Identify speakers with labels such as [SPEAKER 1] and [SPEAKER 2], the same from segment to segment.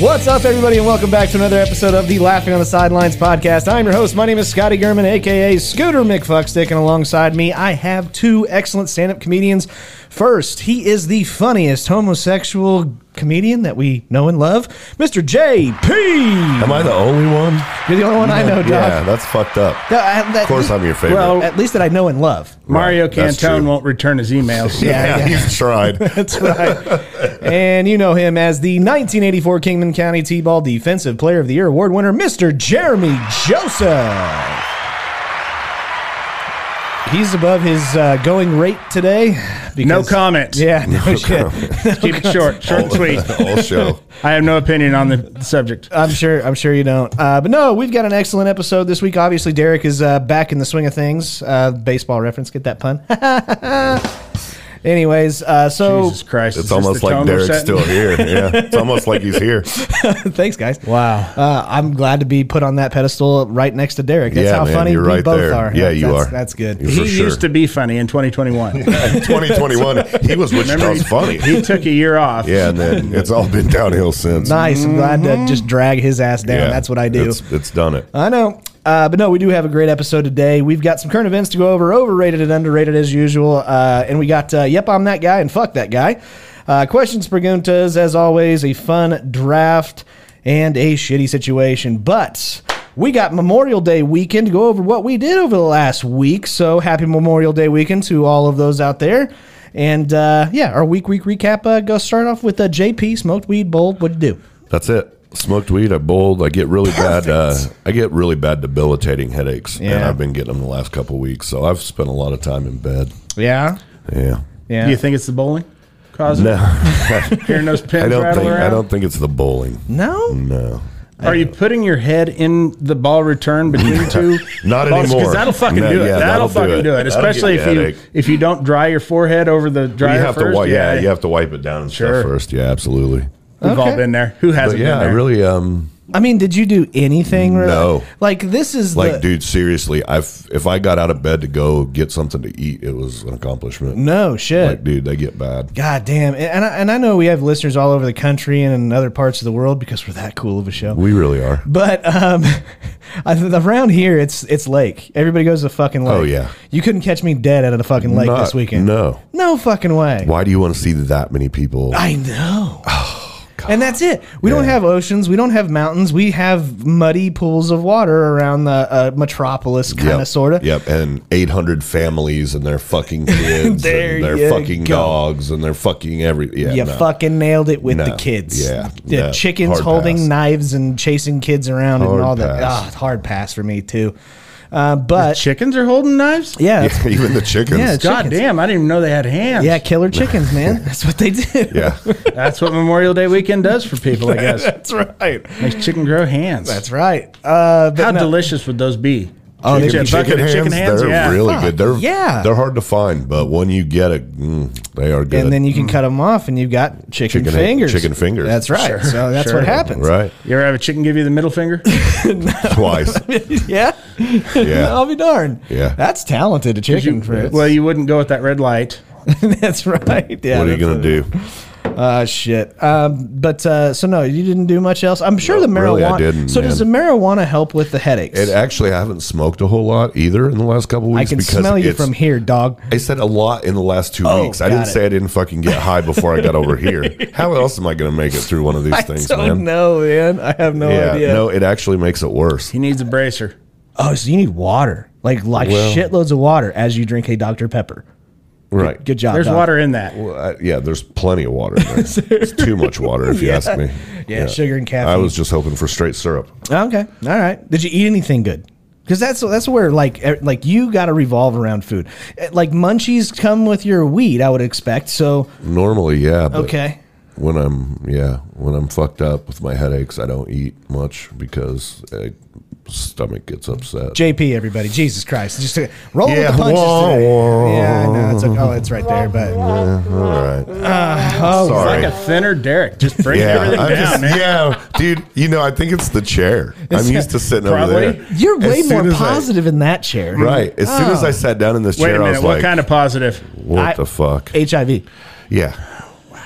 [SPEAKER 1] What's up, everybody, and welcome back to another episode of the Laughing on the Sidelines podcast. I'm your host. My name is Scotty Gurman, aka Scooter McFuckstick, and alongside me, I have two excellent stand-up comedians. First, he is the funniest homosexual comedian that we know and love, Mr. J.P.
[SPEAKER 2] Am I the only one?
[SPEAKER 1] You're the only one I know, Doc.
[SPEAKER 2] Yeah, that's fucked up.
[SPEAKER 1] No, I- that-
[SPEAKER 2] Of course I'm your favorite.
[SPEAKER 1] Well, at least that I know and love.
[SPEAKER 3] Mario
[SPEAKER 2] Right, that's
[SPEAKER 3] Cantone
[SPEAKER 2] true.
[SPEAKER 3] won't return his emails.
[SPEAKER 1] Yeah, yeah.
[SPEAKER 2] You've tried.
[SPEAKER 1] That's right. and you know him as the 1984 Kingman County T-Ball Defensive Player of the Year award winner, Mr. Jeremy Joseph. He's above his uh, going rate today. Because,
[SPEAKER 3] No comment.
[SPEAKER 1] Yeah, no Oh, shit.
[SPEAKER 3] Keep it short, short and sweet.
[SPEAKER 2] All show.
[SPEAKER 3] I have no opinion on the subject.
[SPEAKER 1] I'm sure. I'm sure you don't. Uh, but no, we've got an excellent episode this week. Obviously, Derek is uh, back in the swing of things. Uh, baseball reference. Get that pun. Anyways, uh, so
[SPEAKER 3] Jesus Christ.
[SPEAKER 2] It's
[SPEAKER 3] is this
[SPEAKER 2] almost
[SPEAKER 3] the
[SPEAKER 2] like
[SPEAKER 3] tone
[SPEAKER 2] Derek's
[SPEAKER 3] we're setting?
[SPEAKER 2] still here. Yeah, it's almost like he's here.
[SPEAKER 1] thanks, guys.
[SPEAKER 4] Wow.
[SPEAKER 1] Uh, I'm glad to be put on that pedestal right next to Derek. That's
[SPEAKER 2] Yeah,
[SPEAKER 1] how
[SPEAKER 2] man,
[SPEAKER 1] funny
[SPEAKER 2] you're
[SPEAKER 1] we
[SPEAKER 2] right
[SPEAKER 1] both
[SPEAKER 2] there.
[SPEAKER 1] are.
[SPEAKER 2] Yeah, you
[SPEAKER 1] That's-
[SPEAKER 2] are.
[SPEAKER 1] That's good.
[SPEAKER 2] You're
[SPEAKER 3] He
[SPEAKER 2] for sure.
[SPEAKER 3] used to be funny in 2021.
[SPEAKER 2] 2021. He was Wichita's funny.
[SPEAKER 3] he took a year off.
[SPEAKER 2] Yeah, and then it's all been downhill since.
[SPEAKER 1] Nice. I'm glad to just drag his ass down.
[SPEAKER 2] Yeah,
[SPEAKER 1] That's what I do.
[SPEAKER 2] It's, it's done it.
[SPEAKER 1] I know. Uh, but no, we do have a great episode today. We've got some current events to go over, overrated and underrated as usual. Uh, and we got uh, Yep, I'm That Guy and Fuck That Guy. Uh, questions, preguntas, as always, a fun draft and a shitty situation. But we got Memorial Day weekend to go over what we did over the last week. So happy Memorial Day weekend to all of those out there. And uh, yeah, our week week recap uh, goes start off with uh, JP smoked weed bowl. What'd you do?
[SPEAKER 2] That's it. Smoked weed. I bowled. I get really bad. Uh, I get really bad debilitating headaches, and
[SPEAKER 1] Yeah.
[SPEAKER 2] I've been getting them the last couple weeks. So I've spent a lot of time in bed.
[SPEAKER 1] Yeah,
[SPEAKER 2] Yeah.
[SPEAKER 1] yeah.
[SPEAKER 3] Do you think it's the bowling? Causing
[SPEAKER 2] No,
[SPEAKER 3] it?
[SPEAKER 2] I
[SPEAKER 3] hearing those pins
[SPEAKER 2] don't
[SPEAKER 3] rattle
[SPEAKER 2] think.
[SPEAKER 3] around.
[SPEAKER 2] I don't think it's the bowling.
[SPEAKER 1] no,
[SPEAKER 2] No.
[SPEAKER 3] Are you putting your head in the ball return between two?
[SPEAKER 2] Not
[SPEAKER 3] Because
[SPEAKER 2] anymore.
[SPEAKER 3] that'll fucking
[SPEAKER 2] No,
[SPEAKER 3] do it.
[SPEAKER 2] yeah,
[SPEAKER 3] that'll,
[SPEAKER 2] that'll do
[SPEAKER 3] fucking
[SPEAKER 2] it.
[SPEAKER 3] do
[SPEAKER 2] That'll
[SPEAKER 3] it.
[SPEAKER 2] give
[SPEAKER 3] Especially
[SPEAKER 2] you
[SPEAKER 3] if you
[SPEAKER 2] headache.
[SPEAKER 3] if you don't dry your forehead over the dryer
[SPEAKER 2] You have
[SPEAKER 3] first.
[SPEAKER 2] to wipe. Yeah, you have to wipe it down and
[SPEAKER 3] Sure.
[SPEAKER 2] stuff first. Yeah, absolutely.
[SPEAKER 3] We've all
[SPEAKER 1] Okay.
[SPEAKER 3] been there. Who hasn't
[SPEAKER 2] But yeah,
[SPEAKER 3] been there?
[SPEAKER 2] I really um
[SPEAKER 1] I mean, did you do anything? Really?
[SPEAKER 2] No.
[SPEAKER 1] Like this is
[SPEAKER 2] like,
[SPEAKER 1] the,
[SPEAKER 2] dude. Seriously, I f- if I got out of bed to go get something to eat, it was an accomplishment.
[SPEAKER 1] No shit.
[SPEAKER 2] Like, dude, they get bad.
[SPEAKER 1] God damn. And I, and I know we have listeners all over the country and in other parts of the world because we're that cool of a show.
[SPEAKER 2] We really are.
[SPEAKER 1] but um, I th- around here, it's it's lake. Everybody goes to fucking lake.
[SPEAKER 2] Oh, yeah.
[SPEAKER 1] You couldn't catch me dead out of the fucking lake
[SPEAKER 2] Not-
[SPEAKER 1] this weekend.
[SPEAKER 2] No.
[SPEAKER 1] No fucking way.
[SPEAKER 2] Why do you want to see that many people?
[SPEAKER 1] I know.
[SPEAKER 2] Oh,
[SPEAKER 1] and that's it. We don't have oceans. We don't have mountains. We have muddy pools of water around the uh, metropolis, kind of,
[SPEAKER 2] Yep.
[SPEAKER 1] sort of.
[SPEAKER 2] Yep, and 800 families and their fucking kids
[SPEAKER 1] There
[SPEAKER 2] and
[SPEAKER 1] you
[SPEAKER 2] their fucking
[SPEAKER 1] go.
[SPEAKER 2] dogs and their fucking every yeah.
[SPEAKER 1] you
[SPEAKER 2] no.
[SPEAKER 1] fucking nailed it with
[SPEAKER 2] No.
[SPEAKER 1] the kids.
[SPEAKER 2] Yeah.
[SPEAKER 1] The
[SPEAKER 2] Yeah.
[SPEAKER 1] chickens
[SPEAKER 2] Hard
[SPEAKER 1] holding
[SPEAKER 2] pass.
[SPEAKER 1] knives and chasing kids around
[SPEAKER 2] Hard
[SPEAKER 1] and all that.
[SPEAKER 2] pass.
[SPEAKER 1] Ah, hard pass for me too. Uh, but
[SPEAKER 3] Chickens are holding knives?
[SPEAKER 1] yeah, that's-
[SPEAKER 2] Yeah, even the chickens.
[SPEAKER 1] Yeah, it's-
[SPEAKER 3] God
[SPEAKER 1] Chickens.
[SPEAKER 3] damn, I didn't even know they had hands.
[SPEAKER 1] yeah, killer chickens, man. That's what they do.
[SPEAKER 2] yeah.
[SPEAKER 3] That's what Memorial Day weekend does for people, I guess.
[SPEAKER 1] That's right.
[SPEAKER 3] Makes chicken grow hands.
[SPEAKER 1] That's right. Uh, but
[SPEAKER 3] How
[SPEAKER 1] no-
[SPEAKER 3] delicious would those be?
[SPEAKER 1] Oh, they'd
[SPEAKER 3] Chicken-
[SPEAKER 1] be-
[SPEAKER 3] bucket
[SPEAKER 2] Chicken
[SPEAKER 3] of
[SPEAKER 2] hands,
[SPEAKER 3] chicken hands,
[SPEAKER 2] they're
[SPEAKER 3] yeah.
[SPEAKER 2] really good. They're
[SPEAKER 1] yeah.
[SPEAKER 2] they're hard to find, but when you get it, mm, they are good.
[SPEAKER 1] and then you can cut them off, and you've got chicken,
[SPEAKER 2] Chicken-
[SPEAKER 1] fingers.
[SPEAKER 2] chicken fingers.
[SPEAKER 1] That's right.
[SPEAKER 3] Sure,
[SPEAKER 1] So that's
[SPEAKER 3] sure.
[SPEAKER 1] what happens.
[SPEAKER 2] right
[SPEAKER 3] You ever have a chicken give you the middle finger?
[SPEAKER 2] twice.
[SPEAKER 1] Yeah.
[SPEAKER 2] Yeah.
[SPEAKER 1] I'll be darned.
[SPEAKER 2] Yeah.
[SPEAKER 1] That's talented. A chicken for it.
[SPEAKER 3] well, you wouldn't go with that red light.
[SPEAKER 1] that's right. Yeah.
[SPEAKER 2] what are you
[SPEAKER 1] that's
[SPEAKER 2] going to do?
[SPEAKER 1] Uh, shit. Um, but uh, so no, you didn't do much else. I'm sure the marijuana.
[SPEAKER 2] really, I didn't,
[SPEAKER 1] so does the
[SPEAKER 2] man.
[SPEAKER 1] marijuana help with the headaches?
[SPEAKER 2] And actually, I haven't smoked a whole lot either in the last couple
[SPEAKER 1] I
[SPEAKER 2] weeks.
[SPEAKER 1] can smell you
[SPEAKER 2] it's-
[SPEAKER 1] from here, dog.
[SPEAKER 2] I said a lot in the last two
[SPEAKER 1] Oh,
[SPEAKER 2] weeks. I
[SPEAKER 1] got
[SPEAKER 2] didn't
[SPEAKER 1] it.
[SPEAKER 2] say I didn't fucking get high before I got over here. How else am I going to make it through one of these
[SPEAKER 1] I
[SPEAKER 2] things,
[SPEAKER 1] don't
[SPEAKER 2] man?
[SPEAKER 1] know, man. I have no
[SPEAKER 2] yeah,
[SPEAKER 1] idea.
[SPEAKER 2] no, it actually makes it worse.
[SPEAKER 3] He needs a bracer.
[SPEAKER 1] Oh, so you need water, like like shitloads of water as you drink a Dr Pepper.
[SPEAKER 2] Right.
[SPEAKER 1] Good job.
[SPEAKER 3] There's
[SPEAKER 1] Doc.
[SPEAKER 3] water in that.
[SPEAKER 2] Well, I, yeah, there's plenty of water in there. it's too much water, if you ask me.
[SPEAKER 1] Yeah, sugar and caffeine.
[SPEAKER 2] I was just hoping for straight syrup.
[SPEAKER 1] Okay. All right. Did you eat anything good? Because that's that's where like e- like you got to revolve around food. Eh, Like munchies come with your weed, I would expect. So
[SPEAKER 2] Normally, yeah. But
[SPEAKER 1] okay.
[SPEAKER 2] When I'm yeah, when I'm fucked up with my headaches, I don't eat much because uh stomach gets upset.
[SPEAKER 1] JP, everybody, Jesus Christ, just uh, roll with
[SPEAKER 2] Yeah,
[SPEAKER 1] the punches
[SPEAKER 2] wah,
[SPEAKER 1] today.
[SPEAKER 2] wah.
[SPEAKER 1] Yeah, I know. It's like, oh, it's right there, but
[SPEAKER 2] Yeah, all right.
[SPEAKER 3] Like
[SPEAKER 2] Sorry.
[SPEAKER 3] a thinner Derek. Just break
[SPEAKER 2] yeah,
[SPEAKER 3] everything
[SPEAKER 2] I
[SPEAKER 3] down,
[SPEAKER 2] just-
[SPEAKER 3] man.
[SPEAKER 2] yeah, dude. You know, I think it's the chair. I'm used to sitting over
[SPEAKER 3] probably.
[SPEAKER 2] there.
[SPEAKER 1] you're
[SPEAKER 2] As
[SPEAKER 1] way
[SPEAKER 2] soon
[SPEAKER 1] more
[SPEAKER 2] as I-
[SPEAKER 1] positive in that chair,
[SPEAKER 2] right. As soon as I sat down in this
[SPEAKER 3] Wait
[SPEAKER 2] chair, I
[SPEAKER 3] a minute.
[SPEAKER 2] was
[SPEAKER 3] what
[SPEAKER 2] like,
[SPEAKER 3] kind of positive?
[SPEAKER 2] "What
[SPEAKER 1] I-
[SPEAKER 2] the fuck?"
[SPEAKER 1] HIV.
[SPEAKER 2] Yeah. Wow.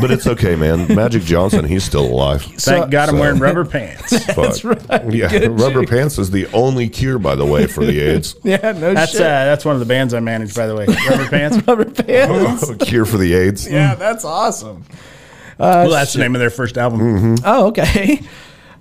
[SPEAKER 2] but it's okay, man. Magic Johnson, he's still alive.
[SPEAKER 3] Thank God I'm
[SPEAKER 2] so-
[SPEAKER 3] wearing rubber pants.
[SPEAKER 2] That's right. Yeah, rubber pants is the only cure, by the way, for the AIDS.
[SPEAKER 1] Yeah, no
[SPEAKER 3] That's uh,
[SPEAKER 1] shit.
[SPEAKER 3] that's one of the bands I manage, by the way. Rubber pants.
[SPEAKER 2] Oh,
[SPEAKER 1] Rubber pants.
[SPEAKER 2] cure for the AIDS.
[SPEAKER 1] yeah, that's awesome.
[SPEAKER 3] well, that's the name of their first album.
[SPEAKER 1] Oh, okay.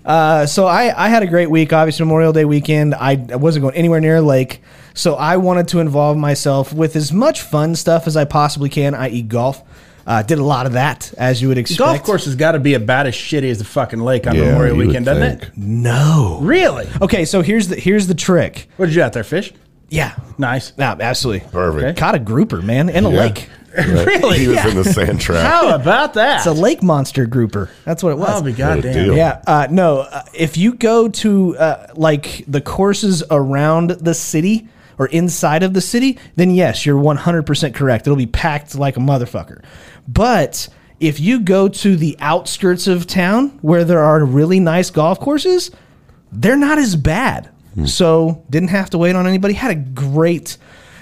[SPEAKER 1] Uh, so I, I had a great week. Obviously, Memorial Day weekend. I, I wasn't going anywhere near a lake, so I wanted to involve myself with as much fun stuff as I possibly can, i.e., golf. Uh, did a lot of that, as you would expect.
[SPEAKER 3] Golf course has got to be about as shitty as the fucking lake on
[SPEAKER 2] Yeah,
[SPEAKER 3] Memorial
[SPEAKER 2] you would
[SPEAKER 3] Weekend, doesn't
[SPEAKER 2] think.
[SPEAKER 3] it? No. Really?
[SPEAKER 1] Okay, so here's the here's the trick.
[SPEAKER 3] What did you do out there? Fish?
[SPEAKER 1] Yeah,
[SPEAKER 3] Nice.
[SPEAKER 1] no, absolutely
[SPEAKER 2] Perfect.
[SPEAKER 1] Caught a grouper, man, in a
[SPEAKER 2] Yeah.
[SPEAKER 1] lake.
[SPEAKER 2] Right.
[SPEAKER 3] Really?
[SPEAKER 2] He was in the sand trap.
[SPEAKER 3] How about that?
[SPEAKER 1] It's a lake monster grouper. That's what it was.
[SPEAKER 3] oh, be
[SPEAKER 2] What a
[SPEAKER 3] goddamn.
[SPEAKER 2] deal.
[SPEAKER 1] Yeah, uh, no. Uh, if you go to uh, like the courses around the city or inside of the city, then yes, you're 100% correct. It'll be packed like a motherfucker. But if you go to the outskirts of town where there are really nice golf courses, they're not as bad. So didn't have to wait on anybody. Had a great,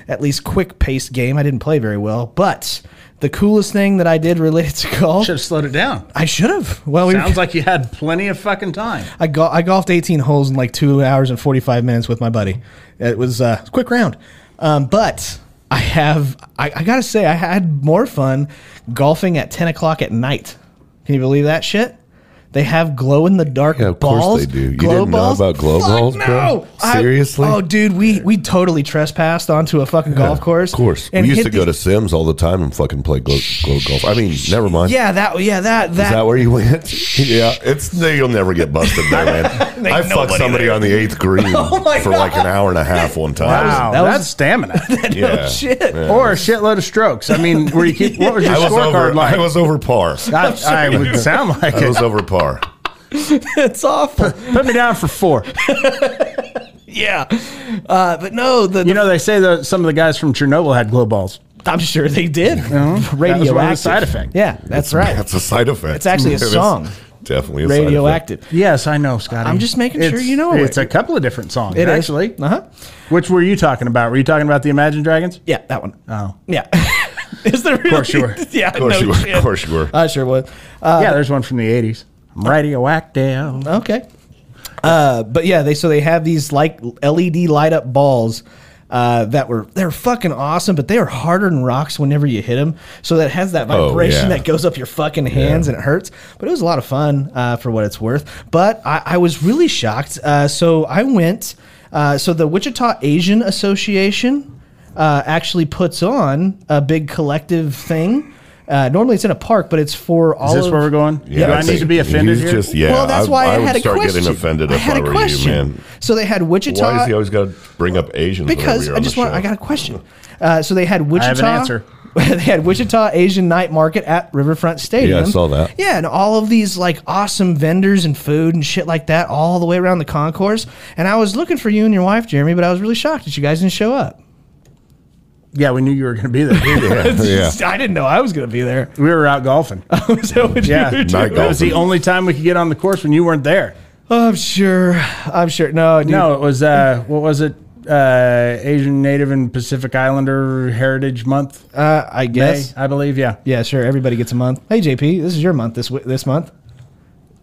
[SPEAKER 1] at least quick paced game. I didn't play very well, but the coolest thing that I did related to golf,
[SPEAKER 3] Should have slowed it down.
[SPEAKER 1] I should have. Well, we were-
[SPEAKER 3] Sounds like you had plenty of fucking time.
[SPEAKER 1] I, gol I golfed 18 holes in like two hours and 45 minutes with my buddy. It was uh, a quick round. Um, but I have, I, I gotta say, I had more fun golfing at 10 o'clock at night. Can you believe that shit? They have glow in the dark
[SPEAKER 2] Yeah, of course
[SPEAKER 1] balls.
[SPEAKER 2] they do. You didn't know about glow
[SPEAKER 1] Fuck
[SPEAKER 2] balls, bro?
[SPEAKER 1] I-
[SPEAKER 2] Seriously?
[SPEAKER 1] oh, dude, we we totally trespassed onto a fucking golf course.
[SPEAKER 2] Of course.
[SPEAKER 1] and
[SPEAKER 2] we used
[SPEAKER 1] hit
[SPEAKER 2] to go
[SPEAKER 1] the-
[SPEAKER 2] to Sims all the time and fucking play glow, glow golf. I mean, never mind.
[SPEAKER 1] Yeah, that. Yeah, that.
[SPEAKER 2] Is
[SPEAKER 1] That.
[SPEAKER 2] that where you went? yeah, it's no, you'll never get busted there, man. I fucked somebody on the eighth green
[SPEAKER 1] my
[SPEAKER 2] for like an hour and a half one time.
[SPEAKER 3] Oh Wow.
[SPEAKER 1] that was-
[SPEAKER 3] that's stamina.
[SPEAKER 2] Yeah.
[SPEAKER 1] shit.
[SPEAKER 2] Yeah.
[SPEAKER 3] or a shitload of strokes. I mean, were you keep, what was your
[SPEAKER 2] I was
[SPEAKER 3] scorecard
[SPEAKER 2] over.
[SPEAKER 3] like?
[SPEAKER 2] I was over par.
[SPEAKER 3] I, I would sound like
[SPEAKER 2] I
[SPEAKER 3] it.
[SPEAKER 2] was over par.
[SPEAKER 1] it's awful.
[SPEAKER 3] Put me down for four.
[SPEAKER 1] yeah, uh, but no, the,
[SPEAKER 3] You know, they say that some of the guys from Chernobyl had glow balls.
[SPEAKER 1] I'm sure they did.
[SPEAKER 3] That was
[SPEAKER 1] Radioactive
[SPEAKER 3] one of the side effects.
[SPEAKER 1] Yeah, that's right.
[SPEAKER 2] That's a side effect.
[SPEAKER 1] It's actually a
[SPEAKER 2] It is
[SPEAKER 1] song.
[SPEAKER 2] Definitely a
[SPEAKER 1] radioactive.
[SPEAKER 3] Yes, I know, Scotty.
[SPEAKER 1] I'm just making sure you know it.
[SPEAKER 3] It's a couple of different songs,
[SPEAKER 1] It is.
[SPEAKER 3] actually.
[SPEAKER 1] Uh-huh.
[SPEAKER 3] Which were you talking about? Were you talking about the Imagine Dragons?
[SPEAKER 1] Yeah, that one.
[SPEAKER 3] Oh.
[SPEAKER 1] Yeah. Is there really?
[SPEAKER 3] course you were.
[SPEAKER 1] Yeah,
[SPEAKER 2] Side effect. Of course
[SPEAKER 1] no
[SPEAKER 2] you were.
[SPEAKER 1] shit.
[SPEAKER 2] Of course you were.
[SPEAKER 1] I sure was.
[SPEAKER 3] yeah, there's one from the 80s. I'm radioactive.
[SPEAKER 1] Okay. Uh, but yeah, they so they have these like LED light up balls uh, that were they're fucking awesome, but they are harder than rocks whenever you hit them. So that has that
[SPEAKER 2] Oh,
[SPEAKER 1] vibration
[SPEAKER 2] yeah.
[SPEAKER 1] that goes up your fucking hands and it hurts. But it was a lot of fun uh, for what it's worth. But I, I was really shocked. Uh, so I went. Uh, so the Wichita Asian Association uh, actually puts on a big collective thing. Uh, normally it's in a park, but it's for all.
[SPEAKER 3] Is this
[SPEAKER 1] of,
[SPEAKER 3] where we're going? Do I
[SPEAKER 2] I
[SPEAKER 3] need
[SPEAKER 2] think
[SPEAKER 3] to be offended
[SPEAKER 2] he's
[SPEAKER 3] here?
[SPEAKER 2] Just, yeah,
[SPEAKER 1] well, that's why I,
[SPEAKER 2] would
[SPEAKER 1] had a
[SPEAKER 2] start
[SPEAKER 1] question.
[SPEAKER 2] getting offended
[SPEAKER 1] I
[SPEAKER 2] if
[SPEAKER 1] had
[SPEAKER 2] I
[SPEAKER 1] a
[SPEAKER 2] were
[SPEAKER 1] question.
[SPEAKER 2] you, man.
[SPEAKER 1] So they had Wichita.
[SPEAKER 2] Why is he always got to bring up Asians? whenever
[SPEAKER 1] because
[SPEAKER 2] you're
[SPEAKER 1] I
[SPEAKER 2] on
[SPEAKER 1] just
[SPEAKER 2] the
[SPEAKER 1] want. I
[SPEAKER 2] show?
[SPEAKER 1] got a question. Uh, so they had Wichita.
[SPEAKER 3] have an answer.
[SPEAKER 1] they had Wichita Asian Night Market at Riverfront Stadium.
[SPEAKER 2] saw that.
[SPEAKER 1] Yeah, and all of these like awesome vendors and food and shit like that, all the way around the concourse. And I was looking for you and your wife, Jeremy, but I was really shocked that you guys didn't show up.
[SPEAKER 3] Yeah, we knew you were going to be there.
[SPEAKER 2] yeah.
[SPEAKER 1] I didn't know I was going to be there.
[SPEAKER 3] we were out golfing.
[SPEAKER 1] Is that what you
[SPEAKER 3] Yeah.
[SPEAKER 1] were doing?
[SPEAKER 2] Night
[SPEAKER 3] That was the
[SPEAKER 2] golfing.
[SPEAKER 3] only time we could get on the course when you weren't there.
[SPEAKER 1] Oh, I'm sure. I'm sure. No, dude.
[SPEAKER 3] No, it was uh, what was it? uh, Asian Native and Pacific Islander Heritage Month.
[SPEAKER 1] Uh, I guess.
[SPEAKER 3] May, I believe. Yeah.
[SPEAKER 1] Yeah, sure. Everybody gets a month. Hey, JP, this is your month this wi- this month.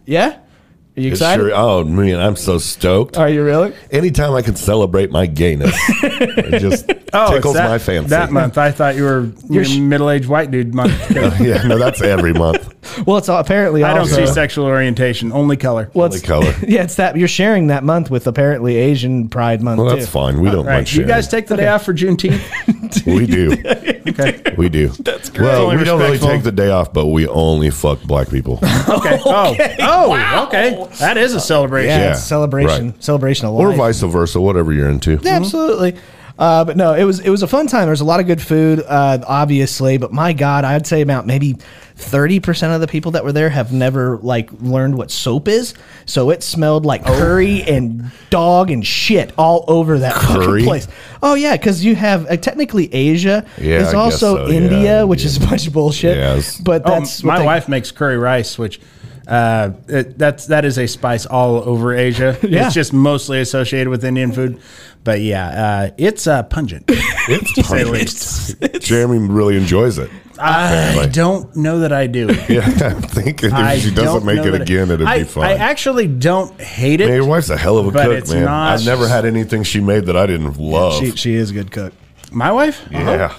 [SPEAKER 1] Yeah, are you
[SPEAKER 2] It's
[SPEAKER 1] excited?
[SPEAKER 2] sure- oh man, I'm so
[SPEAKER 3] Uh,
[SPEAKER 2] stoked.
[SPEAKER 1] Are you really?
[SPEAKER 2] Anytime I can celebrate my gayness, it just
[SPEAKER 3] Oh, it's
[SPEAKER 2] tickles
[SPEAKER 3] that,
[SPEAKER 2] my fancy.
[SPEAKER 3] That month, I thought you were
[SPEAKER 1] You're sh-
[SPEAKER 3] your middle-aged white dude month.
[SPEAKER 2] Uh, yeah, no, that's every month.
[SPEAKER 1] Well, it's all, apparently
[SPEAKER 3] I don't
[SPEAKER 1] also,
[SPEAKER 3] see sexual orientation, only color.
[SPEAKER 1] well,
[SPEAKER 2] Only
[SPEAKER 1] it's-
[SPEAKER 2] color.
[SPEAKER 1] Yeah, it's that you're sharing that month with apparently Asian Pride Month.
[SPEAKER 2] Well,
[SPEAKER 1] too.
[SPEAKER 2] that's fine. We don't
[SPEAKER 3] Right.
[SPEAKER 2] mind
[SPEAKER 3] You
[SPEAKER 2] sharing.
[SPEAKER 3] guys take the day off for Juneteenth.
[SPEAKER 2] we do. We do. That's great. Well, we
[SPEAKER 3] Only
[SPEAKER 2] don't really
[SPEAKER 3] respectful.
[SPEAKER 2] take the day off, but we only fuck black people.
[SPEAKER 3] Okay. Oh. Oh. Okay. That is a celebration.
[SPEAKER 1] Yeah,
[SPEAKER 2] Yeah,
[SPEAKER 1] it's celebration,
[SPEAKER 2] right.
[SPEAKER 1] celebration of life.
[SPEAKER 2] or vice versa, whatever you're into.
[SPEAKER 1] Yeah, absolutely. Uh, but no, it was it was a fun time. There was a lot of good food, uh, obviously. But my God, I'd say about maybe thirty percent of the people that were there have never like learned what soap is. So it smelled like
[SPEAKER 2] Oh.
[SPEAKER 1] curry and dog and shit all over that
[SPEAKER 2] Curry?
[SPEAKER 1] fucking place. Oh yeah, because you have uh, technically Asia
[SPEAKER 2] Yeah, I
[SPEAKER 1] is
[SPEAKER 2] guess
[SPEAKER 1] also
[SPEAKER 2] so, yeah,
[SPEAKER 1] India, which is
[SPEAKER 2] India.
[SPEAKER 1] a bunch of bullshit.
[SPEAKER 2] Yes.
[SPEAKER 1] But
[SPEAKER 3] Oh,
[SPEAKER 1] that's what
[SPEAKER 3] my
[SPEAKER 1] they-
[SPEAKER 3] wife makes curry rice, which uh, it, that's that is a spice all over Asia.
[SPEAKER 1] Yeah.
[SPEAKER 3] It's just mostly associated with Indian food, but yeah, uh, it's uh, pungent.
[SPEAKER 2] It's
[SPEAKER 3] say the
[SPEAKER 2] fun.
[SPEAKER 3] least.
[SPEAKER 2] Jeremy really enjoys it.
[SPEAKER 3] I don't know that I do.
[SPEAKER 2] Yeah, I'm thinking if
[SPEAKER 3] I
[SPEAKER 2] she
[SPEAKER 3] don't
[SPEAKER 2] doesn't make
[SPEAKER 3] know
[SPEAKER 2] it
[SPEAKER 3] that I-
[SPEAKER 2] again, it'd
[SPEAKER 3] I,
[SPEAKER 2] be fine.
[SPEAKER 3] I actually don't hate it.
[SPEAKER 2] Man, your wife's a hell of a
[SPEAKER 3] But
[SPEAKER 2] cook,
[SPEAKER 3] it's
[SPEAKER 2] man.
[SPEAKER 3] not-
[SPEAKER 2] I've never had anything she made that I didn't love.
[SPEAKER 1] she, she is a good cook.
[SPEAKER 3] my wife?
[SPEAKER 2] yeah.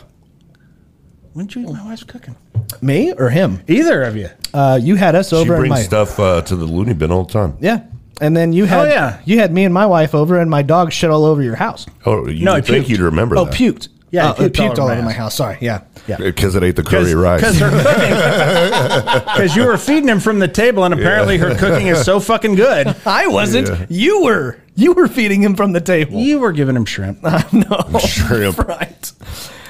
[SPEAKER 3] When did you eat my wife's cooking?
[SPEAKER 1] Me or him?
[SPEAKER 3] Either of you?
[SPEAKER 1] Uh, you had us
[SPEAKER 2] She
[SPEAKER 1] over at
[SPEAKER 2] brings
[SPEAKER 1] my
[SPEAKER 2] stuff uh, to the loony bin all the time.
[SPEAKER 1] Yeah. And then you had
[SPEAKER 3] yeah.
[SPEAKER 1] you had me and my wife over and my dog shit all over your house.
[SPEAKER 2] Oh, you
[SPEAKER 3] No,
[SPEAKER 2] would
[SPEAKER 3] it
[SPEAKER 2] think
[SPEAKER 3] puked.
[SPEAKER 2] you'd remember
[SPEAKER 1] Oh,
[SPEAKER 2] that.
[SPEAKER 1] puked.
[SPEAKER 3] Yeah,
[SPEAKER 1] Uh,
[SPEAKER 3] it
[SPEAKER 1] puked, all, over my house. Sorry. Yeah.
[SPEAKER 3] Yeah.
[SPEAKER 2] Because it ate the curry rice.
[SPEAKER 3] Because her cooking, because you were feeding him from the table, and apparently her cooking is so fucking good.
[SPEAKER 1] I wasn't. You were. You were feeding him from the table.
[SPEAKER 3] You were giving him shrimp.
[SPEAKER 1] no.
[SPEAKER 2] Shrimp.
[SPEAKER 1] right.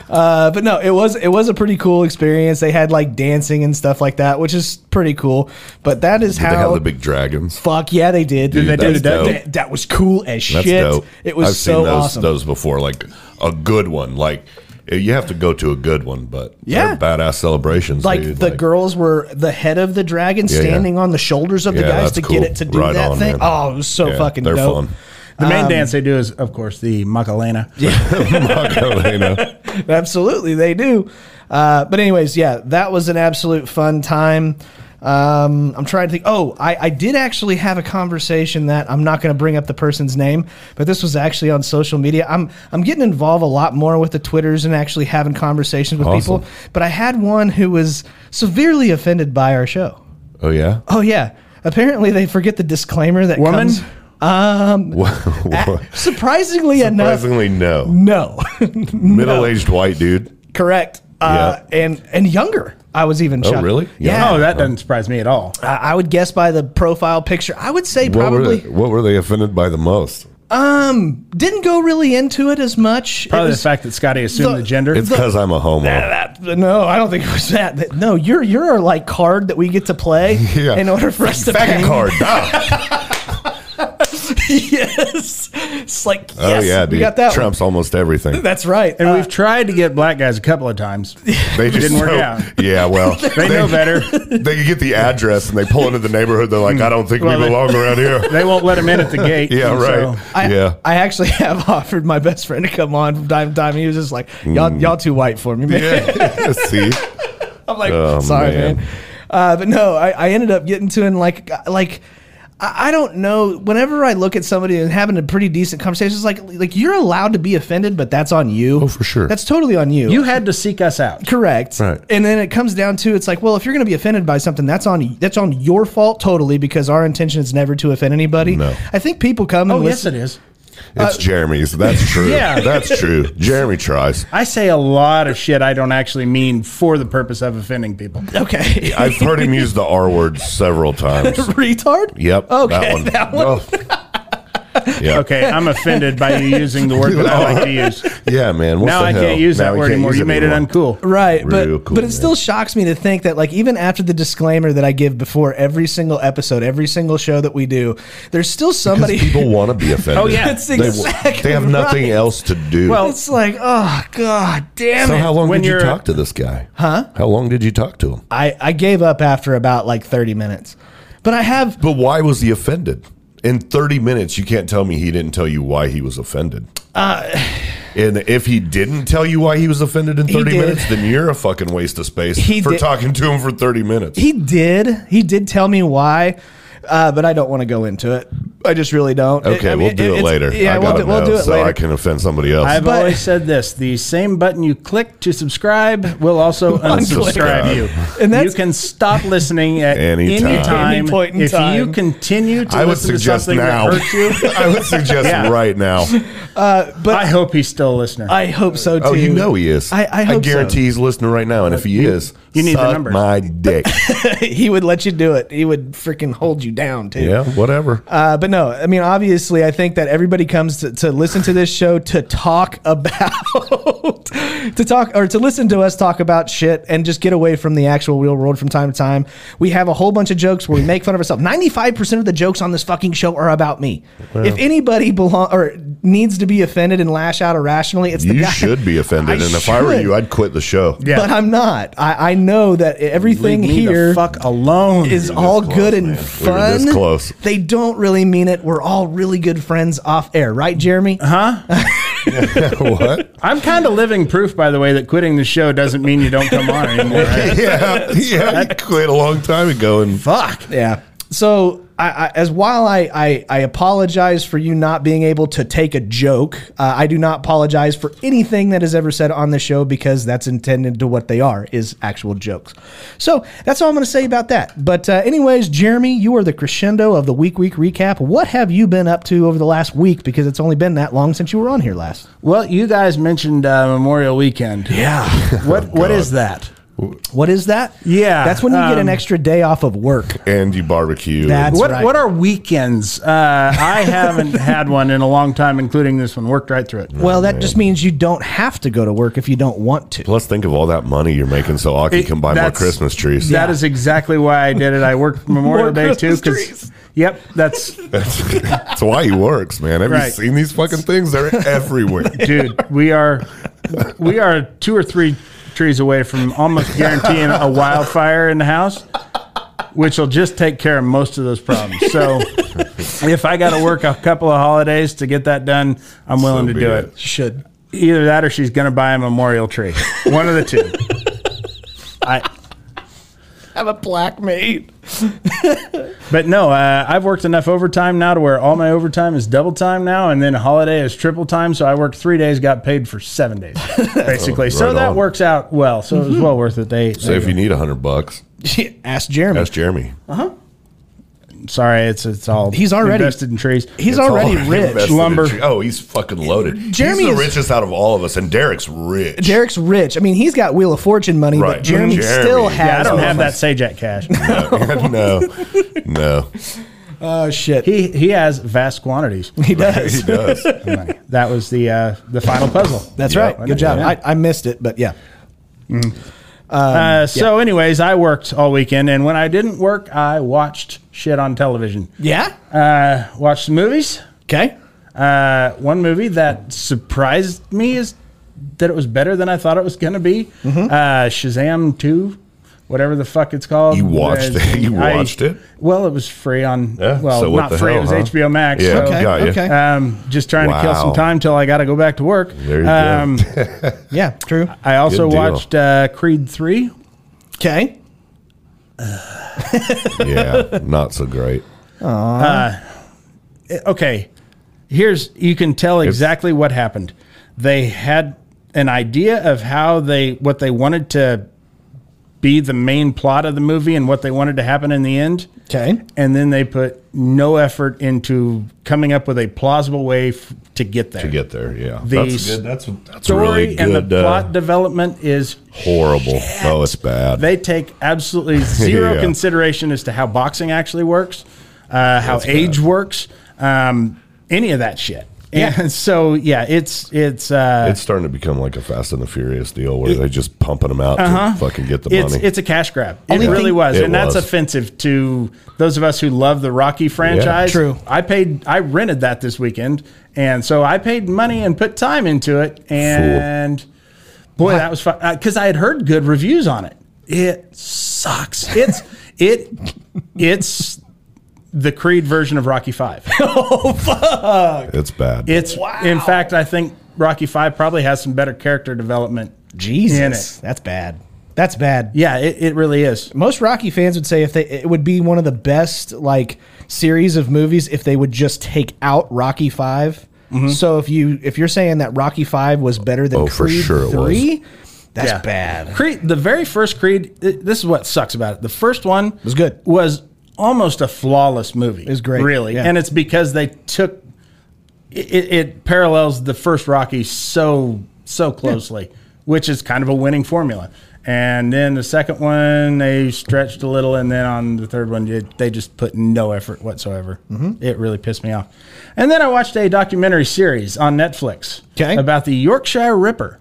[SPEAKER 1] Uh, but no, it was it was a pretty cool experience. They had like dancing and stuff like that, which is pretty cool. But that is
[SPEAKER 2] They have
[SPEAKER 1] how
[SPEAKER 2] the big dragons.
[SPEAKER 1] fuck yeah they did.
[SPEAKER 2] Dude, Did they do that's the dope.
[SPEAKER 1] That, that was cool as
[SPEAKER 2] That's
[SPEAKER 1] shit.
[SPEAKER 2] dope.
[SPEAKER 1] It was
[SPEAKER 2] I've
[SPEAKER 1] so
[SPEAKER 2] seen those,
[SPEAKER 1] awesome.
[SPEAKER 2] those before, like a good one. Like you have to go to a good one, but
[SPEAKER 1] Yeah.
[SPEAKER 2] they're badass celebrations.
[SPEAKER 1] like
[SPEAKER 2] dude.
[SPEAKER 1] the girls were the head of the dragon
[SPEAKER 2] yeah.
[SPEAKER 1] standing on the shoulders of the
[SPEAKER 2] Yeah,
[SPEAKER 1] guys
[SPEAKER 2] that's
[SPEAKER 1] to
[SPEAKER 2] cool.
[SPEAKER 1] get it to do
[SPEAKER 2] Right
[SPEAKER 1] that
[SPEAKER 2] on,
[SPEAKER 1] thing.
[SPEAKER 2] man.
[SPEAKER 1] Oh, it was so
[SPEAKER 2] Yeah,
[SPEAKER 1] fucking
[SPEAKER 2] they're
[SPEAKER 1] dope.
[SPEAKER 2] fun.
[SPEAKER 3] The
[SPEAKER 2] Um,
[SPEAKER 3] main dance they do is, of course, the Macarena.
[SPEAKER 2] Macarena.
[SPEAKER 1] Absolutely, they do. Uh, but anyways, yeah, that was an absolute fun time. Um, I'm trying to think. Oh, I, I did actually have a conversation that I'm not going to bring up the person's name, but this was actually on social media. I'm I'm getting involved a lot more with the twitters and actually having conversations with
[SPEAKER 2] Awesome.
[SPEAKER 1] people. But I had one who was severely offended by our show.
[SPEAKER 2] Oh yeah.
[SPEAKER 1] Oh yeah. Apparently they forget the disclaimer that
[SPEAKER 3] Woman?
[SPEAKER 1] comes. Um, surprisingly enough,
[SPEAKER 2] Surprisingly, no.
[SPEAKER 1] no.
[SPEAKER 2] Middle-aged white dude.
[SPEAKER 1] Correct. Uh, And and younger. I was even.
[SPEAKER 2] Oh,
[SPEAKER 1] shocked.
[SPEAKER 2] really?
[SPEAKER 1] Yeah.
[SPEAKER 3] Oh, that doesn't surprise me at all.
[SPEAKER 1] I, I would guess by the profile picture. I would say
[SPEAKER 2] What were, they,
[SPEAKER 1] probably um,
[SPEAKER 2] what were they offended by the most?
[SPEAKER 1] didn't go really into it as much. It
[SPEAKER 3] Probably
[SPEAKER 1] was-
[SPEAKER 3] the fact that Scotty assumed
[SPEAKER 1] the-
[SPEAKER 3] the, gender.
[SPEAKER 2] It's because I'm a homo.
[SPEAKER 1] no, I don't think it was that. That- No, you're you're our like card that we get to play
[SPEAKER 2] Yeah.
[SPEAKER 1] in order for us to
[SPEAKER 2] Faggot
[SPEAKER 1] pay.
[SPEAKER 2] card. ah.
[SPEAKER 1] yes, it's like yes,
[SPEAKER 2] Oh yeah, dude.
[SPEAKER 1] we got that. one.
[SPEAKER 2] Trumps almost everything.
[SPEAKER 1] That's right.
[SPEAKER 3] and
[SPEAKER 1] Uh,
[SPEAKER 3] we've tried to get black guys a couple of times. They
[SPEAKER 2] They just
[SPEAKER 3] didn't work
[SPEAKER 2] know-
[SPEAKER 3] out.
[SPEAKER 2] Yeah, well,
[SPEAKER 3] know better.
[SPEAKER 2] They get the address and they pull into the neighborhood. They're like, I don't think
[SPEAKER 3] Well,
[SPEAKER 2] we
[SPEAKER 3] they-
[SPEAKER 2] belong around here.
[SPEAKER 3] They won't let him in at the gate.
[SPEAKER 2] Yeah,
[SPEAKER 3] and
[SPEAKER 2] right.
[SPEAKER 3] so-
[SPEAKER 1] I,
[SPEAKER 2] Uh, yeah.
[SPEAKER 1] I actually have offered my best friend to come on from time to time. He was just like, y'all, y'all too white for me, man.
[SPEAKER 2] Mm. yeah. See?
[SPEAKER 1] I'm like,
[SPEAKER 2] Oh,
[SPEAKER 1] sorry, man.
[SPEAKER 2] man.
[SPEAKER 1] Uh, but no, I, I ended up getting to in like, uh, like, I I don't know. Whenever I look at somebody and having a pretty decent conversation, it's like, like you're allowed to be offended, but that's on you.
[SPEAKER 2] Oh, for sure.
[SPEAKER 1] That's totally on you.
[SPEAKER 3] you had to seek us out.
[SPEAKER 1] correct.
[SPEAKER 2] Right.
[SPEAKER 1] And then it comes down to it's like, well, if you're going to be offended by something, that's on that's on your fault totally because our intention is never to offend anybody.
[SPEAKER 2] No.
[SPEAKER 1] I think people come and
[SPEAKER 3] Oh, yes,
[SPEAKER 1] listen.
[SPEAKER 3] it is.
[SPEAKER 2] It's Jeremy's. That's true.
[SPEAKER 3] Yeah.
[SPEAKER 2] That's true. Jeremy tries.
[SPEAKER 3] I say a lot of shit I don't actually mean for the purpose of offending people.
[SPEAKER 1] Okay.
[SPEAKER 2] I've heard him use the R word several times.
[SPEAKER 1] Retard.
[SPEAKER 2] Yep.
[SPEAKER 1] Okay. that one.
[SPEAKER 2] Oh. Yeah.
[SPEAKER 3] Okay, I'm offended by you using the word that I like to use.
[SPEAKER 2] Yeah, man. Oh. What
[SPEAKER 3] now
[SPEAKER 2] the
[SPEAKER 3] I
[SPEAKER 2] hell?
[SPEAKER 3] can't use
[SPEAKER 2] Now
[SPEAKER 3] that
[SPEAKER 2] we
[SPEAKER 3] word
[SPEAKER 2] can't
[SPEAKER 3] anymore.
[SPEAKER 2] use
[SPEAKER 3] You made it
[SPEAKER 2] anymore.
[SPEAKER 3] uncool.
[SPEAKER 1] Right,
[SPEAKER 2] Real
[SPEAKER 1] but
[SPEAKER 2] cool,
[SPEAKER 1] but it
[SPEAKER 2] man.
[SPEAKER 1] still shocks me to think that like even after the disclaimer that I give before every single episode, every single show that we do, there's still somebody.
[SPEAKER 2] People want to be offended.
[SPEAKER 3] Oh, yeah.
[SPEAKER 1] That's
[SPEAKER 2] They, w-
[SPEAKER 1] exactly
[SPEAKER 2] they have nothing
[SPEAKER 1] right.
[SPEAKER 2] else to do.
[SPEAKER 3] Well,
[SPEAKER 1] it's like, oh god, damn
[SPEAKER 2] so
[SPEAKER 1] it!
[SPEAKER 2] how long
[SPEAKER 3] when
[SPEAKER 2] did you
[SPEAKER 3] you're-
[SPEAKER 2] talk to this guy? Huh? How long did you talk to him?
[SPEAKER 1] I I gave up after about like 30 minutes, but I have
[SPEAKER 2] But why was he offended? in 30 minutes, you can't tell me he didn't tell you why he was offended.
[SPEAKER 3] Uh,
[SPEAKER 2] and if he didn't tell you why he was offended in 30
[SPEAKER 1] did.
[SPEAKER 2] minutes, then you're a fucking waste of space
[SPEAKER 1] He
[SPEAKER 2] for
[SPEAKER 1] did.
[SPEAKER 2] talking to him for 30 minutes.
[SPEAKER 1] He did. He did tell me why, uh, but I don't want to go into it. I just really don't. I
[SPEAKER 2] okay,
[SPEAKER 1] mean,
[SPEAKER 2] we'll
[SPEAKER 1] it-
[SPEAKER 2] do it,
[SPEAKER 1] it's-
[SPEAKER 2] later.
[SPEAKER 1] Yeah,
[SPEAKER 2] I
[SPEAKER 1] we'll,
[SPEAKER 2] got
[SPEAKER 1] do,
[SPEAKER 2] it
[SPEAKER 1] we'll
[SPEAKER 2] now,
[SPEAKER 1] do it
[SPEAKER 2] so I
[SPEAKER 1] later.
[SPEAKER 2] can offend somebody else.
[SPEAKER 3] I've
[SPEAKER 1] But-
[SPEAKER 3] always said this: the same button you click to subscribe will also unsubscribe
[SPEAKER 2] Unsubscribe.
[SPEAKER 3] you.
[SPEAKER 1] And that's-
[SPEAKER 3] you can stop listening at any,
[SPEAKER 2] Anytime.
[SPEAKER 3] time.
[SPEAKER 1] Any point in
[SPEAKER 3] if
[SPEAKER 1] time.
[SPEAKER 3] you continue to
[SPEAKER 2] I would
[SPEAKER 3] listen to
[SPEAKER 2] suggest
[SPEAKER 3] something
[SPEAKER 2] now.
[SPEAKER 3] that hurts you.
[SPEAKER 2] I would suggest
[SPEAKER 3] Yeah.
[SPEAKER 2] right now.
[SPEAKER 3] I hope he's still a listener.
[SPEAKER 1] I hope so too.
[SPEAKER 2] Oh, you know he is.
[SPEAKER 1] I- I hope so.
[SPEAKER 2] guarantee he's listening right now. And if he is,
[SPEAKER 3] you need the
[SPEAKER 2] suck
[SPEAKER 3] numbers.
[SPEAKER 2] my dick.
[SPEAKER 1] he would let you do it. He would freaking hold you down too.
[SPEAKER 2] yeah, whatever.
[SPEAKER 1] Uh, but no, I mean, obviously, I think that everybody comes to, to listen to this show to talk about, to talk or to listen to us talk about shit and just get away from the actual real world from time to time. We have a whole bunch of jokes where we make fun of ourselves. Ninety-five percent of the jokes on this fucking show are about me. if anybody belong or needs to be offended and lash out irrationally, it's the
[SPEAKER 2] you
[SPEAKER 1] guy.
[SPEAKER 2] should be offended.
[SPEAKER 1] I
[SPEAKER 2] and if I were
[SPEAKER 1] should.
[SPEAKER 2] you, I'd quit the show.
[SPEAKER 3] Yeah.
[SPEAKER 1] But I'm not. I, I know that
[SPEAKER 3] Leave
[SPEAKER 1] everything
[SPEAKER 3] me
[SPEAKER 1] here
[SPEAKER 3] the fuck
[SPEAKER 1] is
[SPEAKER 3] alone.
[SPEAKER 2] were this
[SPEAKER 1] all
[SPEAKER 2] close,
[SPEAKER 1] good and
[SPEAKER 2] man. We were
[SPEAKER 1] fun.
[SPEAKER 2] this close.
[SPEAKER 1] They don't really mean it. We're all really good friends off air, right, Jeremy?
[SPEAKER 2] Uh-huh. what?
[SPEAKER 3] I'm kind of living proof, by the way, that quitting the show doesn't mean you don't come on anymore. right?
[SPEAKER 2] yeah, yeah. You quit a long time ago, and
[SPEAKER 3] Fuck.
[SPEAKER 1] Yeah. So, I, I, as while I, I, I apologize for you not being able to take a joke, uh, I do not apologize for anything that is ever said on the show because that's intended to what they are is actual jokes. So that's all I'm going to say about that. But uh, anyways, Jeremy, you are the crescendo of the week week recap. What have you been up to over the last week? Because it's only been that long since you were on here last.
[SPEAKER 3] Well, you guys mentioned uh, Memorial Weekend.
[SPEAKER 1] Yeah.
[SPEAKER 3] What What is that?
[SPEAKER 1] What is that?
[SPEAKER 3] Yeah,
[SPEAKER 1] That's when you get an
[SPEAKER 3] um,
[SPEAKER 1] extra day off of work.
[SPEAKER 2] and you barbecue.
[SPEAKER 1] That's-
[SPEAKER 3] what
[SPEAKER 1] right.
[SPEAKER 3] What are weekends? Uh, I haven't had one in a long time, including this one. Worked right through it.
[SPEAKER 1] Well, that just means you don't have to go to work if you don't want to.
[SPEAKER 2] Plus, think of all that money you're making, so Aki
[SPEAKER 3] It-
[SPEAKER 2] can buy more
[SPEAKER 3] that's-
[SPEAKER 2] Christmas trees.
[SPEAKER 3] That is exactly why I did it. I worked Memorial
[SPEAKER 1] More
[SPEAKER 3] Day too.
[SPEAKER 1] Christmas
[SPEAKER 3] Because
[SPEAKER 1] trees.
[SPEAKER 3] yep, that's
[SPEAKER 2] That's why he works, man. Have you
[SPEAKER 3] Right.
[SPEAKER 2] seen these fucking things? They're everywhere.
[SPEAKER 3] dude. We are we are two or three trees away from almost guaranteeing a wildfire in the house, which will just take care of most of those problems. So if I got to work a couple of holidays to get that done, I'm willing
[SPEAKER 2] So
[SPEAKER 3] to
[SPEAKER 2] be
[SPEAKER 3] do
[SPEAKER 2] it.
[SPEAKER 3] it.
[SPEAKER 1] Should.
[SPEAKER 3] Either that or she's going to buy a memorial tree. One of the two. I
[SPEAKER 1] Have a black maid.
[SPEAKER 3] But no, uh, I've worked enough overtime now to where all my overtime is double time now, and then a holiday is triple time. So I worked three days, got paid for seven days, basically. so
[SPEAKER 2] Right
[SPEAKER 3] that
[SPEAKER 2] on.
[SPEAKER 3] works out well. So
[SPEAKER 1] Mm-hmm.
[SPEAKER 3] it was well worth it. They,
[SPEAKER 2] So if you Oh, need a hundred bucks,
[SPEAKER 1] Ask Jeremy.
[SPEAKER 2] ask Jeremy.
[SPEAKER 3] sorry, it's it's all
[SPEAKER 1] He's already-
[SPEAKER 3] invested in trees.
[SPEAKER 1] He's
[SPEAKER 2] It's
[SPEAKER 1] already
[SPEAKER 2] all
[SPEAKER 1] rich.
[SPEAKER 2] invested in
[SPEAKER 3] Lumber.
[SPEAKER 2] tre- Oh, he's fucking loaded.
[SPEAKER 1] Jeremy
[SPEAKER 2] he's the
[SPEAKER 1] is-
[SPEAKER 2] richest out of all of us, and Derek's rich.
[SPEAKER 1] Derek's rich. I mean, he's got Wheel of Fortune money,
[SPEAKER 2] Right.
[SPEAKER 1] but Jeremy,
[SPEAKER 2] Jeremy.
[SPEAKER 1] still
[SPEAKER 2] Yeah, I
[SPEAKER 1] has.
[SPEAKER 3] yeah, I don't
[SPEAKER 2] Oh,
[SPEAKER 3] have
[SPEAKER 2] my-
[SPEAKER 3] that Sajak cash.
[SPEAKER 2] no, no,
[SPEAKER 1] Oh shit.
[SPEAKER 3] he he has vast quantities.
[SPEAKER 1] He does.
[SPEAKER 2] he does.
[SPEAKER 3] of money. That was the uh, the final puzzle.
[SPEAKER 1] That's
[SPEAKER 2] Yeah.
[SPEAKER 1] right. Good job.
[SPEAKER 2] Yeah.
[SPEAKER 1] I, I missed it, but yeah.
[SPEAKER 3] Uh, so, anyways, I worked all weekend, and when I didn't work, I watched shit on television.
[SPEAKER 1] Yeah.
[SPEAKER 3] Uh, watched some movies.
[SPEAKER 1] Okay.
[SPEAKER 3] Uh, one movie that surprised me is that it was better than I thought it was going to be.
[SPEAKER 2] Mm-hmm.
[SPEAKER 3] Uh, Shazam 2, whatever the fuck it's called.
[SPEAKER 2] You watched
[SPEAKER 3] Uh,
[SPEAKER 2] it? You
[SPEAKER 3] I-
[SPEAKER 2] watched it?
[SPEAKER 3] Well, it was free on,
[SPEAKER 2] Yeah,
[SPEAKER 3] well,
[SPEAKER 2] so what
[SPEAKER 3] not
[SPEAKER 2] the
[SPEAKER 3] free.
[SPEAKER 2] hell,
[SPEAKER 3] it was
[SPEAKER 2] huh?
[SPEAKER 3] HBO Max.
[SPEAKER 2] Yeah,
[SPEAKER 3] so,
[SPEAKER 2] got you.
[SPEAKER 1] Okay.
[SPEAKER 3] Um, just trying to kill some
[SPEAKER 2] Wow.
[SPEAKER 3] time till I got to go back to work.
[SPEAKER 2] There you go.
[SPEAKER 3] um,
[SPEAKER 1] Yeah. True.
[SPEAKER 3] I also
[SPEAKER 2] Good deal.
[SPEAKER 3] watched uh, Creed 3.
[SPEAKER 1] Okay.
[SPEAKER 2] yeah, not so great.
[SPEAKER 3] okay, here's you can tell exactly what happened. They had an idea of how they what they wanted to be the main plot of the movie and what they wanted to happen in the end.
[SPEAKER 1] Okay.
[SPEAKER 3] And then they put no effort into coming up with a plausible way f- to get there.
[SPEAKER 2] To get there, yeah,
[SPEAKER 3] The
[SPEAKER 2] that's good. That's that's
[SPEAKER 3] Story
[SPEAKER 2] really good.
[SPEAKER 3] and the
[SPEAKER 2] uh,
[SPEAKER 3] plot development is
[SPEAKER 2] horrible. Oh, it's bad.
[SPEAKER 3] they take absolutely zero
[SPEAKER 2] Yeah.
[SPEAKER 3] consideration as to how boxing actually works, uh, how age works, um, any of that shit. And so yeah, it's it's uh,
[SPEAKER 2] it's starting to become like a Fast and the Furious deal where they're just pumping them out to fucking get the
[SPEAKER 3] Uh-huh. it's
[SPEAKER 2] money.
[SPEAKER 3] it's a cash grab. It
[SPEAKER 1] Only
[SPEAKER 3] really
[SPEAKER 1] thing-
[SPEAKER 3] was,
[SPEAKER 2] It
[SPEAKER 3] and
[SPEAKER 2] was.
[SPEAKER 3] that's offensive to those of us who love the Rocky franchise.
[SPEAKER 1] True.
[SPEAKER 3] I paid, I rented that this weekend, and so I paid money and put time into it, and boy, that was fun because I had heard good reviews on it. It sucks. It's it it's the Creed version of Rocky Five.
[SPEAKER 2] It's bad.
[SPEAKER 3] It's in fact, I think Rocky Five probably has some better character development. in
[SPEAKER 1] Jesus,
[SPEAKER 3] it.
[SPEAKER 1] that's bad. That's bad.
[SPEAKER 3] Yeah, it, it really is.
[SPEAKER 1] Most Rocky fans would say if they it would be one of the best like series of movies if they would just take out Rocky 5
[SPEAKER 3] Mm-hmm.
[SPEAKER 1] So if you if you're saying that Rocky Five was better than
[SPEAKER 2] Oh, for
[SPEAKER 1] Creed
[SPEAKER 2] sure it was.
[SPEAKER 1] Three, that's
[SPEAKER 3] Yeah.
[SPEAKER 1] bad.
[SPEAKER 3] Creed, the very first Creed. th- This is what sucks about it. The first one
[SPEAKER 1] was good.
[SPEAKER 3] Was almost a flawless movie. It
[SPEAKER 1] was great,
[SPEAKER 3] really,
[SPEAKER 1] yeah.
[SPEAKER 3] and it's because they took it, it- it parallels the first Rocky so so closely, which is kind of a winning formula. And then the second one they stretched a little, and then on the third one it, they just put no effort whatsoever.
[SPEAKER 1] Mm-hmm.
[SPEAKER 3] It really pissed me off. And then I watched a documentary series on Netflix
[SPEAKER 1] 'Kay.
[SPEAKER 3] about the Yorkshire Ripper.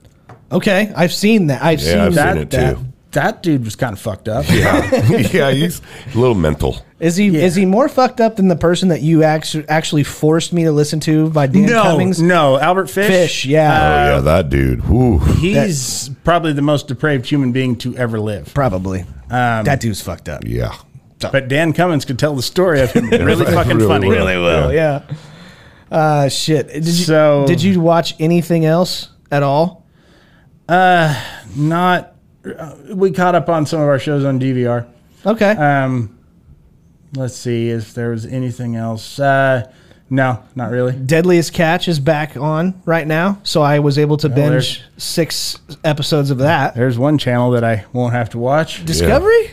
[SPEAKER 1] Okay, I've seen that. I've seen
[SPEAKER 2] yeah, I've
[SPEAKER 1] that.
[SPEAKER 2] seen it
[SPEAKER 3] that,
[SPEAKER 2] too.
[SPEAKER 3] that dude was kind of fucked up.
[SPEAKER 2] Yeah, yeah, he's a little mental.
[SPEAKER 1] Is he is he more fucked up than the person that you actually actually forced me to listen to by Dan
[SPEAKER 3] no,
[SPEAKER 1] Cummings?
[SPEAKER 3] no, Albert Fish. Uh,
[SPEAKER 1] Fish, yeah,
[SPEAKER 2] Oh yeah,
[SPEAKER 3] Um,
[SPEAKER 2] that dude. Whew.
[SPEAKER 3] He's probably the most depraved human being to ever live.
[SPEAKER 1] probably.
[SPEAKER 3] um,
[SPEAKER 1] that dude's fucked up.
[SPEAKER 2] Yeah.
[SPEAKER 3] But Dan Cummins could tell the story of him really fucking funny.
[SPEAKER 2] well. Yeah.
[SPEAKER 1] Oh, yeah. Uh, shit. Did you,
[SPEAKER 3] So-
[SPEAKER 1] did you watch anything else at all?
[SPEAKER 3] Not. uh, We caught up on some of our shows on DVR.
[SPEAKER 1] Okay.
[SPEAKER 2] Uh,
[SPEAKER 3] Um, let's see if there was anything else. Uh, no, not really.
[SPEAKER 1] Deadliest Catch is back on right now, so I was able to
[SPEAKER 3] there's-
[SPEAKER 1] binge six episodes of that.
[SPEAKER 3] There's one channel that I won't have to watch.
[SPEAKER 1] Discovery.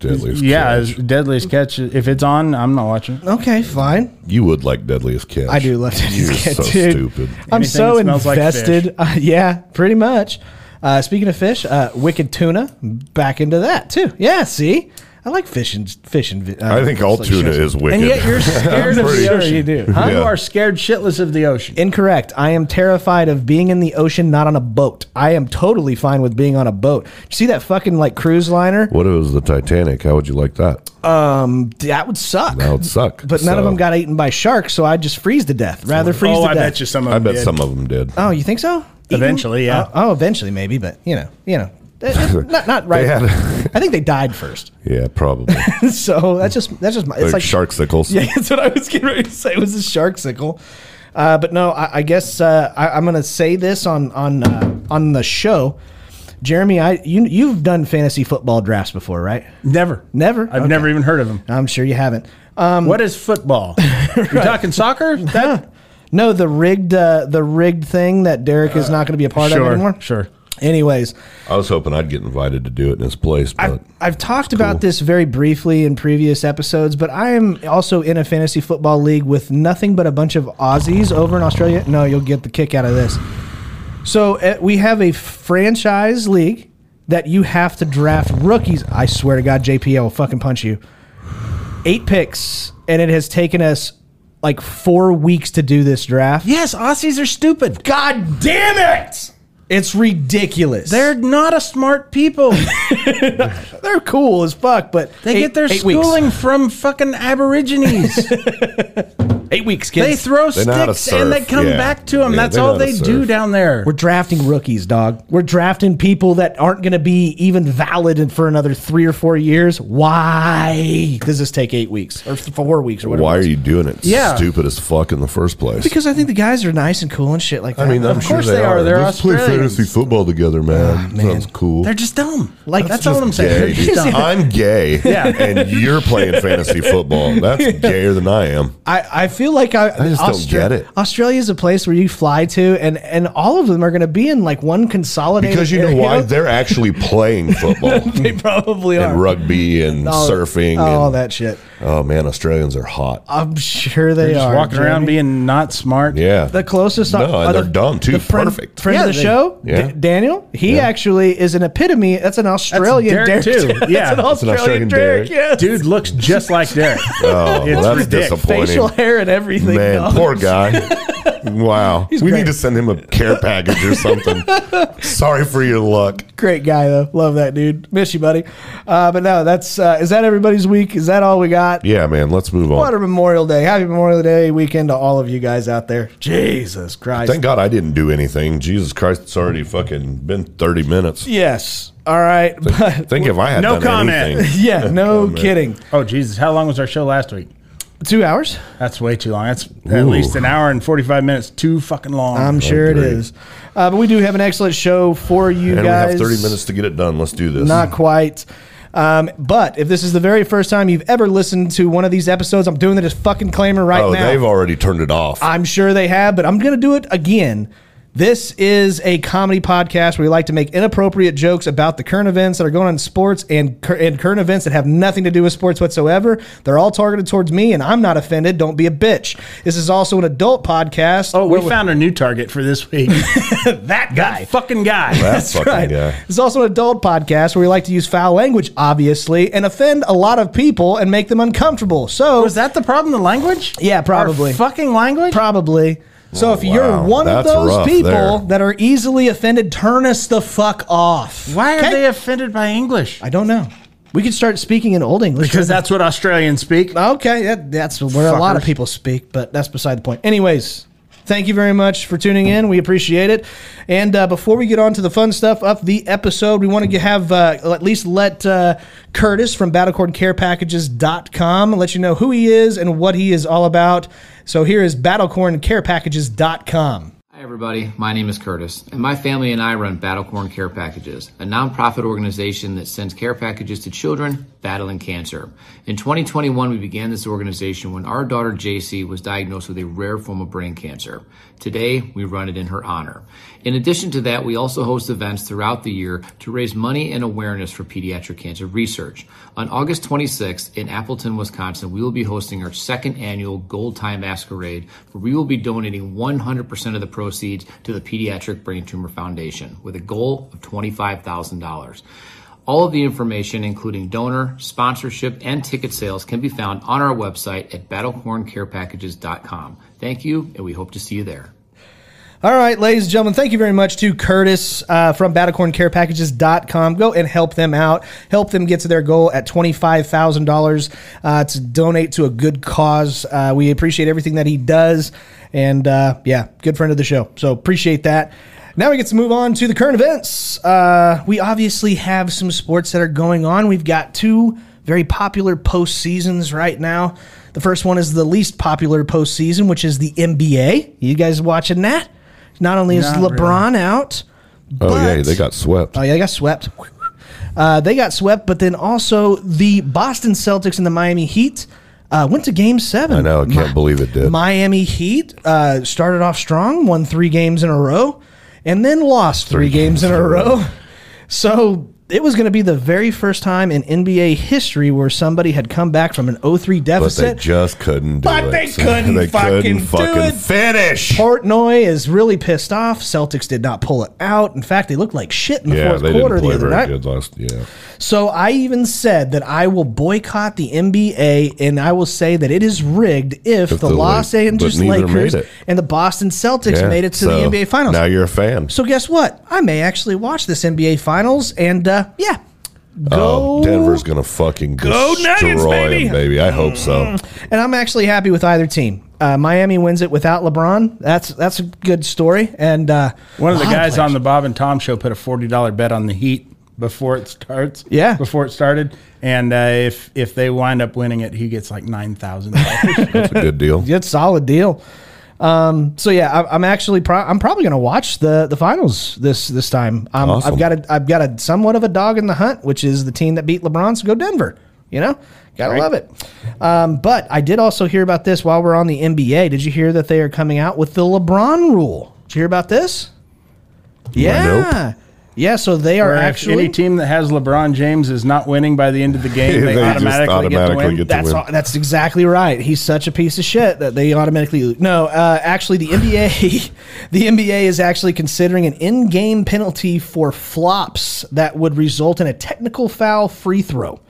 [SPEAKER 2] Deadliest
[SPEAKER 3] Yeah,
[SPEAKER 2] Catch.
[SPEAKER 3] it's Deadliest Catch. If it's on, I'm not watching. it.
[SPEAKER 1] Okay, fine.
[SPEAKER 2] You would like Deadliest Catch.
[SPEAKER 1] I do love
[SPEAKER 2] You're
[SPEAKER 1] Deadliest Catch,
[SPEAKER 2] so
[SPEAKER 1] dude.
[SPEAKER 2] stupid.
[SPEAKER 1] I'm
[SPEAKER 3] Anything
[SPEAKER 1] so
[SPEAKER 3] that smells like
[SPEAKER 1] invested. Uh, yeah, pretty much. Uh, speaking of fish, uh, Wicked Tuna back into that too. Yeah, see, I like fishing. Fishing. vi- Uh,
[SPEAKER 2] I think all
[SPEAKER 1] like
[SPEAKER 2] tuna
[SPEAKER 1] shows.
[SPEAKER 2] is wicked.
[SPEAKER 3] And yet you're scared of
[SPEAKER 2] pretty
[SPEAKER 3] the
[SPEAKER 2] sure
[SPEAKER 3] ocean.
[SPEAKER 1] you do.
[SPEAKER 3] Huh? You
[SPEAKER 2] Yeah.
[SPEAKER 3] are scared shitless of the ocean.
[SPEAKER 1] Incorrect. I am terrified of being in the ocean, not on a boat. I am totally fine with being on a boat. You see that fucking like cruise liner?
[SPEAKER 2] what if it was the Titanic? How would you like that?
[SPEAKER 1] That would suck.
[SPEAKER 2] That would suck.
[SPEAKER 1] But none of
[SPEAKER 2] So,
[SPEAKER 1] them got eaten by sharks, so I'd just freeze to death. Rather freeze
[SPEAKER 3] oh, Uh,
[SPEAKER 1] to
[SPEAKER 3] I
[SPEAKER 1] death.
[SPEAKER 3] bet you some of
[SPEAKER 2] I
[SPEAKER 3] them.
[SPEAKER 2] bet
[SPEAKER 3] did.
[SPEAKER 2] some of them did.
[SPEAKER 1] Oh, you think so? Eaten?
[SPEAKER 3] Eventually, yeah.
[SPEAKER 1] Oh, oh, eventually maybe, but you know, you know, Eh, eh, not not right.
[SPEAKER 2] They had-
[SPEAKER 1] I think they died first.
[SPEAKER 2] yeah, probably.
[SPEAKER 1] so that's just that's just my. It's
[SPEAKER 2] like,
[SPEAKER 1] like
[SPEAKER 2] sharksicles.
[SPEAKER 1] Yeah, that's what I was getting ready to say. Was a shark sickle. Uh, but no, I, I guess uh, I, I'm going to say this on on uh, on the show. Jeremy, I you you've done fantasy football drafts before, right?
[SPEAKER 3] Never.
[SPEAKER 1] Never?
[SPEAKER 3] I've
[SPEAKER 1] Okay.
[SPEAKER 3] never even heard of them.
[SPEAKER 1] I'm sure you haven't. Um, Hmm.
[SPEAKER 3] what is football? You're talking soccer? That,
[SPEAKER 1] No, the rigged uh, the rigged thing that Derek is not going to be a part of anymore.
[SPEAKER 3] Sure.
[SPEAKER 1] Anyways,
[SPEAKER 2] I was hoping I'd get invited to do it in his place, but
[SPEAKER 1] I've, I've talked about this very briefly in previous episodes, but I am also in a fantasy football league with nothing but a bunch of Aussies over in Australia. No, you'll get the kick out of this. So uh, we have a franchise league that you have to draft rookies. I swear to God, JPL will fucking punch you. Eight picks, and it has taken us like four weeks to do this draft.
[SPEAKER 3] Yes, Aussies are stupid.
[SPEAKER 1] God damn it! It's ridiculous.
[SPEAKER 3] They're not a smart people.
[SPEAKER 1] they're cool as fuck, but
[SPEAKER 3] They
[SPEAKER 1] eight-
[SPEAKER 3] get their
[SPEAKER 1] eight weeks.
[SPEAKER 3] schooling from fucking Aborigines.
[SPEAKER 1] Eight weeks, kids.
[SPEAKER 3] they throw
[SPEAKER 2] They know how to
[SPEAKER 3] sticks and they
[SPEAKER 2] surf,
[SPEAKER 3] come
[SPEAKER 2] yeah.
[SPEAKER 3] back to them.
[SPEAKER 2] Yeah,
[SPEAKER 3] That's
[SPEAKER 2] they know
[SPEAKER 3] all
[SPEAKER 2] how to
[SPEAKER 3] they do
[SPEAKER 2] surf.
[SPEAKER 3] down there.
[SPEAKER 1] We're drafting rookies, dog. We're drafting people that aren't going to be even valid in for another three or four years. Why does this take eight weeks or four weeks or whatever?
[SPEAKER 2] why
[SPEAKER 1] it
[SPEAKER 2] are
[SPEAKER 1] was?
[SPEAKER 2] you doing it? It's
[SPEAKER 3] Yeah.
[SPEAKER 2] Stupid as fuck in the first place.
[SPEAKER 1] Because I think the guys are nice and cool and shit like that.
[SPEAKER 2] I mean, I'm sure
[SPEAKER 3] course
[SPEAKER 2] they,
[SPEAKER 3] they are.
[SPEAKER 2] are.
[SPEAKER 3] They're
[SPEAKER 2] Let's play
[SPEAKER 3] Australians.
[SPEAKER 2] fantasy football together, man. Sounds cool.
[SPEAKER 3] They're just dumb.
[SPEAKER 1] Like,
[SPEAKER 3] Like that's, all
[SPEAKER 1] just
[SPEAKER 3] I'm saying.
[SPEAKER 2] Gay,
[SPEAKER 3] They're
[SPEAKER 2] dude.
[SPEAKER 3] just dumb.
[SPEAKER 2] I'm gay,
[SPEAKER 3] Yeah.
[SPEAKER 2] and you're playing fantasy football. That's gayer than I am.
[SPEAKER 1] I, I feel like I,
[SPEAKER 2] I just don't get it.
[SPEAKER 1] Australia is a place where you fly to, and and all of them are going to be in like one consolidated.
[SPEAKER 2] Because you know
[SPEAKER 1] area.
[SPEAKER 2] why? They're actually playing football
[SPEAKER 1] they probably are
[SPEAKER 2] and rugby and
[SPEAKER 1] All-
[SPEAKER 2] surfing.
[SPEAKER 1] all
[SPEAKER 2] and,
[SPEAKER 1] that Uh, shit.
[SPEAKER 2] Oh man, Australians are hot.
[SPEAKER 1] I'm sure they
[SPEAKER 3] They're just
[SPEAKER 1] are
[SPEAKER 3] walking around
[SPEAKER 1] Jeremy.
[SPEAKER 3] being not smart.
[SPEAKER 2] yeah.
[SPEAKER 1] The closest,
[SPEAKER 2] No, and
[SPEAKER 1] uh,
[SPEAKER 2] they're dumb too.
[SPEAKER 1] the friend-
[SPEAKER 2] Perfect.
[SPEAKER 1] Friend
[SPEAKER 3] Yeah,
[SPEAKER 1] of the
[SPEAKER 3] they-
[SPEAKER 1] show,
[SPEAKER 2] Yeah.
[SPEAKER 1] D- Daniel. He actually is an epitome. That's an Australian
[SPEAKER 3] Derek,
[SPEAKER 1] Derek
[SPEAKER 3] too.
[SPEAKER 1] That's
[SPEAKER 3] Yeah.
[SPEAKER 1] an
[SPEAKER 3] That's
[SPEAKER 2] an
[SPEAKER 1] Australian
[SPEAKER 2] Australian
[SPEAKER 1] Derek.
[SPEAKER 2] Derek.
[SPEAKER 1] yes.
[SPEAKER 3] Dude looks just like Derek.
[SPEAKER 2] Oh, well,
[SPEAKER 3] It's
[SPEAKER 2] that's
[SPEAKER 3] ridiculous.
[SPEAKER 2] disappointing.
[SPEAKER 1] facial hair and everything.
[SPEAKER 2] Man,
[SPEAKER 1] dog.
[SPEAKER 2] poor guy. Wow. we
[SPEAKER 1] great.
[SPEAKER 2] need to send him a care package or something. Sorry for your luck.
[SPEAKER 1] Great guy though. Love that dude. Miss you, buddy. Uh, but no, that's uh, is that everybody's week? Is that all we got?
[SPEAKER 2] Yeah, man, let's move
[SPEAKER 1] What
[SPEAKER 2] on.
[SPEAKER 1] a Memorial Day. Happy Memorial Day weekend to all of you guys out there. Jesus Christ.
[SPEAKER 2] Thank God I didn't do anything. Jesus Christ, it's already fucking been 30 minutes.
[SPEAKER 1] yes. All right. But
[SPEAKER 2] Think if I had
[SPEAKER 3] No
[SPEAKER 2] done
[SPEAKER 3] comment.
[SPEAKER 2] anything.
[SPEAKER 1] yeah, no
[SPEAKER 2] man.
[SPEAKER 1] kidding.
[SPEAKER 3] Oh Jesus! How long was our show last week?
[SPEAKER 1] Two hours?
[SPEAKER 3] That's way too long. That's at
[SPEAKER 2] Ooh.
[SPEAKER 3] least an hour and forty-five minutes. Too fucking long.
[SPEAKER 1] I'm sure it
[SPEAKER 2] agree.
[SPEAKER 1] is. Uh, but we do have an excellent show for you
[SPEAKER 2] And
[SPEAKER 1] guys.
[SPEAKER 2] we have 30 minutes to get it done. Let's do this.
[SPEAKER 1] Not quite. Um, but if this is the very first time you've ever listened to one of these episodes, I'm doing it as fucking claimer right
[SPEAKER 2] oh,
[SPEAKER 1] now.
[SPEAKER 2] they've already turned it off.
[SPEAKER 1] I'm sure they have, but I'm going to do it again. This is a comedy podcast where we like to make inappropriate jokes about the current events that are going on in sports and, cur- and current events that have nothing to do with sports whatsoever. They're all targeted towards me, and I'm not offended. Don't be a bitch. This is also an adult podcast.
[SPEAKER 3] oh, we
[SPEAKER 1] where-
[SPEAKER 3] found a new target for this week. that guy, fucking guy.
[SPEAKER 2] That's fucking guy.
[SPEAKER 1] It's also an adult podcast where we like to use foul language, obviously, and offend a lot of people and make them uncomfortable. So
[SPEAKER 3] Was that the problem? The language?
[SPEAKER 1] Yeah, probably.
[SPEAKER 3] Our fucking language.
[SPEAKER 1] Probably. So if you're
[SPEAKER 2] Oh, wow.
[SPEAKER 1] one
[SPEAKER 2] That's
[SPEAKER 1] of those
[SPEAKER 2] rough
[SPEAKER 1] people
[SPEAKER 2] there.
[SPEAKER 1] that are easily offended, turn us the fuck off.
[SPEAKER 3] Why are
[SPEAKER 1] Okay?
[SPEAKER 3] they offended by English?
[SPEAKER 1] I don't know. We could start speaking in old English
[SPEAKER 3] Because that's what Australians speak.
[SPEAKER 1] okay. That, that's where a lot of
[SPEAKER 3] Fuckers.
[SPEAKER 1] people speak, but that's beside the point. Anyways. Thank you very much for tuning in. We appreciate it. And uh, before we get on to the fun stuff of the episode, we want to have uh, at least let uh, Curtis from battlecorncarepackages.com let you know who he is and what he is all about. So here is battlecorncarepackages.com.
[SPEAKER 5] Hi, everybody. My name is Curtis, and my family and I run Battlecorn Care Packages, a nonprofit organization that sends care packages to children battling cancer. In 2021, we began this organization when our daughter JC was diagnosed with a rare form of brain cancer. Today, we run it in her honor. In addition to that, we also host events throughout the year to raise money and awareness for pediatric cancer research. On August 26th in Appleton, Wisconsin, we will be hosting our second annual Gold Time Masquerade, where we will be donating 100% of the proceeds to the Pediatric Brain Tumor Foundation with a goal of $25,000. All of the information, including donor, sponsorship, and ticket sales, can be found on our website at battlecorncarepackages.com. Thank you, and we hope to see you there.
[SPEAKER 1] All right, ladies and gentlemen, thank you very much to Curtis uh, from battlecorncarepackages.com. Go and help them out. Help them get to their goal at $25,000 uh, to donate to a good cause. Uh, we appreciate everything that he does. And uh, yeah, good friend of the show. So appreciate that. Now we get to move on to the current events. Uh, we obviously have some sports that are going on. We've got two very popular postseasons right now. The first one is the least popular postseason, which is the NBA. You guys watching that? Not only is LeBron out,
[SPEAKER 2] oh,
[SPEAKER 1] but-
[SPEAKER 2] yeah, they got swept.
[SPEAKER 1] Oh yeah, they got swept. Uh, they got swept, but then also the Boston Celtics and the Miami Heat uh, went to Game Seven.
[SPEAKER 2] I know. I can't believe it did.
[SPEAKER 1] Miami Heat uh, started off strong, won three games in a row, and then lost three, games, in a row. So it was going to be the very first time in NBA history where somebody had come back from an 0-3
[SPEAKER 2] but they
[SPEAKER 1] deficit.
[SPEAKER 2] just couldn't do
[SPEAKER 1] But
[SPEAKER 2] it.
[SPEAKER 1] they couldn't fucking do it.
[SPEAKER 2] finish.
[SPEAKER 1] Portnoy is really pissed off. Celtics did not pull it out. In fact, they looked like shit in the
[SPEAKER 2] Yeah,
[SPEAKER 1] fourth
[SPEAKER 2] they
[SPEAKER 1] quarter
[SPEAKER 2] didn't
[SPEAKER 1] the
[SPEAKER 2] play
[SPEAKER 1] other
[SPEAKER 2] very
[SPEAKER 1] night.
[SPEAKER 2] good last. Yeah,
[SPEAKER 1] So I even said that I will boycott the NBA and I will say that it is rigged if, the,
[SPEAKER 2] the
[SPEAKER 1] Los
[SPEAKER 2] Lake- but
[SPEAKER 1] Angeles
[SPEAKER 2] neither made
[SPEAKER 1] Lakers
[SPEAKER 2] it.
[SPEAKER 1] and the Boston Celtics
[SPEAKER 2] yeah.
[SPEAKER 1] made it to
[SPEAKER 2] So,
[SPEAKER 1] the NBA Finals.
[SPEAKER 2] Now you're a fan.
[SPEAKER 1] So guess what? I may actually watch this NBA Finals, and uh, yeah, go.
[SPEAKER 2] Oh, Denver's gonna fucking
[SPEAKER 1] Go
[SPEAKER 2] destroy
[SPEAKER 1] Nuggets, baby! Mm.
[SPEAKER 2] him, baby. I hope so.
[SPEAKER 1] And I'm actually happy with either team. Uh, Miami wins it without LeBron. That's that's a good story. And uh,
[SPEAKER 3] One of the
[SPEAKER 1] lot
[SPEAKER 3] guys
[SPEAKER 1] players-
[SPEAKER 3] on the Bob and Tom show put a forty dollar bet on the Heat before it starts.
[SPEAKER 1] Yeah.
[SPEAKER 3] before it started, and uh, if if they wind up winning it, he gets like nine thousand. dollars
[SPEAKER 2] That's a good deal.
[SPEAKER 1] it's a solid deal. Um, so yeah, I, I'm actually pro- I'm probably gonna watch the the finals this this time. Um,
[SPEAKER 2] Awesome.
[SPEAKER 1] I've got a I've got a somewhat of a dog in the hunt, which is the team that beat LeBron. So go Denver. You know, gotta love it. Um, but I did also hear about this while we're on the NBA. Did you hear that they are coming out with the LeBron rule? Did you hear about this? Yeah. Yeah, so they are actually
[SPEAKER 3] any team that has LeBron James is not winning by the end of the game, they,
[SPEAKER 2] They just
[SPEAKER 3] automatically, get the
[SPEAKER 2] automatically
[SPEAKER 3] win.
[SPEAKER 2] get the
[SPEAKER 1] That's
[SPEAKER 2] win.
[SPEAKER 1] all, that's exactly right. He's such a piece of shit that they automatically no. Uh, actually, the NBA, the NBA is actually considering an in-game penalty for flops that would result in a technical foul free throw.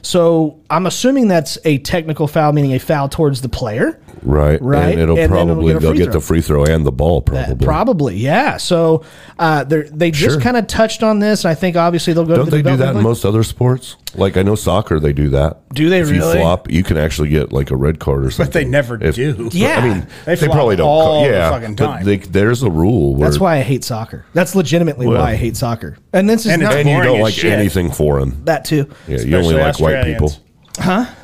[SPEAKER 1] So I'm assuming that's a technical foul, meaning a foul towards the player.
[SPEAKER 2] right?
[SPEAKER 1] Right,
[SPEAKER 2] And it'll
[SPEAKER 1] and then it'll
[SPEAKER 2] probably
[SPEAKER 1] get a
[SPEAKER 2] they'll
[SPEAKER 1] free
[SPEAKER 2] get
[SPEAKER 1] throw.
[SPEAKER 2] the free throw and the ball probably.
[SPEAKER 1] Uh, Probably, yeah. So uh, they're- they just
[SPEAKER 2] Sure.
[SPEAKER 1] kind of touched on this, and I think obviously they'll go
[SPEAKER 2] Don't
[SPEAKER 1] to the
[SPEAKER 2] they do that
[SPEAKER 1] development
[SPEAKER 2] in
[SPEAKER 1] league.
[SPEAKER 2] most other sports? Like I know soccer, they do that.
[SPEAKER 1] Do they
[SPEAKER 2] if
[SPEAKER 1] really?
[SPEAKER 2] You flop, you can actually get like a red card or something.
[SPEAKER 3] But they never
[SPEAKER 2] If-
[SPEAKER 3] do.
[SPEAKER 1] Yeah.
[SPEAKER 2] I mean,
[SPEAKER 3] They
[SPEAKER 2] they,
[SPEAKER 3] flop
[SPEAKER 2] probably don't.
[SPEAKER 3] all the
[SPEAKER 2] yeah,
[SPEAKER 3] fucking
[SPEAKER 2] but
[SPEAKER 3] time.
[SPEAKER 2] they- there's a rule where
[SPEAKER 1] That's why I hate soccer. That's legitimately
[SPEAKER 2] Well.
[SPEAKER 1] why I hate soccer. And this is
[SPEAKER 3] And
[SPEAKER 1] not
[SPEAKER 3] it's
[SPEAKER 2] and you
[SPEAKER 3] boring
[SPEAKER 2] don't
[SPEAKER 3] as
[SPEAKER 2] like
[SPEAKER 3] shit.
[SPEAKER 2] anything foreign.
[SPEAKER 1] that too.
[SPEAKER 2] Yeah, you only
[SPEAKER 3] Especially
[SPEAKER 2] like white people.
[SPEAKER 3] Australians.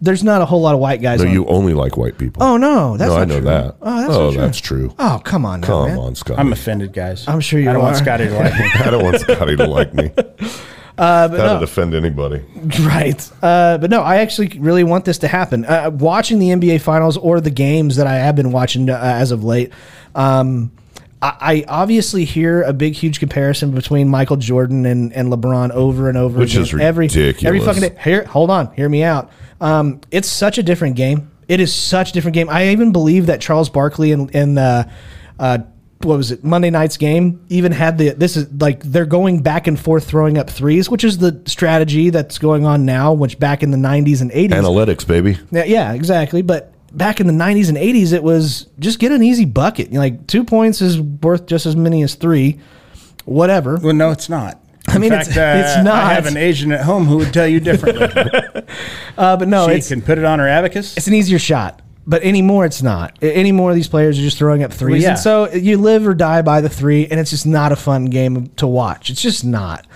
[SPEAKER 1] There's not a whole lot of white guys.
[SPEAKER 2] No,
[SPEAKER 1] on-
[SPEAKER 2] you only like white people.
[SPEAKER 1] oh no, that's
[SPEAKER 2] no,
[SPEAKER 1] not
[SPEAKER 2] I know
[SPEAKER 1] true.
[SPEAKER 2] that.
[SPEAKER 1] Oh, that's
[SPEAKER 2] oh,
[SPEAKER 1] not true.
[SPEAKER 2] that's true.
[SPEAKER 1] Oh, come on, now,
[SPEAKER 2] Come
[SPEAKER 1] man.
[SPEAKER 2] on, Scott.
[SPEAKER 3] I'm offended, guys.
[SPEAKER 1] I'm sure you
[SPEAKER 3] I don't want
[SPEAKER 1] are.
[SPEAKER 3] Scotty to like me.
[SPEAKER 2] I don't want Scotty to like me.
[SPEAKER 1] Uh,
[SPEAKER 2] That'll offend anybody.
[SPEAKER 1] Right. Uh, but no, I actually really want this to happen. Uh, watching the NBA Finals or the games that I have been watching uh, as of late, um, I, I obviously hear a big, huge comparison between Michael Jordan and, and LeBron over and over
[SPEAKER 2] Which
[SPEAKER 1] again.
[SPEAKER 2] is
[SPEAKER 1] Every, every
[SPEAKER 2] ridiculous.
[SPEAKER 1] fucking day. Here, hold on. Hear me out. Um, it's such a different game. It is such a different game. I even believe that Charles Barkley and, and uh, uh, what was it Monday night's game even had the this is like they're going back and forth throwing up threes, which is the strategy that's going on now, which back in the '90s and '80s.
[SPEAKER 2] Analytics, baby.
[SPEAKER 1] Yeah, yeah, exactly. But back in the 90s and 80s, it was just get an easy bucket. You know, like two points is worth just as many as three, whatever.
[SPEAKER 3] Well, no, it's not. uh,
[SPEAKER 1] I mean, it's- it's
[SPEAKER 3] I
[SPEAKER 1] not.
[SPEAKER 3] have an Asian at home who would tell you differently.
[SPEAKER 1] Uh, but no,
[SPEAKER 3] she
[SPEAKER 1] it's,
[SPEAKER 3] can put it on her abacus.
[SPEAKER 1] it's an easier shot. But anymore, it's not. A- Any more of these players are just throwing up threes.
[SPEAKER 3] yeah.
[SPEAKER 1] And so uh, you live or die by the three, and it's just not a fun game to watch. It's just not.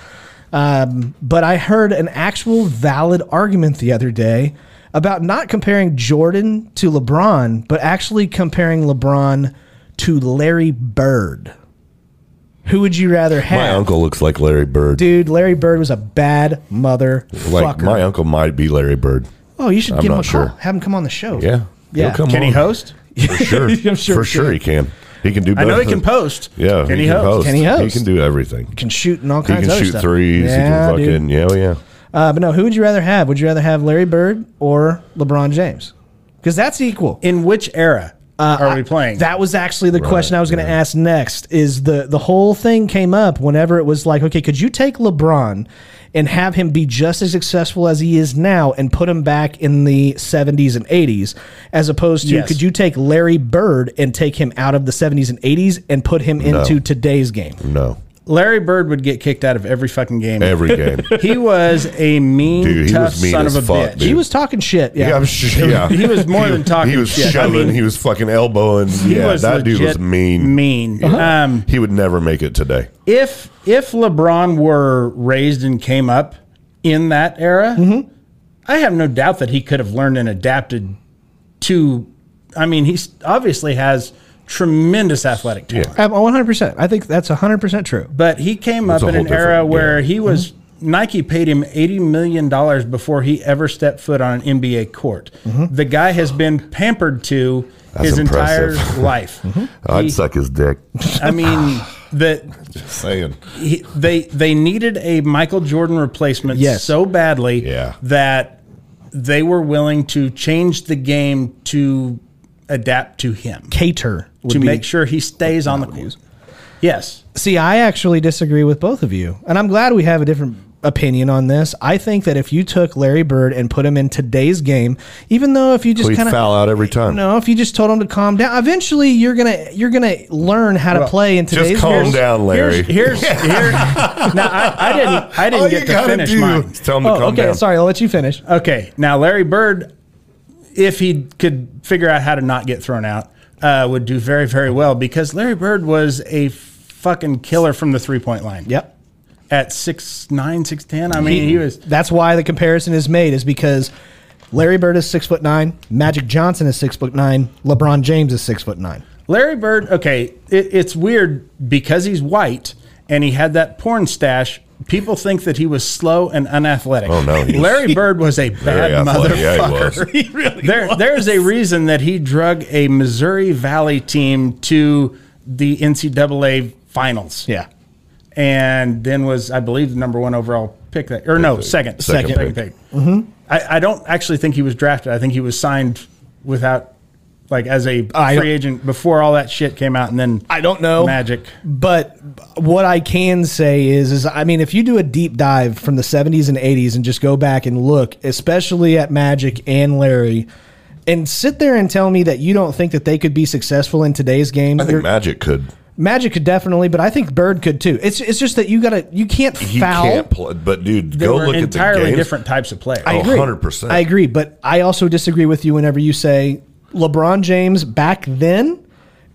[SPEAKER 1] Um, but I heard an actual valid argument the other day about not comparing Jordan to LeBron, but actually comparing LeBron to Larry Bird. Who would you rather have?
[SPEAKER 2] My uncle looks like Larry Bird.
[SPEAKER 1] Dude, Larry Bird was a bad
[SPEAKER 2] like
[SPEAKER 1] motherfucker.
[SPEAKER 2] my uncle might be Larry Bird.
[SPEAKER 1] oh, you should
[SPEAKER 2] I'm
[SPEAKER 1] give him a
[SPEAKER 2] not sure.
[SPEAKER 1] call. Have him come on the show.
[SPEAKER 2] Yeah,
[SPEAKER 1] Yeah.
[SPEAKER 2] He'll come
[SPEAKER 3] Can he
[SPEAKER 2] on.
[SPEAKER 3] host?
[SPEAKER 2] For sure,
[SPEAKER 1] I'm sure
[SPEAKER 2] for
[SPEAKER 1] he
[SPEAKER 2] sure he can. He can do.
[SPEAKER 3] I
[SPEAKER 2] Both.
[SPEAKER 3] know he can post.
[SPEAKER 2] Yeah,
[SPEAKER 3] Can he, host?
[SPEAKER 1] Can he host?
[SPEAKER 2] He can do everything.
[SPEAKER 1] Can shoot and all
[SPEAKER 2] He
[SPEAKER 1] kinds of
[SPEAKER 2] can
[SPEAKER 1] other
[SPEAKER 2] shoot
[SPEAKER 1] stuff.
[SPEAKER 2] threes.
[SPEAKER 1] Yeah,
[SPEAKER 2] he
[SPEAKER 1] dude.
[SPEAKER 2] can fucking yeah, yeah.
[SPEAKER 1] Uh, but no, who would you rather have? Would you rather have Larry Bird or LeBron James? Because that's equal.
[SPEAKER 3] In which era are we playing?
[SPEAKER 1] Uh, That was actually the question I was going to ask next. Is the the whole thing came up whenever it was like, okay, could you take LeBron and have him be just as successful as he is now and put him back in the 70s and 80s as opposed to
[SPEAKER 3] Yes.
[SPEAKER 1] could you take Larry Bird and take him out of the 70s and 80s and put him into today's game?
[SPEAKER 2] No,
[SPEAKER 3] Larry Bird would get kicked out of every fucking game.
[SPEAKER 2] every game.
[SPEAKER 3] He was a mean,
[SPEAKER 2] Dude, he
[SPEAKER 3] tough
[SPEAKER 2] was mean
[SPEAKER 3] son
[SPEAKER 2] as
[SPEAKER 3] of a
[SPEAKER 2] fuck,
[SPEAKER 3] bitch.
[SPEAKER 2] dude.
[SPEAKER 1] He was talking shit. Yeah.
[SPEAKER 2] yeah, I'm sure. Yeah,
[SPEAKER 3] He was more than talking
[SPEAKER 2] He was
[SPEAKER 3] shit. I
[SPEAKER 2] shoving.
[SPEAKER 3] mean,
[SPEAKER 2] he was fucking elbowing.
[SPEAKER 3] He
[SPEAKER 2] yeah,
[SPEAKER 3] was
[SPEAKER 2] that dude was
[SPEAKER 3] legit
[SPEAKER 2] mean. Uh-huh.
[SPEAKER 3] Mean. Um,
[SPEAKER 2] He would never make it today.
[SPEAKER 3] if if LeBron were raised and came up in that era,
[SPEAKER 2] Mm-hmm.
[SPEAKER 3] I have no doubt that he could have learned and adapted to. I mean, he's obviously has tremendous athletic talent,
[SPEAKER 1] Um, 100%. I think that's 100% true.
[SPEAKER 3] but he came
[SPEAKER 2] That's
[SPEAKER 3] up
[SPEAKER 2] a
[SPEAKER 3] in an
[SPEAKER 2] whole
[SPEAKER 3] era
[SPEAKER 2] different-
[SPEAKER 3] where
[SPEAKER 2] yeah. Mm-hmm.
[SPEAKER 3] he was. Nike paid him eighty million dollars before he ever stepped foot on an NBA court. The guy has been pampered to
[SPEAKER 2] Mm-hmm. That's
[SPEAKER 3] his
[SPEAKER 2] impressive. Mm-hmm.
[SPEAKER 3] entire life.
[SPEAKER 2] I'd suck his dick.
[SPEAKER 3] I mean, the
[SPEAKER 2] Saying
[SPEAKER 3] he, they they needed a Michael Jordan replacement
[SPEAKER 1] Yes.
[SPEAKER 3] so badly
[SPEAKER 2] Yeah.
[SPEAKER 3] that they were willing to change the game to adapt to him
[SPEAKER 1] Cater would
[SPEAKER 3] to
[SPEAKER 1] be-
[SPEAKER 3] make sure he stays on the court. Yes,
[SPEAKER 1] See, I actually disagree with both of you, and I'm glad we have a different opinion on this. I think that if you took Larry Bird and put him in today's game, even though if you just
[SPEAKER 2] he'd
[SPEAKER 1] kind
[SPEAKER 2] foul
[SPEAKER 1] of
[SPEAKER 2] out every time.
[SPEAKER 1] no, if you just told him to calm down, eventually you're gonna you're gonna learn how to play in today's
[SPEAKER 2] just calm
[SPEAKER 1] game.
[SPEAKER 2] down, Larry.
[SPEAKER 3] here's here's here. now I, I didn't I didn't
[SPEAKER 2] All you
[SPEAKER 3] get to
[SPEAKER 2] gotta
[SPEAKER 3] finish
[SPEAKER 2] do
[SPEAKER 3] mine.
[SPEAKER 2] is tell him to
[SPEAKER 1] Oh,
[SPEAKER 2] calm
[SPEAKER 1] okay.
[SPEAKER 2] down.
[SPEAKER 1] Sorry, I'll let you finish. Uh,
[SPEAKER 3] Okay, now Larry Bird, if he could figure out how to not get thrown out, uh, would do very very well because Larry Bird was a fucking killer from the three point line.
[SPEAKER 1] Yep.
[SPEAKER 3] at six nine, six ten. I mean, he, was
[SPEAKER 1] That's why the comparison is made is because Larry Bird is six foot nine, Magic Johnson is six foot nine, LeBron James is six foot nine.
[SPEAKER 3] Larry Bird. Okay, it, it's weird because he's white and he had that porn stash. People think that he was slow and unathletic.
[SPEAKER 2] Oh, no, he was-
[SPEAKER 3] Larry Bird was a bad
[SPEAKER 2] Very athletic.
[SPEAKER 3] motherfucker.
[SPEAKER 2] Yeah, he was.
[SPEAKER 3] there, there's a reason that he drug a Missouri Valley team to the NCAA finals.
[SPEAKER 1] Yeah.
[SPEAKER 3] and then was I believe the number one overall pick that or no second
[SPEAKER 2] Second
[SPEAKER 3] second
[SPEAKER 2] pick.
[SPEAKER 3] pick. I, I don't actually think he was drafted. I think he was signed without like as a
[SPEAKER 1] I-
[SPEAKER 3] free agent before all that shit came out, and then
[SPEAKER 1] I don't know.
[SPEAKER 3] magic.
[SPEAKER 1] But what I can say is, is I mean, if you do a deep dive from the 70s and 80s and just go back and look, especially at Magic and Larry, and sit there and tell me that you don't think that they could be successful in today's game.
[SPEAKER 2] I think
[SPEAKER 1] You're-
[SPEAKER 2] Magic could.
[SPEAKER 1] Magic could definitely, but I think Bird could too. It's it's just that you gotta you can't
[SPEAKER 2] He
[SPEAKER 1] foul.
[SPEAKER 2] can't play. But dude,
[SPEAKER 3] They
[SPEAKER 2] go
[SPEAKER 3] were
[SPEAKER 2] look at the
[SPEAKER 3] entirely
[SPEAKER 2] games.
[SPEAKER 3] different types of players.
[SPEAKER 1] I
[SPEAKER 2] Oh,
[SPEAKER 1] agree.
[SPEAKER 2] 100%.
[SPEAKER 1] I agree, but I also disagree with you whenever you say LeBron James back then.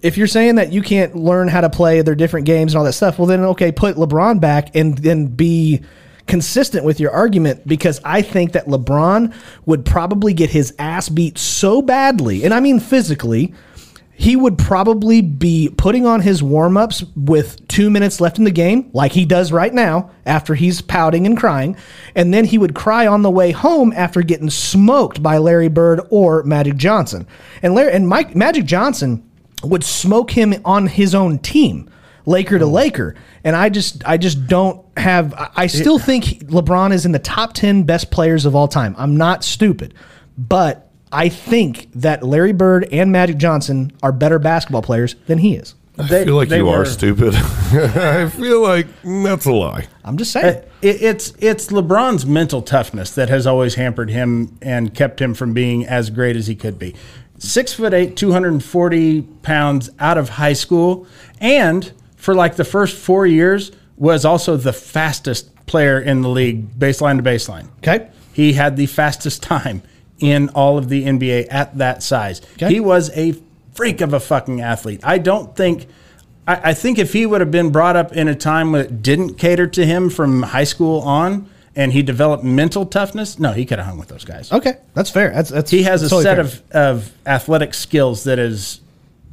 [SPEAKER 1] If you're saying that you can't learn how to play their different games and all that stuff, well then okay, put LeBron back and then be consistent with your argument because I think that LeBron would probably get his ass beat so badly, and I mean physically, he would probably be putting on his warm-ups with two minutes left in the game like he does right now after he's pouting and crying and then he would cry on the way home after getting smoked by larry bird or magic johnson and larry and mike magic johnson would smoke him on his own team laker
[SPEAKER 3] Mm.
[SPEAKER 1] to laker and i just i just don't have I- i still think he- lebron is in the top 10 best players of all time i'm not stupid but I think that Larry Bird and Magic Johnson are better basketball players than he is.
[SPEAKER 2] I feel like
[SPEAKER 3] they
[SPEAKER 2] you
[SPEAKER 3] were-
[SPEAKER 2] are stupid. I feel like mm, that's a lie.
[SPEAKER 1] I'm just saying.
[SPEAKER 3] It, it's it's LeBron's mental toughness that has always hampered him and kept him from being as great as he could be. Six foot eight, two hundred and forty pounds out of high school, and for like the first four years was also the fastest player in the league, baseline to baseline.
[SPEAKER 1] Okay.
[SPEAKER 3] He had the fastest time in all of the NBA at that size.
[SPEAKER 1] Okay.
[SPEAKER 3] He was a freak of a fucking athlete. I don't think. I, I think if he would have been brought up in a time that didn't cater to him from high school on, and he developed mental toughness, no, he could have hung with those guys.
[SPEAKER 1] Okay, that's fair. That's that's
[SPEAKER 3] He has a
[SPEAKER 1] totally
[SPEAKER 3] set
[SPEAKER 1] fair.
[SPEAKER 3] of, of athletic skills that is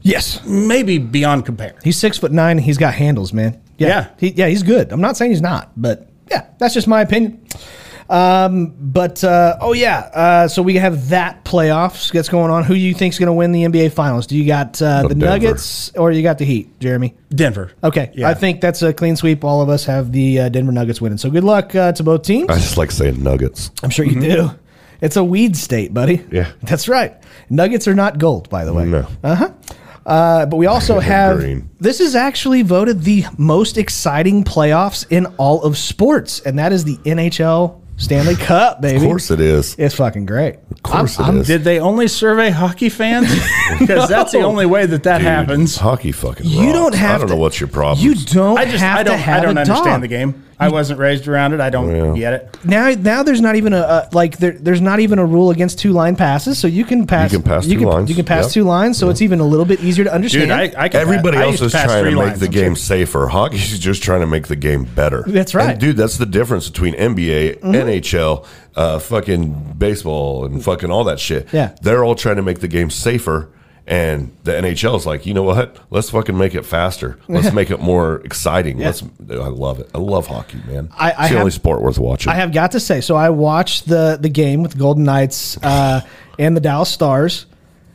[SPEAKER 1] yes.
[SPEAKER 3] maybe beyond compare.
[SPEAKER 1] He's six foot nine. He's got handles, man. Yeah,
[SPEAKER 3] Yeah.
[SPEAKER 1] He, yeah, he's good. I'm not saying he's not, but yeah, that's just my opinion. Um, but uh, oh yeah, uh, so we have that playoffs that's going on. Who you think's going to win the NBA Finals? Do you got uh, the
[SPEAKER 2] Denver.
[SPEAKER 1] Nuggets or you got the Heat, Jeremy?
[SPEAKER 3] Denver.
[SPEAKER 1] Okay,
[SPEAKER 3] Yeah.
[SPEAKER 1] I think that's a clean sweep. All of us have the uh, Denver Nuggets winning. So good luck uh, to both teams.
[SPEAKER 2] I just like saying nuggets.
[SPEAKER 1] I'm sure you do. It's a weed state, buddy.
[SPEAKER 2] Mm-hmm. Yeah.
[SPEAKER 1] That's right. Nuggets are not gold, by the way.
[SPEAKER 2] No.
[SPEAKER 1] Uh, but we also have
[SPEAKER 2] Green.
[SPEAKER 1] this is actually voted the most exciting playoffs in all of sports, and that is the NHL Stanley Cup, baby.
[SPEAKER 2] Of course it is.
[SPEAKER 1] It's fucking great.
[SPEAKER 2] Of course it is.
[SPEAKER 3] Did they only survey hockey fans? Because that's the
[SPEAKER 1] No.
[SPEAKER 3] only way that that
[SPEAKER 2] Dude,
[SPEAKER 3] happens.
[SPEAKER 2] Hockey fucking.
[SPEAKER 1] You don't
[SPEAKER 2] rocks.
[SPEAKER 1] have.
[SPEAKER 2] I don't
[SPEAKER 1] to-
[SPEAKER 2] know what's your problem.
[SPEAKER 1] You don't
[SPEAKER 3] I just
[SPEAKER 1] have
[SPEAKER 3] I
[SPEAKER 1] to
[SPEAKER 3] don't
[SPEAKER 1] have
[SPEAKER 3] I don't
[SPEAKER 1] a
[SPEAKER 3] understand
[SPEAKER 1] dog.
[SPEAKER 3] the game. I wasn't raised around it. I don't
[SPEAKER 2] Yeah.
[SPEAKER 3] get it.
[SPEAKER 1] now now there's not even a, a like there, there's not even a rule against two line passes, so you can pass
[SPEAKER 2] can pass two lines.
[SPEAKER 1] you can pass
[SPEAKER 2] Yep.
[SPEAKER 1] two lines, so it's even a little bit easier to understand.
[SPEAKER 3] Dude, I, I can
[SPEAKER 2] Everybody
[SPEAKER 3] I
[SPEAKER 2] else
[SPEAKER 3] used
[SPEAKER 2] is
[SPEAKER 3] pass
[SPEAKER 2] trying to
[SPEAKER 3] three
[SPEAKER 2] make
[SPEAKER 3] lines
[SPEAKER 2] the
[SPEAKER 3] on
[SPEAKER 2] game
[SPEAKER 3] some-
[SPEAKER 2] safer. Hockey's just trying to make the game better.
[SPEAKER 1] That's right. Mm-hmm.
[SPEAKER 2] And dude. That's the difference between NBA, NHL, uh, fucking baseball, and fucking all that shit.
[SPEAKER 1] Yeah.
[SPEAKER 2] they're all trying to make the game safer. And the NHL is like, you know what? Let's fucking make it faster. Let's make it more exciting. Let's. I love it. I love hockey, man.
[SPEAKER 1] I- I
[SPEAKER 2] it's the
[SPEAKER 1] have-
[SPEAKER 2] only sport worth watching.
[SPEAKER 1] I have got to say, so I watched the the game with the Golden Knights uh, and the Dallas Stars,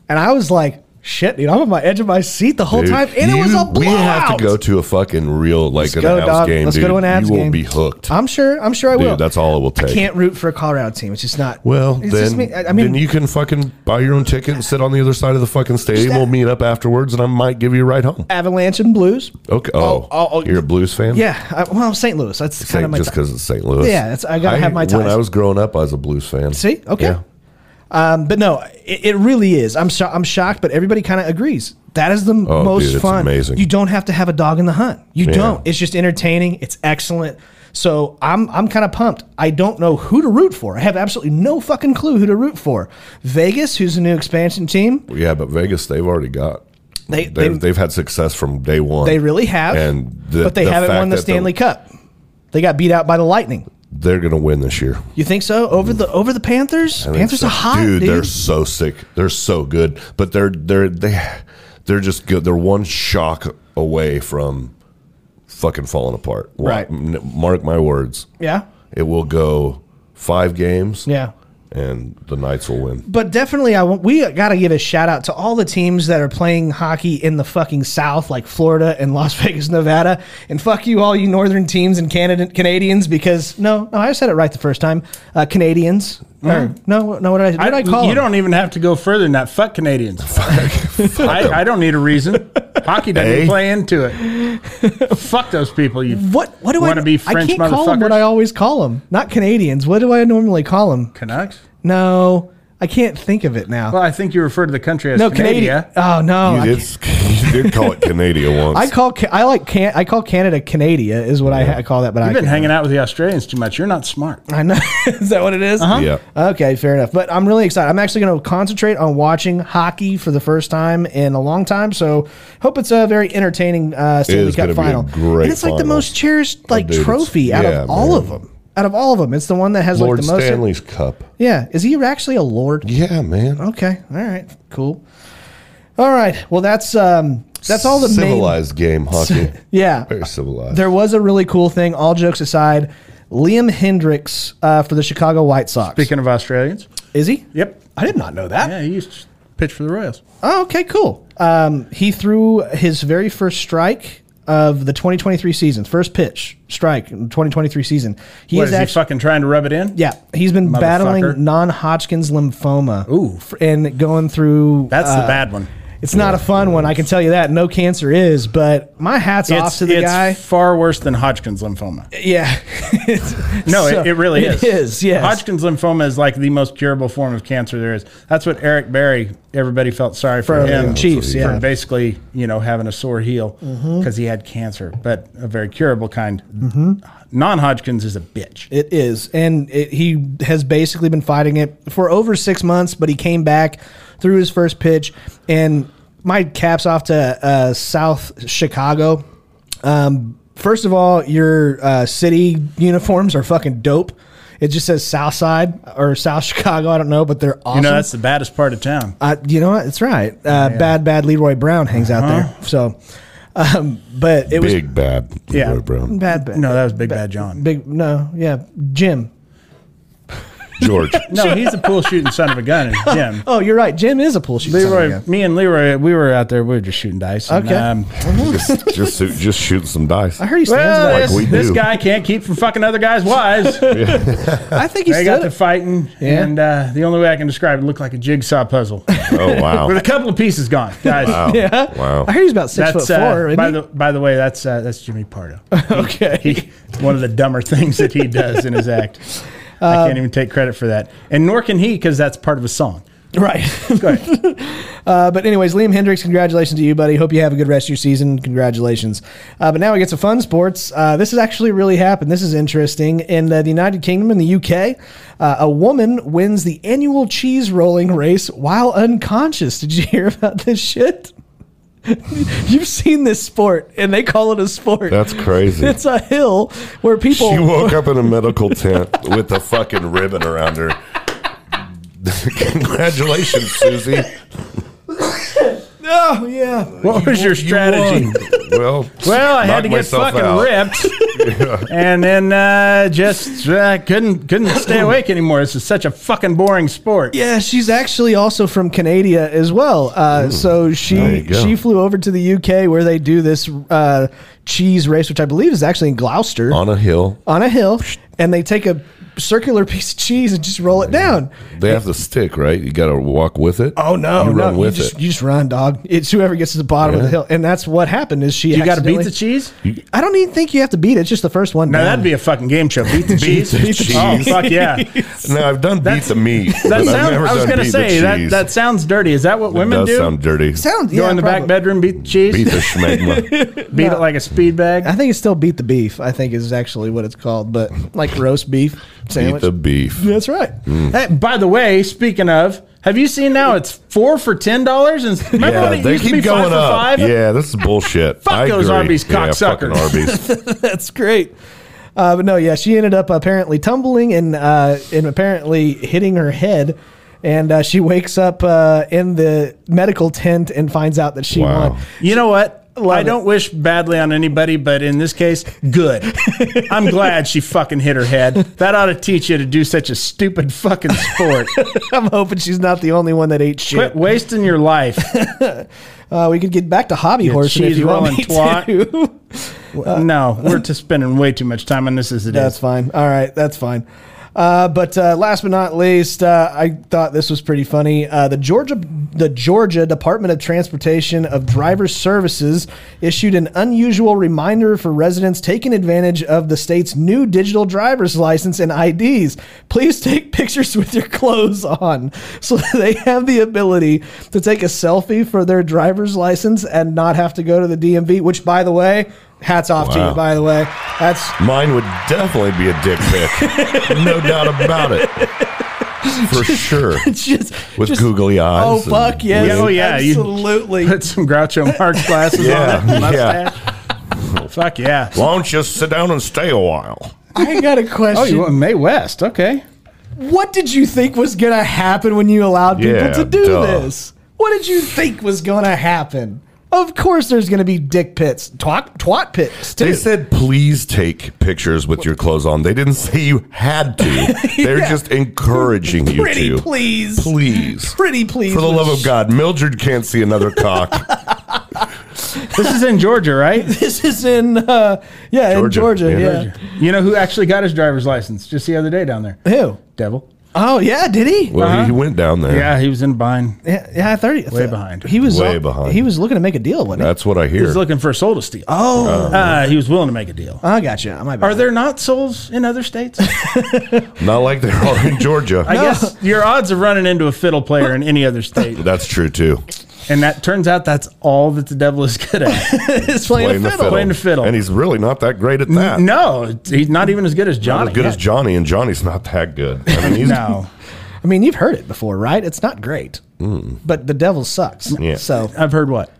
[SPEAKER 1] and I was like, shit, dude, I'm on my edge of my seat the whole
[SPEAKER 2] Dude,
[SPEAKER 1] time, and it was
[SPEAKER 2] you-
[SPEAKER 1] a blowout.
[SPEAKER 2] We have to go to a fucking real
[SPEAKER 1] Let's
[SPEAKER 2] like an
[SPEAKER 1] go,
[SPEAKER 2] abs
[SPEAKER 1] dog.
[SPEAKER 2] game.
[SPEAKER 1] Let's
[SPEAKER 2] dude.
[SPEAKER 1] go to an abs
[SPEAKER 2] you
[SPEAKER 1] game.
[SPEAKER 2] will be hooked.
[SPEAKER 1] I'm sure. I'm sure I
[SPEAKER 2] Dude,
[SPEAKER 1] will.
[SPEAKER 2] that's all it will
[SPEAKER 1] I
[SPEAKER 2] take.
[SPEAKER 1] can't root for a Colorado team. It's just not.
[SPEAKER 2] well,
[SPEAKER 1] it's
[SPEAKER 2] then,
[SPEAKER 1] just me. I, I mean,
[SPEAKER 2] then you can fucking buy your own ticket and sit on the other side of the fucking stadium.
[SPEAKER 1] that-
[SPEAKER 2] we'll meet up afterwards, and I might give you a ride home.
[SPEAKER 1] Avalanche and Blues.
[SPEAKER 2] Okay. Oh,
[SPEAKER 1] oh, oh,
[SPEAKER 2] you're a Blues fan.
[SPEAKER 1] Yeah. I, well, St. Louis. That's kind
[SPEAKER 2] Saint-
[SPEAKER 1] of my
[SPEAKER 2] just
[SPEAKER 1] thought.
[SPEAKER 2] because it's St. Louis.
[SPEAKER 1] Yeah, it's- I gotta have my
[SPEAKER 2] When
[SPEAKER 1] ties.
[SPEAKER 2] I was growing up, I was a Blues fan.
[SPEAKER 1] See? Okay.
[SPEAKER 2] Yeah.
[SPEAKER 1] Um, but no, it, it really is. I'm sho- I'm shocked, but everybody kind of agrees. That is the
[SPEAKER 2] Oh,
[SPEAKER 1] most
[SPEAKER 2] dude, it's
[SPEAKER 1] fun.
[SPEAKER 2] amazing.
[SPEAKER 1] You don't have to have a dog in the hunt. You
[SPEAKER 2] Yeah.
[SPEAKER 1] don't. It's just entertaining. It's excellent. So I'm I'm kind of pumped. I don't know who to root for. I have absolutely no fucking clue who to root for. Vegas, who's a new expansion team,
[SPEAKER 2] Yeah, but Vegas, they've already got.
[SPEAKER 1] They-
[SPEAKER 2] they
[SPEAKER 1] they-
[SPEAKER 2] they've had success from day one.
[SPEAKER 1] they really have.
[SPEAKER 2] And the-
[SPEAKER 1] but they
[SPEAKER 2] the
[SPEAKER 1] haven't
[SPEAKER 2] fact
[SPEAKER 1] won the
[SPEAKER 2] that
[SPEAKER 1] Stanley Cup. They got beat out by the Lightning.
[SPEAKER 2] They're gonna win this year.
[SPEAKER 1] You think so? Over the over the Panthers?
[SPEAKER 2] Mm. I think
[SPEAKER 1] Panthers
[SPEAKER 2] so.
[SPEAKER 1] are hot, dude.
[SPEAKER 2] They're so sick. They're so good, but they're they're they they're just good. They're one shock away from fucking falling apart. Wa-
[SPEAKER 1] Right.
[SPEAKER 2] n- Mark my words.
[SPEAKER 1] yeah.
[SPEAKER 2] It will go five games.
[SPEAKER 1] Yeah.
[SPEAKER 2] And the Knights will win.
[SPEAKER 1] But definitely, I w- we got to give a shout out to all the teams that are playing hockey in the fucking South, like Florida and Las Vegas, Nevada, and fuck you all you Northern teams and Canada Canadians because no, no, I said it right the first time. Uh, Canadians, or, no, no, what did I, what did I, call
[SPEAKER 3] you
[SPEAKER 1] them?
[SPEAKER 3] don't even have to go further than that. Fuck Canadians. I, I don't need a reason. Hockey doesn't
[SPEAKER 2] Hey.
[SPEAKER 3] play into it. Fuck those people. You
[SPEAKER 1] What what do I
[SPEAKER 3] want to be French
[SPEAKER 1] I can't call them
[SPEAKER 3] motherfuckers?
[SPEAKER 1] what I always call them. Not Canadians. What do I normally call them?
[SPEAKER 3] Canucks.
[SPEAKER 1] No, I I can't think of it now.
[SPEAKER 3] Well, I think you refer to the country as
[SPEAKER 1] no,
[SPEAKER 3] Canada.
[SPEAKER 1] Canada. Oh no, I
[SPEAKER 2] you, did, you did call it Canada once.
[SPEAKER 1] I call Ca- I like can I call Canada Canada is what I, I call that, but
[SPEAKER 3] You've
[SPEAKER 1] I
[SPEAKER 3] been
[SPEAKER 1] can-
[SPEAKER 3] hanging out with the Australians too much. You're not smart.
[SPEAKER 1] I know is that what it is?
[SPEAKER 3] Uh-huh.
[SPEAKER 2] yeah.
[SPEAKER 1] Okay, fair enough. But I'm really excited. I'm actually going to concentrate on watching hockey for the first time in a long time. So hope it's a very entertaining uh, Stanley
[SPEAKER 2] is
[SPEAKER 1] Cup
[SPEAKER 2] gonna be a
[SPEAKER 1] final.
[SPEAKER 2] great
[SPEAKER 1] and it's like the
[SPEAKER 2] final. Oh,
[SPEAKER 1] most cherished like
[SPEAKER 2] dude, it's-
[SPEAKER 1] trophy out
[SPEAKER 2] yeah,
[SPEAKER 1] of all
[SPEAKER 2] man.
[SPEAKER 1] of them. Out of all of them, it's the one that has
[SPEAKER 2] Lord
[SPEAKER 1] like the most.
[SPEAKER 2] Stanley's Cup.
[SPEAKER 1] Yeah, is he actually a lord?
[SPEAKER 2] Yeah, man.
[SPEAKER 1] Okay, all right, cool. All right, well that's um that's all the main.
[SPEAKER 2] civilized game hockey.
[SPEAKER 1] Yeah,
[SPEAKER 2] Very civilized.
[SPEAKER 1] there was a really cool thing. All jokes aside, Liam Hendricks uh, for the Chicago White Sox.
[SPEAKER 3] Speaking of Australians,
[SPEAKER 1] Is he?
[SPEAKER 3] yep.
[SPEAKER 1] I did not know that.
[SPEAKER 3] Yeah, he used to pitch for the Royals.
[SPEAKER 1] Oh, okay, cool. Um, he threw his very first strike of the 2023 season, first pitch strike in 2023 season. He
[SPEAKER 3] What
[SPEAKER 1] is
[SPEAKER 3] is he
[SPEAKER 1] actually.
[SPEAKER 3] fucking trying to rub it in?
[SPEAKER 1] yeah, he's been
[SPEAKER 3] Motherfucker.
[SPEAKER 1] battling non-Hodgkin's lymphoma. Ooh, and going through.
[SPEAKER 3] That's
[SPEAKER 1] uh,
[SPEAKER 3] the bad one.
[SPEAKER 1] It's not a fun one, I can tell you that. No cancer is, but my hat's off to the
[SPEAKER 3] it's
[SPEAKER 1] guy.
[SPEAKER 3] far worse than Hodgkin's lymphoma.
[SPEAKER 1] Yeah, It's-
[SPEAKER 3] No,
[SPEAKER 1] so-
[SPEAKER 3] it, it really is.
[SPEAKER 1] It is. Yes.
[SPEAKER 3] Hodgkin's lymphoma is like the most curable form of cancer there is. That's what Eric Berry, everybody felt sorry for,
[SPEAKER 1] For
[SPEAKER 3] him.
[SPEAKER 1] the Chiefs, yeah. Mm-hmm.
[SPEAKER 3] For basically, you know, having a sore heel because he had cancer, but a very curable kind. Non Hodgkin's is a bitch.
[SPEAKER 1] It Mm-hmm. is, and it, he has basically been fighting it for over six months. But he came back, threw his first pitch, and my caps off to uh, South Chicago. Um, first of all, your uh, city uniforms are fucking dope. It just says South Side or South Chicago. I don't know, but they're awesome.
[SPEAKER 3] You know, that's the baddest part of town.
[SPEAKER 1] Uh, you know what? It's right. Uh, Bad, bad Leroy Brown hangs out
[SPEAKER 3] Uh-huh.
[SPEAKER 1] there. So, um, but it was
[SPEAKER 2] Big bad.
[SPEAKER 3] Yeah.
[SPEAKER 2] Leroy Brown.
[SPEAKER 1] bad, bad.
[SPEAKER 3] No, that was Big Bad John.
[SPEAKER 1] Big no, yeah, Jim.
[SPEAKER 2] George.
[SPEAKER 3] No, he's a pool shooting son of a gun. and Jim.
[SPEAKER 1] Oh, you're right. Jim is a pool shooter.
[SPEAKER 3] Leroy, me and Leroy, we were out there. We were just shooting dice. and,
[SPEAKER 1] Okay.
[SPEAKER 3] um,
[SPEAKER 2] just, just shoot- just shooting some dice.
[SPEAKER 1] I heard he stands
[SPEAKER 3] well,
[SPEAKER 1] by
[SPEAKER 3] this,
[SPEAKER 1] his-
[SPEAKER 2] we
[SPEAKER 3] this
[SPEAKER 2] do.
[SPEAKER 3] guy can't keep from fucking other guys' wives. they
[SPEAKER 1] I think he
[SPEAKER 3] got
[SPEAKER 1] stood
[SPEAKER 3] to
[SPEAKER 1] it.
[SPEAKER 3] fighting,
[SPEAKER 1] Yeah.
[SPEAKER 3] and uh, the only way I can describe it looked like a jigsaw puzzle
[SPEAKER 2] Oh wow.
[SPEAKER 3] with a couple of pieces gone, guys.
[SPEAKER 1] Yeah.
[SPEAKER 2] Wow.
[SPEAKER 1] I heard he's about six
[SPEAKER 3] oh. That's
[SPEAKER 1] foot four.
[SPEAKER 3] uh,
[SPEAKER 1] isn't
[SPEAKER 3] by
[SPEAKER 1] he?
[SPEAKER 3] the by the way, that's uh, that's Jimmy Pardo.
[SPEAKER 1] okay.
[SPEAKER 3] He, one of the dumber things that he does in his act.
[SPEAKER 1] Uh,
[SPEAKER 3] I can't even take credit for that, and nor can he because that's part of a song.
[SPEAKER 1] right.
[SPEAKER 3] Go ahead.
[SPEAKER 1] Uh, but anyways, Liam Hendricks, congratulations to you, buddy. Hope you have a good rest of your season. Congratulations. Uh, but now we get to fun sports. Uh, this has actually really happened. This is interesting. In uh, the United Kingdom and the UK, uh, a woman wins the annual cheese rolling race while unconscious. Did you hear about this shit? You've seen this sport, and they call it a sport.
[SPEAKER 2] That's crazy.
[SPEAKER 1] It's a hill where people.
[SPEAKER 2] She woke up in a medical tent with a fucking ribbon around her. Congratulations, Susie.
[SPEAKER 1] oh yeah.
[SPEAKER 3] What was your strategy?
[SPEAKER 2] Well,
[SPEAKER 3] Well, I had
[SPEAKER 2] knocked
[SPEAKER 3] to get
[SPEAKER 2] myself
[SPEAKER 3] fucking
[SPEAKER 2] out.
[SPEAKER 3] ripped, and then uh, just uh, couldn't couldn't stay awake anymore. This is such a fucking boring sport.
[SPEAKER 1] Yeah, she's actually also from Canada as well. Uh, so
[SPEAKER 2] there you
[SPEAKER 1] she
[SPEAKER 2] go.
[SPEAKER 1] she flew over to the UK where they do this uh, cheese race, which I believe is actually in Gloucester
[SPEAKER 2] On a hill.
[SPEAKER 1] on a hill, and they take a circular piece of cheese and just roll it down.
[SPEAKER 2] They have the stick, right? You got to walk with it.
[SPEAKER 1] Oh no,
[SPEAKER 2] You
[SPEAKER 1] no,
[SPEAKER 2] run with
[SPEAKER 1] you just,
[SPEAKER 2] it.
[SPEAKER 1] You just run, dog. It's whoever gets to the bottom of the
[SPEAKER 2] Yeah.
[SPEAKER 1] hill, and that's what happened. Is she?
[SPEAKER 3] You got to beat the
[SPEAKER 1] accidentally-
[SPEAKER 3] cheese.
[SPEAKER 1] I don't even think you have to beat it. It's just the first one.
[SPEAKER 3] Now
[SPEAKER 1] down.
[SPEAKER 3] that'd be a fucking game show. Beat the cheese.
[SPEAKER 2] the cheese.
[SPEAKER 3] Oh fuck yeah.
[SPEAKER 2] Now I've done beat
[SPEAKER 3] That's-
[SPEAKER 2] the meat. but
[SPEAKER 3] That
[SPEAKER 2] I've
[SPEAKER 3] sounds.
[SPEAKER 2] never
[SPEAKER 3] I was
[SPEAKER 2] done
[SPEAKER 3] gonna
[SPEAKER 2] beat the
[SPEAKER 3] say that
[SPEAKER 2] cheese.
[SPEAKER 3] that sounds dirty. Is that what
[SPEAKER 2] It
[SPEAKER 3] women
[SPEAKER 2] does
[SPEAKER 3] do?
[SPEAKER 2] sound dirty.
[SPEAKER 1] sound.
[SPEAKER 3] Go
[SPEAKER 1] yeah,
[SPEAKER 3] in the
[SPEAKER 1] probably.
[SPEAKER 3] back bedroom, beat the cheese,
[SPEAKER 2] beat
[SPEAKER 3] beat,
[SPEAKER 2] the schmegma.
[SPEAKER 3] it like a speed bag.
[SPEAKER 1] I think it's still beat the beef. I think is actually what it's called, but like roast beef
[SPEAKER 2] beat
[SPEAKER 1] sandwich.
[SPEAKER 2] the beef.
[SPEAKER 1] That's right.
[SPEAKER 3] Hey, by the way, speaking of, have you seen now? It's four for ten dollars. And remember when
[SPEAKER 2] Yeah,
[SPEAKER 3] it
[SPEAKER 2] they
[SPEAKER 3] used to be
[SPEAKER 2] keep
[SPEAKER 3] five
[SPEAKER 2] going
[SPEAKER 3] for
[SPEAKER 2] up.
[SPEAKER 3] five?
[SPEAKER 2] Yeah, this is bullshit.
[SPEAKER 3] Fuck
[SPEAKER 2] I
[SPEAKER 3] those
[SPEAKER 2] agree.
[SPEAKER 3] Arby's
[SPEAKER 2] yeah, fucking
[SPEAKER 3] cocksuckers.
[SPEAKER 2] Arby's.
[SPEAKER 1] That's great. Uh, but no, yeah, she ended up apparently tumbling and uh, and apparently hitting her head, and uh, she wakes up uh, in the medical tent and finds out that she
[SPEAKER 2] Wow.
[SPEAKER 1] won.
[SPEAKER 3] You know what? I
[SPEAKER 1] it.
[SPEAKER 3] don't wish badly on anybody, but in this case, good. I'm glad she fucking hit her head. That ought to teach you to do such a stupid fucking sport.
[SPEAKER 1] I'm hoping she's not the only one that ate shit.
[SPEAKER 3] Quit wasting your life.
[SPEAKER 1] Uh, we could get back to hobby horse if
[SPEAKER 3] cheese
[SPEAKER 1] you want
[SPEAKER 3] rolling
[SPEAKER 1] me
[SPEAKER 3] twat.
[SPEAKER 1] to.
[SPEAKER 3] Uh, no, we're just spending way too much time on this as it is.
[SPEAKER 1] that's fine. All right, that's fine. Uh, but uh, last but not least, uh, I thought this was pretty funny. Uh, the Georgia, the Georgia Department of Transportation of Driver Services issued an unusual reminder for residents taking advantage of the state's new digital driver's license and IDs. Please take pictures with your clothes on, so that they have the ability to take a selfie for their driver's license and not have to go to the DMV. Which, by the way, hats off to
[SPEAKER 2] Wow.
[SPEAKER 1] you. By the way, that's
[SPEAKER 2] Mine would definitely be a dick pic. no doubt about it. For sure.
[SPEAKER 1] it's just
[SPEAKER 2] With
[SPEAKER 1] just-
[SPEAKER 2] googly eyes
[SPEAKER 1] Oh
[SPEAKER 2] and-
[SPEAKER 1] fuck yes!
[SPEAKER 3] Yeah, oh, yeah, you-
[SPEAKER 1] absolutely.
[SPEAKER 3] Put some Groucho Marx glasses on
[SPEAKER 2] Yeah.
[SPEAKER 3] it.
[SPEAKER 2] yeah.
[SPEAKER 3] Fuck yeah.
[SPEAKER 2] Why don't you sit down and stay a while?
[SPEAKER 1] I got a
[SPEAKER 3] Oh,
[SPEAKER 1] question.
[SPEAKER 3] you want May West? Okay.
[SPEAKER 1] what did you think was gonna happen when you allowed people
[SPEAKER 2] Yeah,
[SPEAKER 1] to do
[SPEAKER 2] duh.
[SPEAKER 1] this? What did you think was gonna happen? Of course, there's gonna be dick pits, twat, twat pits too.
[SPEAKER 2] They said, please take pictures with your clothes on. They didn't say you had to. They're
[SPEAKER 1] Yeah.
[SPEAKER 2] just encouraging you
[SPEAKER 1] Pretty
[SPEAKER 2] to.
[SPEAKER 1] please.
[SPEAKER 2] Please.
[SPEAKER 1] Pretty please.
[SPEAKER 2] For the
[SPEAKER 1] with
[SPEAKER 2] love of
[SPEAKER 1] sh-
[SPEAKER 2] God, Mildred can't see another cock.
[SPEAKER 3] This is in Georgia, right?
[SPEAKER 1] This is in uh, yeah
[SPEAKER 2] Georgia,
[SPEAKER 1] in Georgia.
[SPEAKER 2] yeah.
[SPEAKER 1] Yeah.
[SPEAKER 3] You know who actually got his driver's license just the other day down there?
[SPEAKER 1] Who?
[SPEAKER 3] Devil.
[SPEAKER 1] Oh yeah, did he?
[SPEAKER 2] Well, he went down there.
[SPEAKER 3] Uh-huh. Yeah, he was in a bind.
[SPEAKER 1] yeah, yeah, thirty.
[SPEAKER 3] Way behind.
[SPEAKER 1] He was
[SPEAKER 2] Way behind.
[SPEAKER 1] He was looking to make a deal, wasn't he?
[SPEAKER 2] That's what I
[SPEAKER 3] He
[SPEAKER 2] hear.
[SPEAKER 3] was looking for a soul to steal.
[SPEAKER 1] oh,
[SPEAKER 3] Uh, he was willing to make a deal.
[SPEAKER 1] I got you. I might. Be
[SPEAKER 3] Are there not souls in other states?
[SPEAKER 2] Not like they are in Georgia.
[SPEAKER 3] I guess your odds of running into a fiddle player in any other state.
[SPEAKER 2] That's true too.
[SPEAKER 3] And that turns out that's all that the devil is good at.
[SPEAKER 1] It's playing, a fiddle.
[SPEAKER 3] Playing the fiddle.
[SPEAKER 2] and he's really not that great at that.
[SPEAKER 3] no, he's not even as good as
[SPEAKER 2] not
[SPEAKER 3] Johnny.
[SPEAKER 2] as good as Johnny, and Johnny's not that good. I mean, he's
[SPEAKER 3] no.
[SPEAKER 1] I mean, you've heard it before, right? It's not great, but the devil sucks.
[SPEAKER 2] Yeah.
[SPEAKER 1] So
[SPEAKER 3] I've heard what?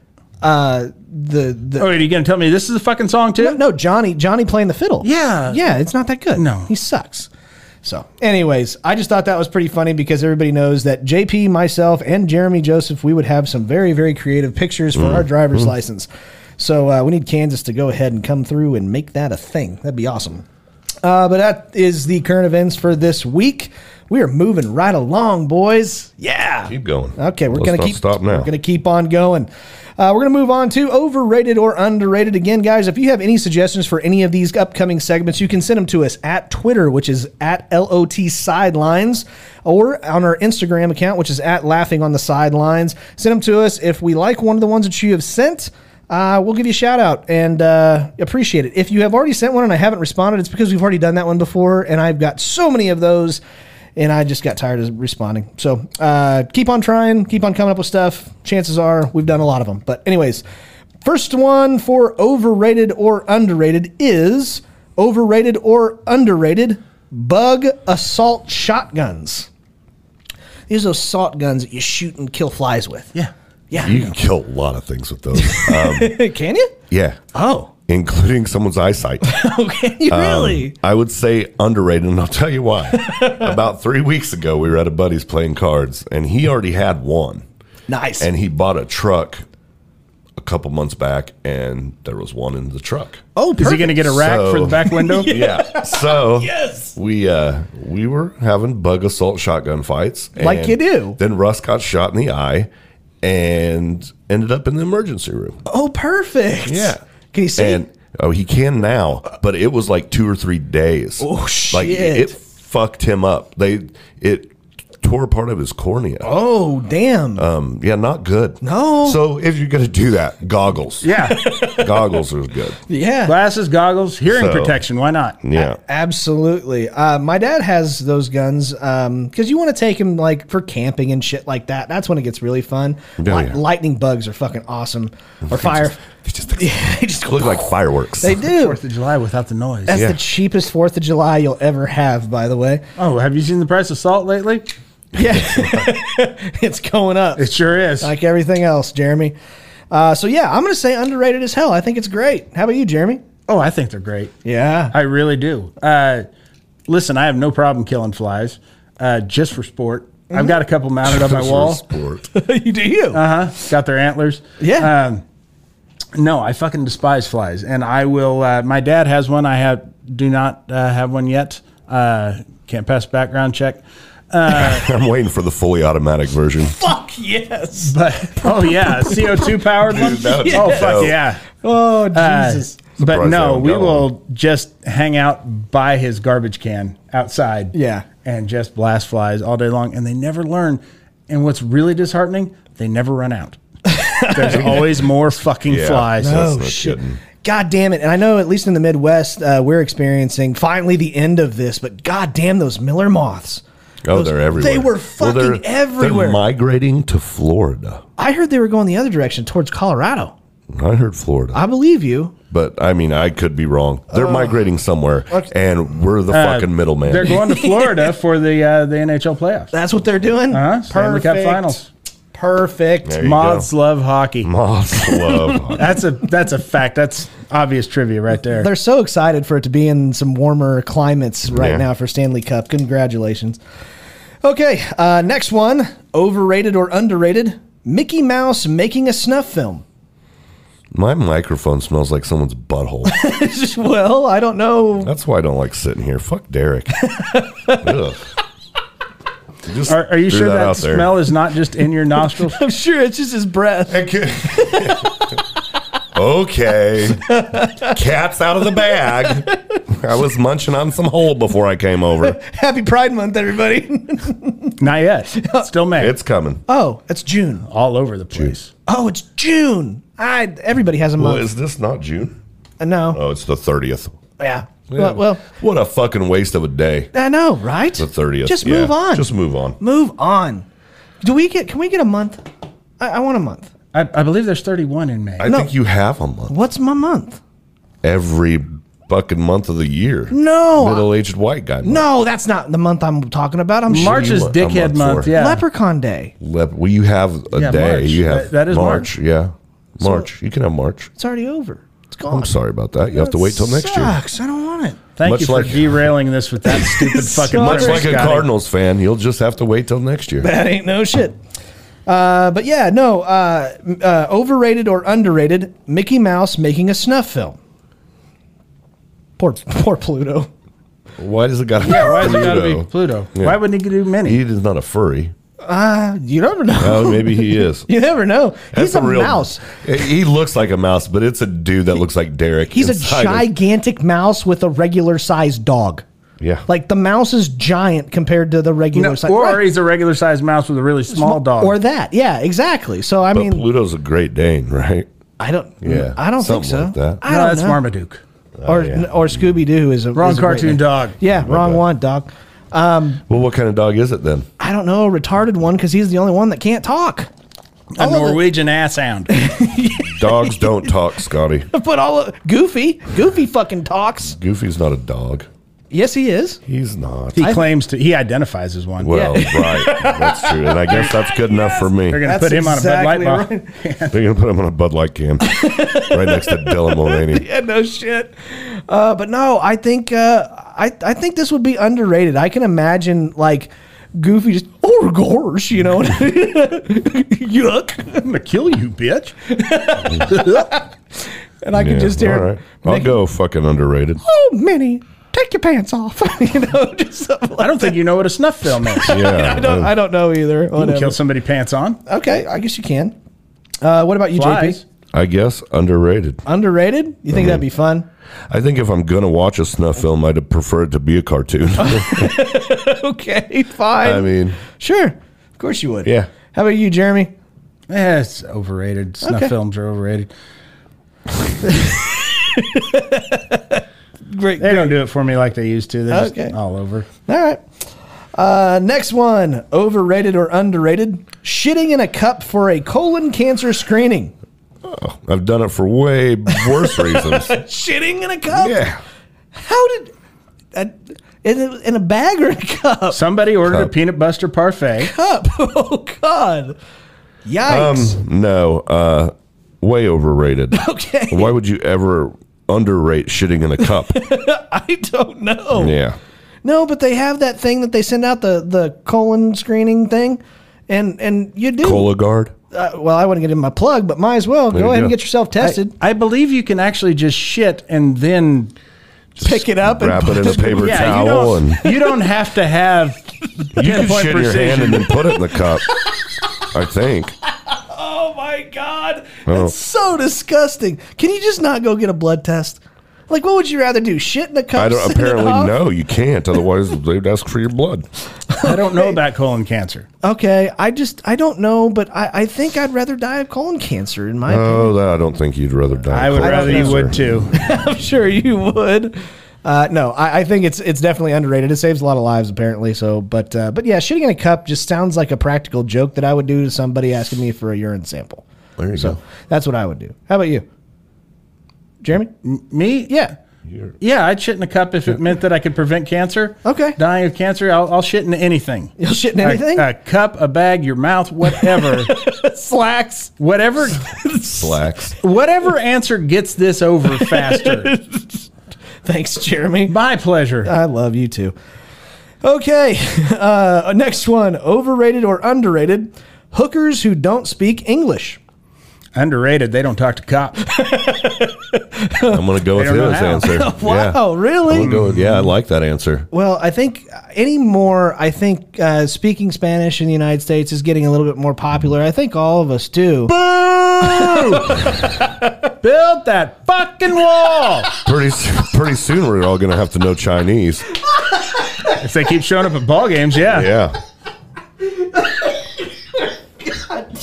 [SPEAKER 1] uh, the the
[SPEAKER 3] Oh, are you going to tell me this is a fucking song too?
[SPEAKER 1] no, no, Johnny Johnny playing the fiddle.
[SPEAKER 3] Yeah.
[SPEAKER 1] yeah, it's not that good.
[SPEAKER 3] No.
[SPEAKER 1] he sucks. So, anyways, I just thought that was pretty funny because everybody knows that JP, myself, and Jeremy Joseph, we would have some very very creative pictures for our driver's license. So uh, we need Kansas to go ahead and come through and make that a thing. That'd be awesome. Uh, but that is the current events for this week. We are moving right along, boys. Yeah.
[SPEAKER 2] keep going.
[SPEAKER 1] Okay, we're
[SPEAKER 2] Let's
[SPEAKER 1] gonna
[SPEAKER 2] not
[SPEAKER 1] keep
[SPEAKER 2] stop now.
[SPEAKER 1] We're gonna keep on going. Uh, we're gonna move on to overrated or underrated again, guys. If you have any suggestions for any of these upcoming segments, you can send them to us at Twitter, which is at lot sidelines, or on our Instagram account, which is at laughing on the sidelines. Send them to us if we like one of the ones that you have sent. Uh, we'll give you a shout out and uh, appreciate it. If you have already sent one and I haven't responded, it's because we've already done that one before, and I've got so many of those and I just got tired of responding. So uh, keep on trying, keep on coming up with stuff. Chances are we've done a lot of them. But anyways, first one for overrated or underrated is overrated or underrated bug assault shotguns. These are those salt guns that you shoot and kill flies with.
[SPEAKER 3] Yeah.
[SPEAKER 1] Yeah.
[SPEAKER 2] you can kill a lot of things with those. Um,
[SPEAKER 1] Can you?
[SPEAKER 2] yeah,
[SPEAKER 1] Oh. Um,
[SPEAKER 2] including someone's eyesight. Um,
[SPEAKER 1] Okay. You really?
[SPEAKER 2] I would say underrated, and I'll tell you why. About three weeks ago, we were at a buddy's playing cards, and he already had one,
[SPEAKER 1] nice.
[SPEAKER 2] and he bought a truck a couple months back, and there was one in the truck.
[SPEAKER 1] oh,
[SPEAKER 3] Is he going to get a rack
[SPEAKER 2] So-
[SPEAKER 3] for the back window?
[SPEAKER 2] yeah. So yes, we uh we were having bug assault shotgun fights,
[SPEAKER 1] Like
[SPEAKER 2] and
[SPEAKER 1] you do.
[SPEAKER 2] Then Russ got shot in the eye, and ended up in the emergency room.
[SPEAKER 1] Oh, perfect.
[SPEAKER 2] Yeah.
[SPEAKER 1] Can you see?
[SPEAKER 2] And oh, he can now, but it was like two or three days.
[SPEAKER 1] Oh,
[SPEAKER 2] Like
[SPEAKER 1] shit.
[SPEAKER 2] it fucked him up. They it tore part of his cornea.
[SPEAKER 1] oh, damn.
[SPEAKER 2] Um, yeah, not good.
[SPEAKER 1] No.
[SPEAKER 2] So if you're gonna do that, goggles.
[SPEAKER 3] Yeah.
[SPEAKER 2] goggles are good.
[SPEAKER 1] yeah.
[SPEAKER 3] Glasses, goggles, hearing
[SPEAKER 2] So-
[SPEAKER 3] protection. Why not?
[SPEAKER 2] Yeah.
[SPEAKER 1] Absolutely. Uh, my dad has those guns because you want to take them like for camping and shit like that. That's when it gets really fun.
[SPEAKER 2] Yeah,
[SPEAKER 1] Li-
[SPEAKER 2] yeah.
[SPEAKER 1] Lightning bugs are fucking awesome. Or fire.
[SPEAKER 2] They just,
[SPEAKER 1] they just
[SPEAKER 2] look like fireworks.
[SPEAKER 1] They do.
[SPEAKER 3] Fourth of July without the noise.
[SPEAKER 1] That's
[SPEAKER 2] Yeah.
[SPEAKER 1] the cheapest Fourth of July you'll ever have, by the way.
[SPEAKER 3] Oh, have you seen the price of salt lately?
[SPEAKER 1] Yeah, it's going up
[SPEAKER 3] It sure is.
[SPEAKER 1] like everything else, Jeremy. Uh, so yeah, I'm gonna say underrated as hell. I think it's great. How about you, Jeremy?
[SPEAKER 3] oh, I think they're great.
[SPEAKER 1] Yeah,
[SPEAKER 3] I really do. Uh, listen, I have no problem killing flies uh, just for sport.
[SPEAKER 2] Mm-hmm.
[SPEAKER 3] I've got a couple mounted on my
[SPEAKER 2] Those were
[SPEAKER 3] wall.
[SPEAKER 2] sport.
[SPEAKER 1] you do you?
[SPEAKER 3] Got their antlers.
[SPEAKER 1] Yeah.
[SPEAKER 3] Um, no, I fucking despise flies, and I will. Uh, my dad has one. I have do not uh, have one yet. Uh, can't pass background check.
[SPEAKER 2] I'm waiting for the fully automatic version.
[SPEAKER 1] Fuck yes.
[SPEAKER 3] But oh yeah, CO two powered one.
[SPEAKER 2] Dude, that would be
[SPEAKER 3] Oh fuck
[SPEAKER 2] dope.
[SPEAKER 3] yeah. Uh,
[SPEAKER 1] Oh Jesus.
[SPEAKER 3] But
[SPEAKER 2] Surprised they
[SPEAKER 3] no,
[SPEAKER 2] haven't
[SPEAKER 3] we
[SPEAKER 2] got
[SPEAKER 3] will
[SPEAKER 2] one.
[SPEAKER 3] just hang out by his garbage can outside.
[SPEAKER 1] Yeah.
[SPEAKER 3] And just blast flies all day long. And they never learn. And what's really disheartening, they never run out. There's always more fucking
[SPEAKER 2] Yeah.
[SPEAKER 3] flies.
[SPEAKER 2] No.
[SPEAKER 1] Oh
[SPEAKER 2] no
[SPEAKER 1] shit!
[SPEAKER 2] kidding.
[SPEAKER 1] God damn it! And I know at least in the Midwest uh, we're experiencing finally the end of this, but god damn those Miller moths!
[SPEAKER 2] Oh,
[SPEAKER 1] Those-
[SPEAKER 2] they're everywhere.
[SPEAKER 1] They were
[SPEAKER 2] Well,
[SPEAKER 1] fucking
[SPEAKER 2] they're-
[SPEAKER 1] everywhere.
[SPEAKER 2] They're migrating to Florida.
[SPEAKER 1] I heard they were going the other direction towards Colorado.
[SPEAKER 2] I heard Florida,
[SPEAKER 1] I Uh, believe you.
[SPEAKER 2] but I mean, I could be wrong. They're migrating somewhere, and we're the fucking middleman.
[SPEAKER 3] Uh, They're going to Florida for the uh, the NHL playoffs.
[SPEAKER 1] That's what they're doing.
[SPEAKER 3] Uh-huh. Stanley Cup Finals.
[SPEAKER 1] Perfect.
[SPEAKER 2] There you
[SPEAKER 3] Moths
[SPEAKER 2] go.
[SPEAKER 3] love hockey.
[SPEAKER 2] Moths love.
[SPEAKER 3] That's a that's a fact. That's obvious trivia right there.
[SPEAKER 1] They're so excited for it to be in some warmer climates right
[SPEAKER 2] Yeah.
[SPEAKER 1] now for Stanley Cup. Congratulations. Okay, uh, next one overrated or underrated Mickey Mouse making a snuff film.
[SPEAKER 2] My microphone smells like someone's butthole.
[SPEAKER 1] well, I don't know.
[SPEAKER 2] That's why I don't like sitting here. Fuck Derek. Ugh. Just
[SPEAKER 3] Are, are you
[SPEAKER 2] threw
[SPEAKER 3] sure that,
[SPEAKER 2] out there.
[SPEAKER 3] smell is not just in your nostrils?
[SPEAKER 1] I'm sure it's just his breath.
[SPEAKER 2] okay. Cat's out of the bag. I was munching on some hole before I came over.
[SPEAKER 1] Happy Pride Month, everybody.
[SPEAKER 3] Not yet. Still May.
[SPEAKER 2] It's coming.
[SPEAKER 1] oh, it's June.
[SPEAKER 3] all over the place.
[SPEAKER 1] Oh, it's June. I everybody has a
[SPEAKER 2] Well,
[SPEAKER 1] month.
[SPEAKER 2] is this not June?
[SPEAKER 1] I know.
[SPEAKER 2] Oh, it's the 30th.
[SPEAKER 1] yeah. Well, well,
[SPEAKER 2] what a fucking waste of a day.
[SPEAKER 1] I know, right?
[SPEAKER 2] The 30th.
[SPEAKER 1] Just
[SPEAKER 2] Yeah,
[SPEAKER 1] move on.
[SPEAKER 2] Just move on.
[SPEAKER 1] move on. Do we get? Can we get a month? I, I want a month.
[SPEAKER 3] I, I believe there's 31 in May.
[SPEAKER 2] I think you have a month.
[SPEAKER 1] What's my month?
[SPEAKER 2] Every fucking month of the year.
[SPEAKER 1] No,
[SPEAKER 2] Middle aged white guy. month.
[SPEAKER 1] no, that's not the month I'm talking about. I'm
[SPEAKER 3] March
[SPEAKER 1] sure
[SPEAKER 3] is
[SPEAKER 2] you want a
[SPEAKER 3] Dickhead
[SPEAKER 2] month
[SPEAKER 3] Month.
[SPEAKER 2] for.
[SPEAKER 3] Yeah.
[SPEAKER 1] Leprechaun Day.
[SPEAKER 2] Lep- well, you have a
[SPEAKER 3] Yeah,
[SPEAKER 2] day.
[SPEAKER 3] March.
[SPEAKER 2] You have
[SPEAKER 3] That- that is March.
[SPEAKER 2] Yeah, March. you can have March.
[SPEAKER 1] It's already over. It's gone.
[SPEAKER 2] I'm sorry about that. You have to wait till next year.
[SPEAKER 1] Sucks. I don't want it.
[SPEAKER 3] Thank
[SPEAKER 2] Much
[SPEAKER 3] you for
[SPEAKER 2] like-
[SPEAKER 3] derailing this with that stupid fucking.
[SPEAKER 1] Much
[SPEAKER 2] Much
[SPEAKER 3] premise,
[SPEAKER 2] like a
[SPEAKER 3] Scotty.
[SPEAKER 2] Cardinals fan, you'll just have to wait till next year.
[SPEAKER 1] That ain't no shit. Uh, but yeah, no. Uh, m- uh, overrated or underrated? Mickey Mouse making a snuff film. Poor, poor Pluto.
[SPEAKER 2] Why does it got to
[SPEAKER 3] Yeah, why does it got to be Pluto?
[SPEAKER 2] Yeah.
[SPEAKER 3] Why wouldn't he do many?
[SPEAKER 2] He is not a furry.
[SPEAKER 1] You never know.
[SPEAKER 2] Oh, maybe he is.
[SPEAKER 1] You never know. He's
[SPEAKER 2] That's
[SPEAKER 1] a, mouse.
[SPEAKER 2] He- He looks like a mouse, but it's a dude that looks like Derek.
[SPEAKER 1] He's a
[SPEAKER 2] inside of-
[SPEAKER 1] gigantic mouse with a regular sized dog.
[SPEAKER 2] Yeah.
[SPEAKER 1] Like the mouse is giant compared to the regular
[SPEAKER 3] No,
[SPEAKER 1] size.
[SPEAKER 3] or
[SPEAKER 1] Right.
[SPEAKER 3] he's a regular sized mouse with a really small dog.
[SPEAKER 1] Or that. Yeah, exactly. So I
[SPEAKER 2] But
[SPEAKER 1] mean,
[SPEAKER 2] Pluto's a Great Dane, right?
[SPEAKER 1] I don't.
[SPEAKER 2] Yeah,
[SPEAKER 1] I don't think
[SPEAKER 2] something
[SPEAKER 1] so.
[SPEAKER 2] like that. Oh,
[SPEAKER 1] I
[SPEAKER 3] no,
[SPEAKER 1] don't
[SPEAKER 3] that's
[SPEAKER 1] know.
[SPEAKER 3] Marmaduke.
[SPEAKER 1] Or
[SPEAKER 2] yeah.
[SPEAKER 1] or Scooby Doo is a
[SPEAKER 3] Wrong
[SPEAKER 1] is a great
[SPEAKER 3] cartoon
[SPEAKER 1] name.
[SPEAKER 3] dog.
[SPEAKER 1] Yeah, wrong
[SPEAKER 2] bad.
[SPEAKER 1] one, dog.
[SPEAKER 2] Well, what kind of dog is it then?
[SPEAKER 1] I don't know a retarded one because he's the only one that can't talk.
[SPEAKER 3] A
[SPEAKER 1] All of it.
[SPEAKER 3] Norwegian ass hound.
[SPEAKER 2] Dogs don't talk, Scotty.
[SPEAKER 1] But all of, Goofy, Goofy fucking talks.
[SPEAKER 2] Goofy's not a dog.
[SPEAKER 1] Yes, he is.
[SPEAKER 2] He's not.
[SPEAKER 3] He claims to. He identifies as one.
[SPEAKER 2] Well, right. That's true. And I guess that's good enough for me.
[SPEAKER 3] They're
[SPEAKER 2] They're
[SPEAKER 3] going to
[SPEAKER 1] That's
[SPEAKER 3] put him on a Bud Light
[SPEAKER 1] exactly
[SPEAKER 3] box.
[SPEAKER 1] right.
[SPEAKER 2] going to put him on a Bud Light can right next to Dylan Mulvaney.
[SPEAKER 1] yeah, no shit. Uh, but no, I think uh, I I think this would be underrated. I can imagine like Goofy just oh gosh, you know, yuck,
[SPEAKER 3] I'm going to kill you, bitch.
[SPEAKER 1] and I
[SPEAKER 2] Yeah,
[SPEAKER 1] can just hear
[SPEAKER 2] all right. I'll
[SPEAKER 1] Mickey,
[SPEAKER 2] go fucking underrated.
[SPEAKER 1] oh Minnie, take your pants off, you know, just something like
[SPEAKER 3] I don't think you know what a snuff film is. You
[SPEAKER 2] Yeah.
[SPEAKER 1] I don't I don't know either.
[SPEAKER 3] can
[SPEAKER 1] Whatever.
[SPEAKER 3] kill somebody pants on.
[SPEAKER 1] Okay, I guess you can. Uh, what about you,
[SPEAKER 3] Flies.
[SPEAKER 1] JP?
[SPEAKER 2] I guess underrated.
[SPEAKER 1] Underrated? You
[SPEAKER 2] Mm-hmm.
[SPEAKER 1] think that'd be fun?
[SPEAKER 2] I think if I'm going to watch a snuff film, I'd prefer it to be a cartoon.
[SPEAKER 1] Okay, fine.
[SPEAKER 2] I mean,
[SPEAKER 1] sure. Of course you would.
[SPEAKER 2] Yeah.
[SPEAKER 1] How about you, Jeremy?
[SPEAKER 3] Yeah, it's overrated. Snuff
[SPEAKER 1] Okay.
[SPEAKER 3] films are overrated.
[SPEAKER 1] Great.
[SPEAKER 3] They don't do it for me like they used to. They're
[SPEAKER 1] Okay.
[SPEAKER 3] just all over.
[SPEAKER 1] All right. Uh, next one overrated or underrated? Shitting in a cup for a colon cancer screening.
[SPEAKER 2] I've done it for way worse reasons.
[SPEAKER 1] Shitting in a cup?
[SPEAKER 2] Yeah.
[SPEAKER 1] How did. Uh, in, a, in a bag or a
[SPEAKER 3] Uh,
[SPEAKER 1] cup?
[SPEAKER 3] Somebody ordered a
[SPEAKER 2] Cup.
[SPEAKER 3] peanut buster parfait.
[SPEAKER 1] Cup. Oh, God. Yikes.
[SPEAKER 2] um, No, uh, way overrated.
[SPEAKER 1] Okay.
[SPEAKER 2] Why would you ever underrate shitting in a cup?
[SPEAKER 1] I don't know.
[SPEAKER 2] yeah.
[SPEAKER 1] No, but they have that thing that they send out the, the colon screening thing. And and you do.
[SPEAKER 2] Cola guard?
[SPEAKER 1] Uh, well, I wouldn't get in my plug, but might as well. Go
[SPEAKER 2] you
[SPEAKER 1] ahead and
[SPEAKER 2] go.
[SPEAKER 1] get yourself tested.
[SPEAKER 3] I believe you can actually just shit and then
[SPEAKER 1] pick it up
[SPEAKER 2] Wrap
[SPEAKER 1] and
[SPEAKER 2] it in a paper
[SPEAKER 3] yeah, you
[SPEAKER 2] towel
[SPEAKER 3] don't,
[SPEAKER 2] and
[SPEAKER 3] you don't have to have
[SPEAKER 2] You can shit
[SPEAKER 3] pinpoint
[SPEAKER 2] in your hand
[SPEAKER 3] precision.
[SPEAKER 2] and then put it in the cup. I think.
[SPEAKER 1] Oh, my God, that's so disgusting. Can you just not go get a blood test? Like, what would you rather do? Shit in a cup?
[SPEAKER 2] I don't.
[SPEAKER 1] send it
[SPEAKER 2] Apparently,
[SPEAKER 1] off?
[SPEAKER 2] no, you can't. Otherwise, they'd ask for your blood.
[SPEAKER 3] I don't know about colon cancer.
[SPEAKER 1] Okay, I just I don't know, but I, I think I'd rather die of colon cancer. In my,
[SPEAKER 2] Oh, that I don't think you'd rather die.
[SPEAKER 3] I would
[SPEAKER 2] of
[SPEAKER 3] rather you
[SPEAKER 2] cancer.
[SPEAKER 3] would too.
[SPEAKER 1] I'm sure you would. Uh, no, I, I think it's it's definitely underrated. It saves a lot of lives, apparently. So, but uh, but yeah, shitting in a cup just sounds like a practical joke that I would do to somebody asking me for a urine sample.
[SPEAKER 2] There you
[SPEAKER 1] So
[SPEAKER 2] go.
[SPEAKER 1] that's what I would do. How about you, Jeremy?
[SPEAKER 3] Me?
[SPEAKER 1] Yeah.
[SPEAKER 3] Yeah, I'd shit in a cup if it meant that I could prevent cancer.
[SPEAKER 1] Okay.
[SPEAKER 3] Dying of cancer, I'll, I'll shit in anything.
[SPEAKER 1] You'll shit in anything?
[SPEAKER 3] A, a cup, a bag, your mouth, whatever.
[SPEAKER 1] Slacks.
[SPEAKER 3] whatever
[SPEAKER 2] Blacks.
[SPEAKER 3] whatever answer gets this over faster.
[SPEAKER 1] Thanks, Jeremy.
[SPEAKER 3] My pleasure.
[SPEAKER 1] I love you too. Okay, uh, next one: overrated or underrated? Hookers who don't speak English.
[SPEAKER 3] Underrated. They don't talk to cops.
[SPEAKER 2] I'm gonna go with
[SPEAKER 3] don't know
[SPEAKER 2] his
[SPEAKER 3] how.
[SPEAKER 2] answer.
[SPEAKER 1] Wow,
[SPEAKER 2] yeah.
[SPEAKER 1] really?
[SPEAKER 2] I'm gonna go with, yeah, I like that answer.
[SPEAKER 1] Well, I think uh, anymore, I think uh, speaking Spanish in the United States is getting a little bit more popular. I think all of us do.
[SPEAKER 3] Build that fucking wall.
[SPEAKER 2] Pretty s- pretty soon we're all gonna have to know Chinese.
[SPEAKER 3] if they keep showing up at ball games, yeah.
[SPEAKER 2] Yeah.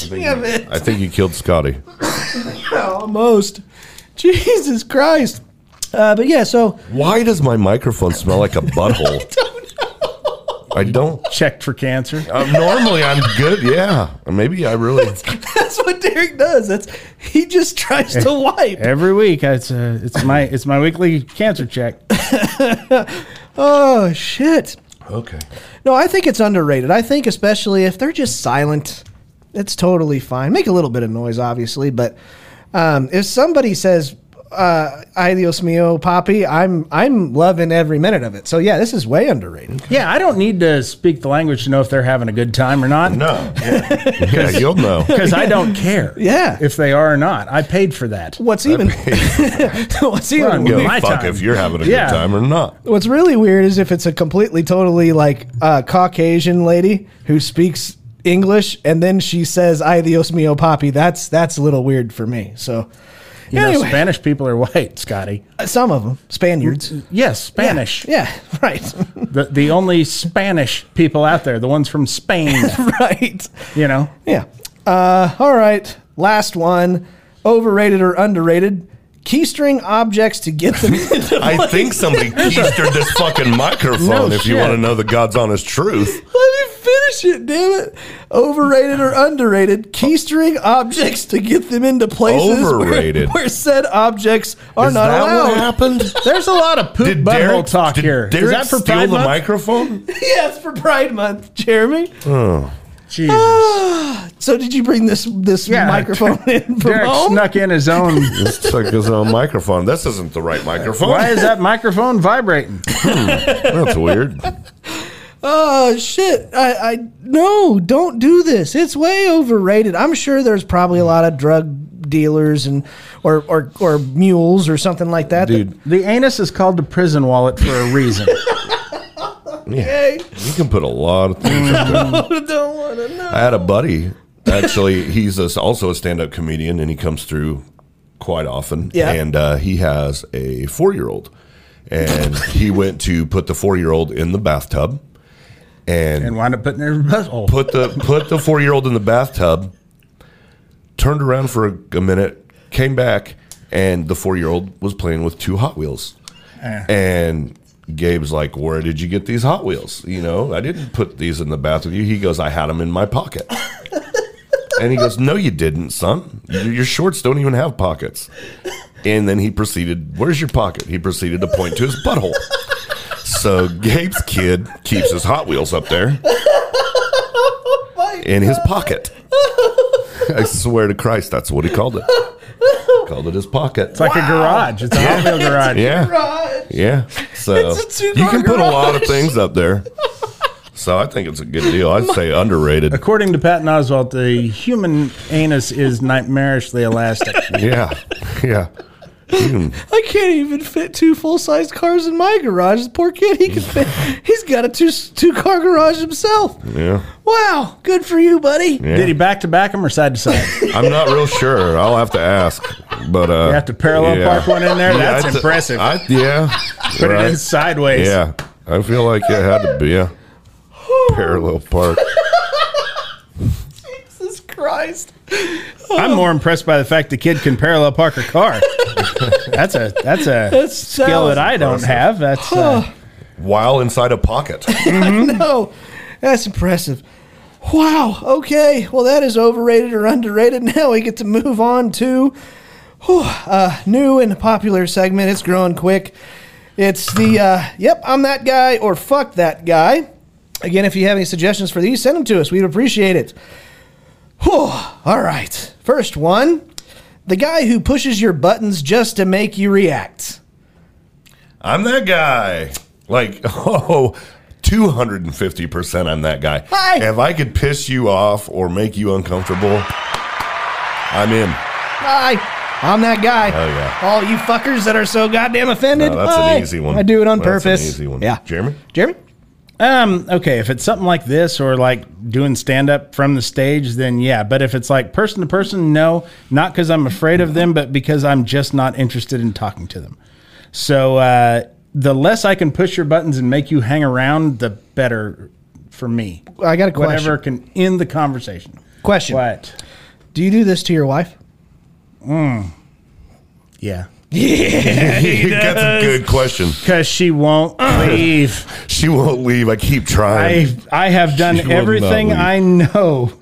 [SPEAKER 2] Damn it. I think you killed Scotty.
[SPEAKER 1] Almost. Jesus Christ. Uh, but yeah, so
[SPEAKER 2] Why does my microphone smell like a butthole? I don't.
[SPEAKER 3] Checked for cancer.
[SPEAKER 2] Uh, normally, I'm good. Yeah, maybe I really.
[SPEAKER 1] that's what Derek does. That's he just tries to wipe.
[SPEAKER 3] Every week, it's uh, it's my it's my weekly cancer check.
[SPEAKER 1] Oh shit.
[SPEAKER 2] Okay.
[SPEAKER 1] No, I think it's underrated. I think especially if they're just silent, it's totally fine. Make a little bit of noise, obviously, but um, if somebody says uh, "Ay Dios mío, papi," I'm I'm loving every minute of it. So yeah, this is way underrated.
[SPEAKER 3] Yeah, I don't need to speak the language to know if they're having a good time or not.
[SPEAKER 2] No. Yeah, yeah you'll know.
[SPEAKER 3] because I don't care.
[SPEAKER 1] Yeah.
[SPEAKER 3] if they are or not, I paid for that.
[SPEAKER 1] What's even what's even
[SPEAKER 3] Run,
[SPEAKER 2] Give
[SPEAKER 3] go.
[SPEAKER 1] weird,
[SPEAKER 2] a
[SPEAKER 3] My
[SPEAKER 2] fuck
[SPEAKER 3] time.
[SPEAKER 2] if you're having a
[SPEAKER 3] Yeah.
[SPEAKER 2] good time or not.
[SPEAKER 1] what's really weird is if it's a completely totally like uh, Caucasian lady who speaks English and then she says "Ay Dios mío, papi." That's that's a little weird for me. So
[SPEAKER 3] You know,
[SPEAKER 1] Anyway.
[SPEAKER 3] Spanish people are white, Scotty.
[SPEAKER 1] some of them Spaniards.
[SPEAKER 3] Yes, Spanish.
[SPEAKER 1] Yeah, right.
[SPEAKER 3] The, the only Spanish people out there, the ones from Spain,
[SPEAKER 1] right.
[SPEAKER 3] you know.
[SPEAKER 1] Yeah. Uh, all right. Last one. Overrated or underrated? Keystring objects to get them. into-
[SPEAKER 2] I think somebody keistered this fucking microphone. if you
[SPEAKER 3] shit.
[SPEAKER 2] want to know the God's honest truth,
[SPEAKER 1] Let me finish it, damn it. Overrated or underrated? Keystring objects to get them into places where-
[SPEAKER 2] Overrated.
[SPEAKER 1] Where, said objects are
[SPEAKER 2] is
[SPEAKER 1] not
[SPEAKER 2] that what
[SPEAKER 1] allowed.
[SPEAKER 2] happened?
[SPEAKER 3] There's a lot of poop
[SPEAKER 2] Did
[SPEAKER 3] butthole
[SPEAKER 2] Derek
[SPEAKER 3] talk
[SPEAKER 2] did
[SPEAKER 3] here. Is
[SPEAKER 2] Derek
[SPEAKER 3] that for
[SPEAKER 2] steal
[SPEAKER 3] Pride
[SPEAKER 2] the
[SPEAKER 3] Month?
[SPEAKER 2] microphone?
[SPEAKER 1] yes, for Pride Month, Jeremy. Oh,
[SPEAKER 3] Jesus.
[SPEAKER 1] So did you bring this this
[SPEAKER 3] Yeah,
[SPEAKER 1] microphone in from
[SPEAKER 3] Derek
[SPEAKER 1] home?
[SPEAKER 3] snuck in his own.
[SPEAKER 2] It's like his own microphone. This isn't the right microphone.
[SPEAKER 3] Why is that microphone vibrating?
[SPEAKER 2] That's weird.
[SPEAKER 1] Oh shit! I, I no, don't do this. It's way overrated. I'm sure there's probably a lot of drug dealers and or or, or mules or something like that.
[SPEAKER 2] Dude,
[SPEAKER 3] The anus is called the prison wallet for a reason.
[SPEAKER 2] you can put a lot of things up there.
[SPEAKER 1] I don't want to know.
[SPEAKER 2] I had a buddy. Actually, he's a, also a stand-up comedian, and he comes through quite often.
[SPEAKER 1] Yeah.
[SPEAKER 2] and uh, he has a four-year-old, and he went to put the four-year-old in the bathtub, and,
[SPEAKER 3] and wind up putting it in his butthole.
[SPEAKER 2] put the put the four-year-old in the bathtub. Turned around for a, a minute, came back, and the four-year-old was playing with two Hot Wheels, and. Gabe's like, where did you get these Hot Wheels? You know, I didn't put these in the bath with you. He goes, I had them in my pocket. And he goes, "No, you didn't, son. Your your shorts don't even have pockets." And then he proceeded, "Where's your pocket?" He proceeded to point to his butthole. So Gabe's kid keeps his Hot Wheels up there in his pocket. I swear to Christ, that's what he called it. Called it his pocket.
[SPEAKER 3] it's like a garage. It's a Hot Wheel garage.
[SPEAKER 2] yeah, yeah. So
[SPEAKER 1] It's a
[SPEAKER 2] you
[SPEAKER 1] two-car
[SPEAKER 2] can put a lot of
[SPEAKER 1] garage.
[SPEAKER 2] things up there. So I think it's a good deal. I'd say underrated.
[SPEAKER 3] According to Patton Oswalt, the human anus is nightmarishly elastic.
[SPEAKER 2] Yeah, yeah.
[SPEAKER 1] I can't even fit two full sized cars in my garage. The poor kid, he can fit. He's got a two two car garage himself.
[SPEAKER 2] Yeah.
[SPEAKER 1] Wow, good for you, buddy.
[SPEAKER 3] Did he back to back them or side to side?
[SPEAKER 2] I'm not real sure. I'll have to ask. But uh,
[SPEAKER 3] You have to parallel park one in there? That's
[SPEAKER 2] I th-
[SPEAKER 3] impressive.
[SPEAKER 2] I, yeah.
[SPEAKER 3] Put
[SPEAKER 2] right.
[SPEAKER 3] it in sideways.
[SPEAKER 2] Yeah. I feel like it had to be a parallel park.
[SPEAKER 1] Jesus Christ.
[SPEAKER 3] I'm more impressed by the fact the kid can parallel park a car. that's a that's a
[SPEAKER 1] That's
[SPEAKER 3] skill that I don't have. That's uh,
[SPEAKER 2] While inside a pocket.
[SPEAKER 1] No, that's impressive. Wow. Okay. Well, that is overrated or underrated. Now we get to move on to whew, uh, new and popular segment. It's growing quick. It's the uh, yep, I'm that guy or fuck that guy. Again, if you have any suggestions for these, send them to us. We'd appreciate it. Whew. All right. First one the guy who pushes your buttons just to make you react.
[SPEAKER 2] I'm that guy. Like, oh, 250% I'm that guy.
[SPEAKER 1] Hi.
[SPEAKER 2] If I could piss you off or make you uncomfortable, I'm in.
[SPEAKER 1] Hi. I'm that guy.
[SPEAKER 2] Oh, yeah.
[SPEAKER 1] All you fuckers that are so goddamn offended.
[SPEAKER 2] No, that's
[SPEAKER 1] Hi.
[SPEAKER 2] an easy one.
[SPEAKER 1] I do it on
[SPEAKER 2] That's an
[SPEAKER 1] purpose.
[SPEAKER 2] easy one.
[SPEAKER 1] Yeah.
[SPEAKER 2] Jeremy?
[SPEAKER 1] Jeremy?
[SPEAKER 3] um okay. If it's something like this or like doing stand up from the stage, then yeah. But if it's like person to person, no, not because I'm afraid of them, but because I'm just not interested in talking to them. So uh, the less I can push your buttons and make you hang around, the better for me.
[SPEAKER 1] I got a question.
[SPEAKER 3] Whatever can end the conversation.
[SPEAKER 1] Question.
[SPEAKER 3] What?
[SPEAKER 1] Do you do this to your wife?
[SPEAKER 3] Hmm. Yeah.
[SPEAKER 2] That's a good question.
[SPEAKER 3] Because she won't leave.
[SPEAKER 2] She won't leave. I keep trying.
[SPEAKER 3] I I have done
[SPEAKER 2] She will not
[SPEAKER 3] everything
[SPEAKER 2] leave.
[SPEAKER 3] I know,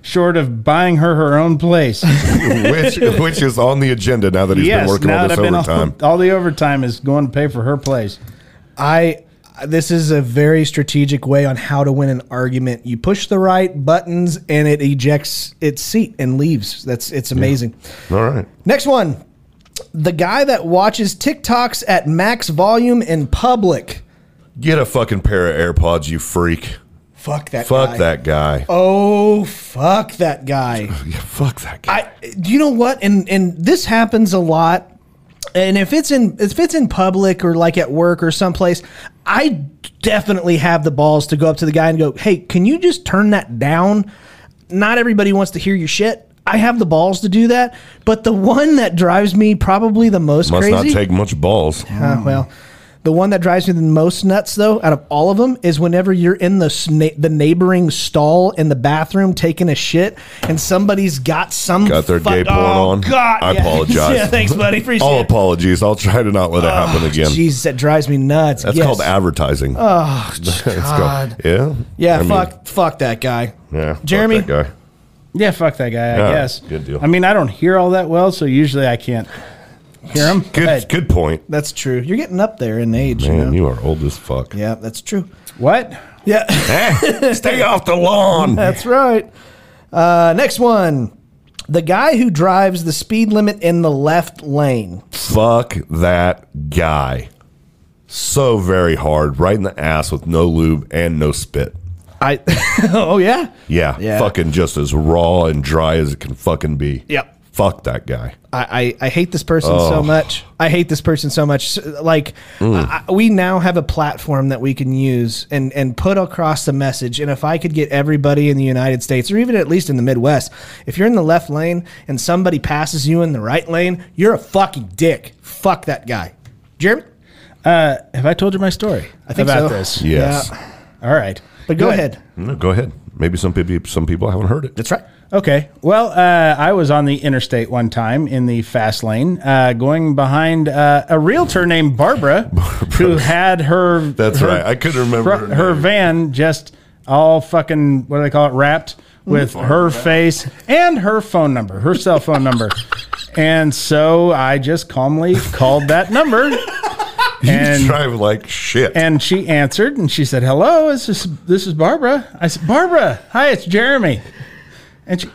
[SPEAKER 3] short of buying her her own place.
[SPEAKER 2] which which is on the agenda now that he's
[SPEAKER 3] yes,
[SPEAKER 2] been working
[SPEAKER 3] now
[SPEAKER 2] on
[SPEAKER 3] that
[SPEAKER 2] this
[SPEAKER 3] I've been
[SPEAKER 2] overtime.
[SPEAKER 3] all, all the overtime is going to pay for her place.
[SPEAKER 1] I this is a very strategic way on how to win an argument. You push the right buttons and it ejects its seat and leaves. That's it's amazing.
[SPEAKER 2] all right.
[SPEAKER 1] Next one. The guy that watches TikToks at max volume in public.
[SPEAKER 2] Get a fucking pair of AirPods, you freak.
[SPEAKER 1] Fuck that
[SPEAKER 2] Fuck
[SPEAKER 1] guy.
[SPEAKER 2] that guy.
[SPEAKER 1] Oh, fuck that guy.
[SPEAKER 2] Yeah, fuck that guy.
[SPEAKER 1] I do you know what? And and this happens a lot. And if it's in if it's in public or like at work or someplace, I definitely have the balls to go up to the guy and go, "Hey, can you just turn that down? Not everybody wants to hear your shit." I have the balls to do that, but the one that drives me probably the most
[SPEAKER 2] Must
[SPEAKER 1] crazy.
[SPEAKER 2] not take much balls.
[SPEAKER 1] Uh, well, the one that drives me the most nuts, though, out of all of them, is whenever you're in the sna- the neighboring stall in the bathroom taking a shit, and somebody's got some
[SPEAKER 2] Got their gay porn
[SPEAKER 1] oh,
[SPEAKER 2] on.
[SPEAKER 1] God,
[SPEAKER 2] I
[SPEAKER 1] yeah.
[SPEAKER 2] apologize.
[SPEAKER 1] yeah, thanks, buddy. Appreciate
[SPEAKER 2] All
[SPEAKER 1] it.
[SPEAKER 2] apologies. I'll try to not let it happen again.
[SPEAKER 1] Jesus, that drives me nuts.
[SPEAKER 2] That's
[SPEAKER 1] Yes. Ah,
[SPEAKER 2] called advertising. Oh, God. yeah.
[SPEAKER 1] Yeah,
[SPEAKER 2] I mean,
[SPEAKER 1] fuck, fuck that guy.
[SPEAKER 2] yeah. fuck
[SPEAKER 1] Jeremy?
[SPEAKER 2] that guy.
[SPEAKER 3] Yeah, fuck that guy. I
[SPEAKER 2] Yeah,
[SPEAKER 3] guess.
[SPEAKER 2] good deal.
[SPEAKER 3] I mean, I don't hear all that well, so usually I can't hear him.
[SPEAKER 2] Good,
[SPEAKER 3] But
[SPEAKER 2] good point.
[SPEAKER 1] That's true. You're getting up there in age. you know?
[SPEAKER 2] Man, you are old as fuck.
[SPEAKER 1] yeah, that's true.
[SPEAKER 3] What?
[SPEAKER 1] Yeah.
[SPEAKER 2] Eh, stay off the lawn.
[SPEAKER 1] That's right. Uh, next one. The guy who drives the speed limit in the left lane.
[SPEAKER 2] Fuck that guy. So very hard, right in the ass with no lube and no spit.
[SPEAKER 1] I. oh yeah.
[SPEAKER 2] Yeah,
[SPEAKER 1] Yeah.
[SPEAKER 2] fucking just as raw and dry as it can fucking be.
[SPEAKER 1] Yep.
[SPEAKER 2] Fuck that guy.
[SPEAKER 1] I, I, I hate this person so much. I hate this person so much. S- Like, I, I- we now have a platform that we can use and, and put across the message. And if I could get everybody in the United States, or even at least in the Midwest, if you're in the left lane and somebody passes you in the right lane, you're a fucking dick. Fuck that guy. Jeremy?
[SPEAKER 3] Uh, have I told you my story I
[SPEAKER 1] think
[SPEAKER 3] about
[SPEAKER 1] so.
[SPEAKER 3] this?
[SPEAKER 2] Yes.
[SPEAKER 3] All right.
[SPEAKER 1] But go
[SPEAKER 3] Good.
[SPEAKER 1] ahead.
[SPEAKER 2] No, go ahead. Maybe some people some people haven't heard it.
[SPEAKER 1] That's right.
[SPEAKER 3] Okay. Well, uh, I was on the interstate one time in the fast lane, uh, going behind uh, a realtor named Barbara, who had her.
[SPEAKER 2] That's
[SPEAKER 3] her-
[SPEAKER 2] right. I couldn't remember
[SPEAKER 3] fr-
[SPEAKER 2] her
[SPEAKER 3] her,
[SPEAKER 2] name.
[SPEAKER 3] van just all fucking what do they call it wrapped with her face and her phone number, her cell phone number, and so I just calmly called that number.
[SPEAKER 2] you
[SPEAKER 3] And
[SPEAKER 2] drive like shit.
[SPEAKER 3] and she answered and she said, "Hello, this is this is Barbara." I said, "Barbara, hi, it's Jeremy." And she,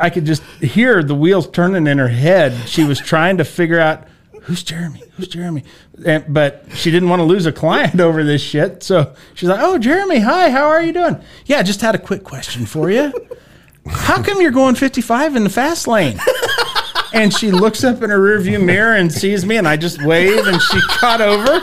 [SPEAKER 3] I could just hear the wheels turning in her head. She was trying to figure out who's Jeremy, who's Jeremy, and, but she didn't want to lose a client over this shit. So she's like, "Oh, Jeremy, hi, how are you doing?" Yeah, I just had a quick question for you. How come you're going 55 in the fast lane? and she looks up in her rearview mirror and sees me, and I just wave, and she caught over.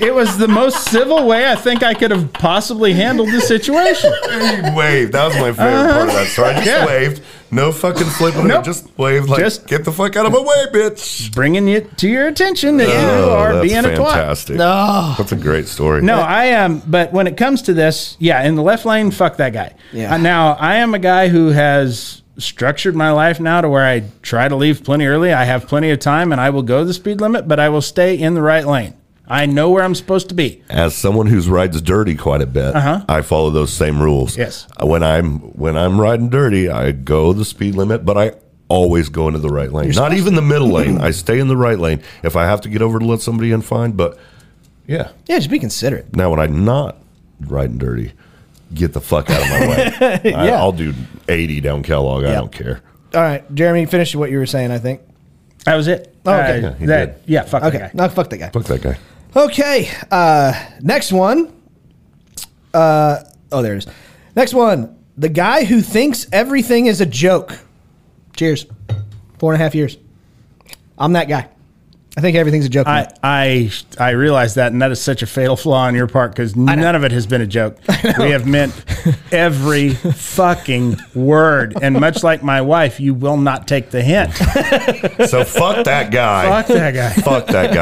[SPEAKER 3] It was the most civil way I think I could have possibly handled the situation.
[SPEAKER 2] You waved. That was my favorite part of that story. I just
[SPEAKER 3] Yeah.
[SPEAKER 2] waved. No fucking flipping.
[SPEAKER 3] Nope.
[SPEAKER 2] I just waved like,
[SPEAKER 3] Just-
[SPEAKER 2] get the fuck out of my way, bitch.
[SPEAKER 3] Bringing it to your attention that you are being a twat.
[SPEAKER 2] Oh, fantastic. That's a great story.
[SPEAKER 3] No, I am. But when it comes to this, yeah, in the left lane, fuck that guy.
[SPEAKER 6] Yeah.
[SPEAKER 3] Uh, now I am a guy who has structured my life now to where I try to leave plenty early. I have plenty of time, and I will go the speed limit, but I will stay in the right lane. I know where I'm supposed to be.
[SPEAKER 2] as someone who's rides dirty quite a bit, I follow those same rules. Uh,
[SPEAKER 3] Uh-huh. Yes.
[SPEAKER 2] When I'm when I'm riding dirty, I go the speed limit, but I always go into the right lane. Not even the middle lane. I stay in the right lane. If I have to get over to let somebody in, fine. But yeah.
[SPEAKER 1] Yeah, just be considerate.
[SPEAKER 2] Now when I'm not riding dirty, get the fuck out of my way. I,
[SPEAKER 1] Yeah.
[SPEAKER 2] I'll do 80 down Kellogg. I
[SPEAKER 1] Yeah.
[SPEAKER 2] don't care.
[SPEAKER 1] All right, Jeremy, finish what you were saying. I think.
[SPEAKER 3] That was it.
[SPEAKER 1] Oh, okay.
[SPEAKER 3] Uh,
[SPEAKER 2] Yeah, he
[SPEAKER 3] that,
[SPEAKER 2] did.
[SPEAKER 3] yeah, fuck
[SPEAKER 1] Okay,
[SPEAKER 3] that guy.
[SPEAKER 1] no, fuck that guy.
[SPEAKER 2] Fuck that guy.
[SPEAKER 1] Okay, uh, next one. Uh, oh, there it is. Next one. The guy who thinks everything is a joke. Cheers. Four and a half years. I'm that guy. I think everything's a joke.
[SPEAKER 3] I, I I realize that, and that is such a fatal flaw on your part because none of it has been a joke. We have meant every fucking word, and much like my wife, you will not take the hint.
[SPEAKER 2] So fuck that guy.
[SPEAKER 3] Fuck that guy.
[SPEAKER 2] Fuck that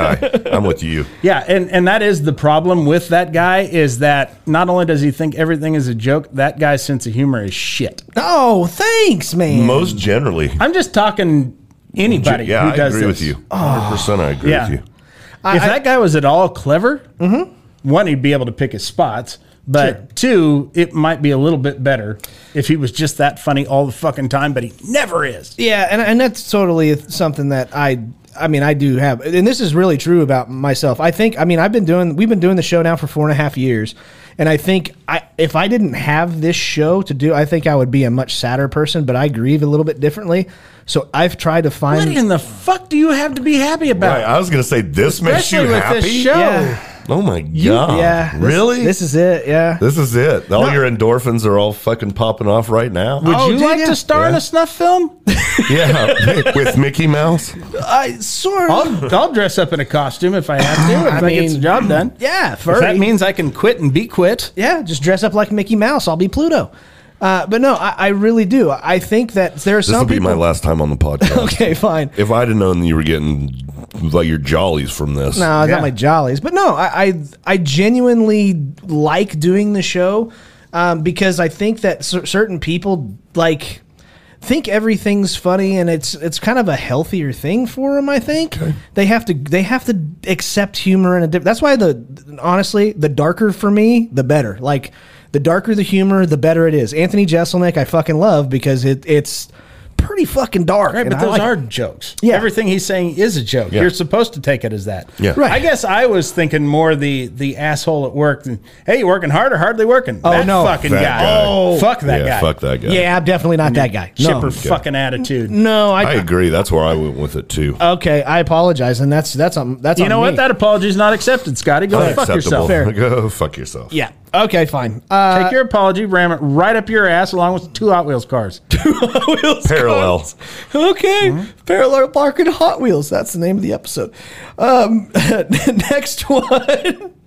[SPEAKER 2] guy. I'm with you.
[SPEAKER 3] Yeah, and, and that is the problem with that guy is that not only does he think everything is a joke, that guy's sense of humor is shit.
[SPEAKER 1] oh, thanks, man.
[SPEAKER 2] Most generally.
[SPEAKER 3] I'm just talking anybody
[SPEAKER 2] yeah,
[SPEAKER 3] who
[SPEAKER 2] I
[SPEAKER 3] does
[SPEAKER 2] agree
[SPEAKER 3] this. Oh,
[SPEAKER 2] with you. 100% I agree
[SPEAKER 3] Yeah.
[SPEAKER 2] with you.
[SPEAKER 3] if that guy was at all clever,
[SPEAKER 2] Mm-hmm.
[SPEAKER 3] one, he'd be able to pick his spots. But two, it might be a little bit better if he was just that funny all the fucking time, but he never is.
[SPEAKER 1] Yeah, and and that's totally something that I I mean I do have, and this is really true about myself. I think I mean I've been doing we've been doing the show now for four and a half years, and I think I if I didn't have this show to do, I think I would be a much sadder person. But I grieve a little bit differently, so I've tried to
[SPEAKER 3] What
[SPEAKER 1] find.
[SPEAKER 3] in the fuck do you have to be happy about?
[SPEAKER 2] Right, I was gonna say this makes you
[SPEAKER 3] Especially with
[SPEAKER 2] happy.
[SPEAKER 3] this show.
[SPEAKER 1] Yeah,
[SPEAKER 2] Oh my god!
[SPEAKER 1] yeah. this-
[SPEAKER 2] really?
[SPEAKER 1] This, is it. Yeah.
[SPEAKER 2] This is it. All your endorphins are all fucking popping off right now.
[SPEAKER 3] Would
[SPEAKER 1] Oh,
[SPEAKER 3] you
[SPEAKER 1] dude,
[SPEAKER 3] like
[SPEAKER 1] yeah.
[SPEAKER 3] to star in
[SPEAKER 2] Yeah.
[SPEAKER 3] a snuff film?
[SPEAKER 2] yeah, with Mickey Mouse.
[SPEAKER 1] I sort of.
[SPEAKER 3] I'll, I'll dress up in a costume if I have to. If I, get the
[SPEAKER 1] mean,
[SPEAKER 3] job done.
[SPEAKER 1] yeah,
[SPEAKER 3] If
[SPEAKER 1] furry.
[SPEAKER 3] that means I can quit and be quit.
[SPEAKER 1] Yeah, just dress up like Mickey Mouse. I'll be Pluto. Uh, but no, I, I really do. I think that there are
[SPEAKER 2] This will
[SPEAKER 1] some
[SPEAKER 2] be
[SPEAKER 1] people.
[SPEAKER 2] my last time on the podcast.
[SPEAKER 1] okay, fine.
[SPEAKER 2] If I'd have known you were getting like your jollies from this,
[SPEAKER 1] No, it's
[SPEAKER 3] Yeah.
[SPEAKER 1] not my jollies, but no, I, I I genuinely like doing the show um, because I think that cer- certain people like think everything's funny, and it's it's kind of a healthier thing for them. I think they have to they have to accept humor in a different. That's why the honestly the darker for me the better. Like the darker the humor, the better it is. Anthony Jeselnik, I fucking love because it it's pretty fucking dark.
[SPEAKER 3] Right,
[SPEAKER 1] and I
[SPEAKER 3] but those
[SPEAKER 1] like it.
[SPEAKER 3] are jokes.
[SPEAKER 1] Yeah.
[SPEAKER 3] Everything he's saying is a joke. You're supposed to take it as that.
[SPEAKER 2] Yeah.
[SPEAKER 1] Right.
[SPEAKER 3] I guess I was thinking more the the asshole at work. Than, hey, you working hard or hardly working?
[SPEAKER 1] Oh,
[SPEAKER 3] that
[SPEAKER 1] no.
[SPEAKER 3] fucking
[SPEAKER 2] That
[SPEAKER 3] guy.
[SPEAKER 2] guy.
[SPEAKER 3] Oh, fuck that
[SPEAKER 2] yeah,
[SPEAKER 3] guy.
[SPEAKER 2] fuck that guy.
[SPEAKER 1] yeah, I'm definitely not that guy. No.
[SPEAKER 3] Chipper fucking attitude.
[SPEAKER 1] No,
[SPEAKER 2] I agree. That's where I went with it too.
[SPEAKER 1] Okay, I apologize, and that's that's on that's
[SPEAKER 3] You
[SPEAKER 1] on
[SPEAKER 3] know what?
[SPEAKER 1] me.
[SPEAKER 3] That apology's not accepted, Scotty. Go fuck yourself.
[SPEAKER 1] Oh, Fair.
[SPEAKER 2] Go fuck yourself.
[SPEAKER 1] yeah. Okay, fine. Uh,
[SPEAKER 3] Take your apology, ram it right up your ass along with two Hot Wheels cars.
[SPEAKER 2] Parallel.
[SPEAKER 1] okay, Hmm? parallel parking Hot Wheels. That's the name of the episode. Um, next one.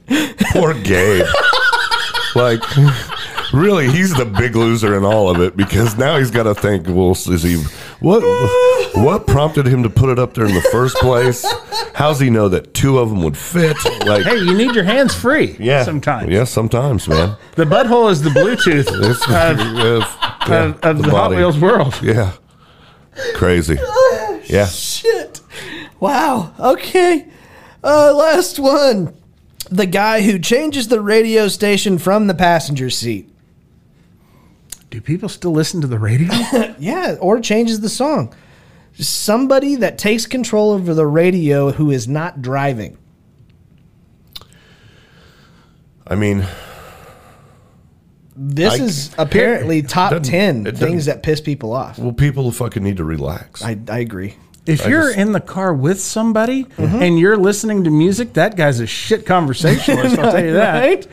[SPEAKER 2] Poor Gabe. like, really, he's the big loser in all of it because now he's got to think. Well, is he what? What prompted him to put it up there in the first place? How's he know that two of them would fit? Like,
[SPEAKER 3] Hey, you need your hands free
[SPEAKER 2] yeah,
[SPEAKER 3] sometimes.
[SPEAKER 2] yeah, sometimes, man.
[SPEAKER 3] The butthole is the Bluetooth
[SPEAKER 2] It's of,
[SPEAKER 3] of,
[SPEAKER 2] yeah,
[SPEAKER 3] of, of uh, the, Hot
[SPEAKER 2] body.
[SPEAKER 3] Wheels world.
[SPEAKER 2] Yeah, crazy. Yeah,
[SPEAKER 1] Shit. Wow. Okay. Uh, last one. The guy who changes the radio station from the passenger seat.
[SPEAKER 3] Do people still listen to the radio?
[SPEAKER 1] Yeah, or changes the song. Somebody that takes control over the radio who is not driving.
[SPEAKER 2] I mean,
[SPEAKER 1] This
[SPEAKER 2] I-
[SPEAKER 1] is apparently top
[SPEAKER 2] doesn't-
[SPEAKER 1] ten
[SPEAKER 2] it
[SPEAKER 1] things
[SPEAKER 2] doesn't-
[SPEAKER 1] that piss people off.
[SPEAKER 2] well, people fucking need to relax.
[SPEAKER 1] I, I agree.
[SPEAKER 3] If you're in the car with somebody and you're listening to music, that guy's a shit conversationalist. I'll tell you that.
[SPEAKER 1] Right?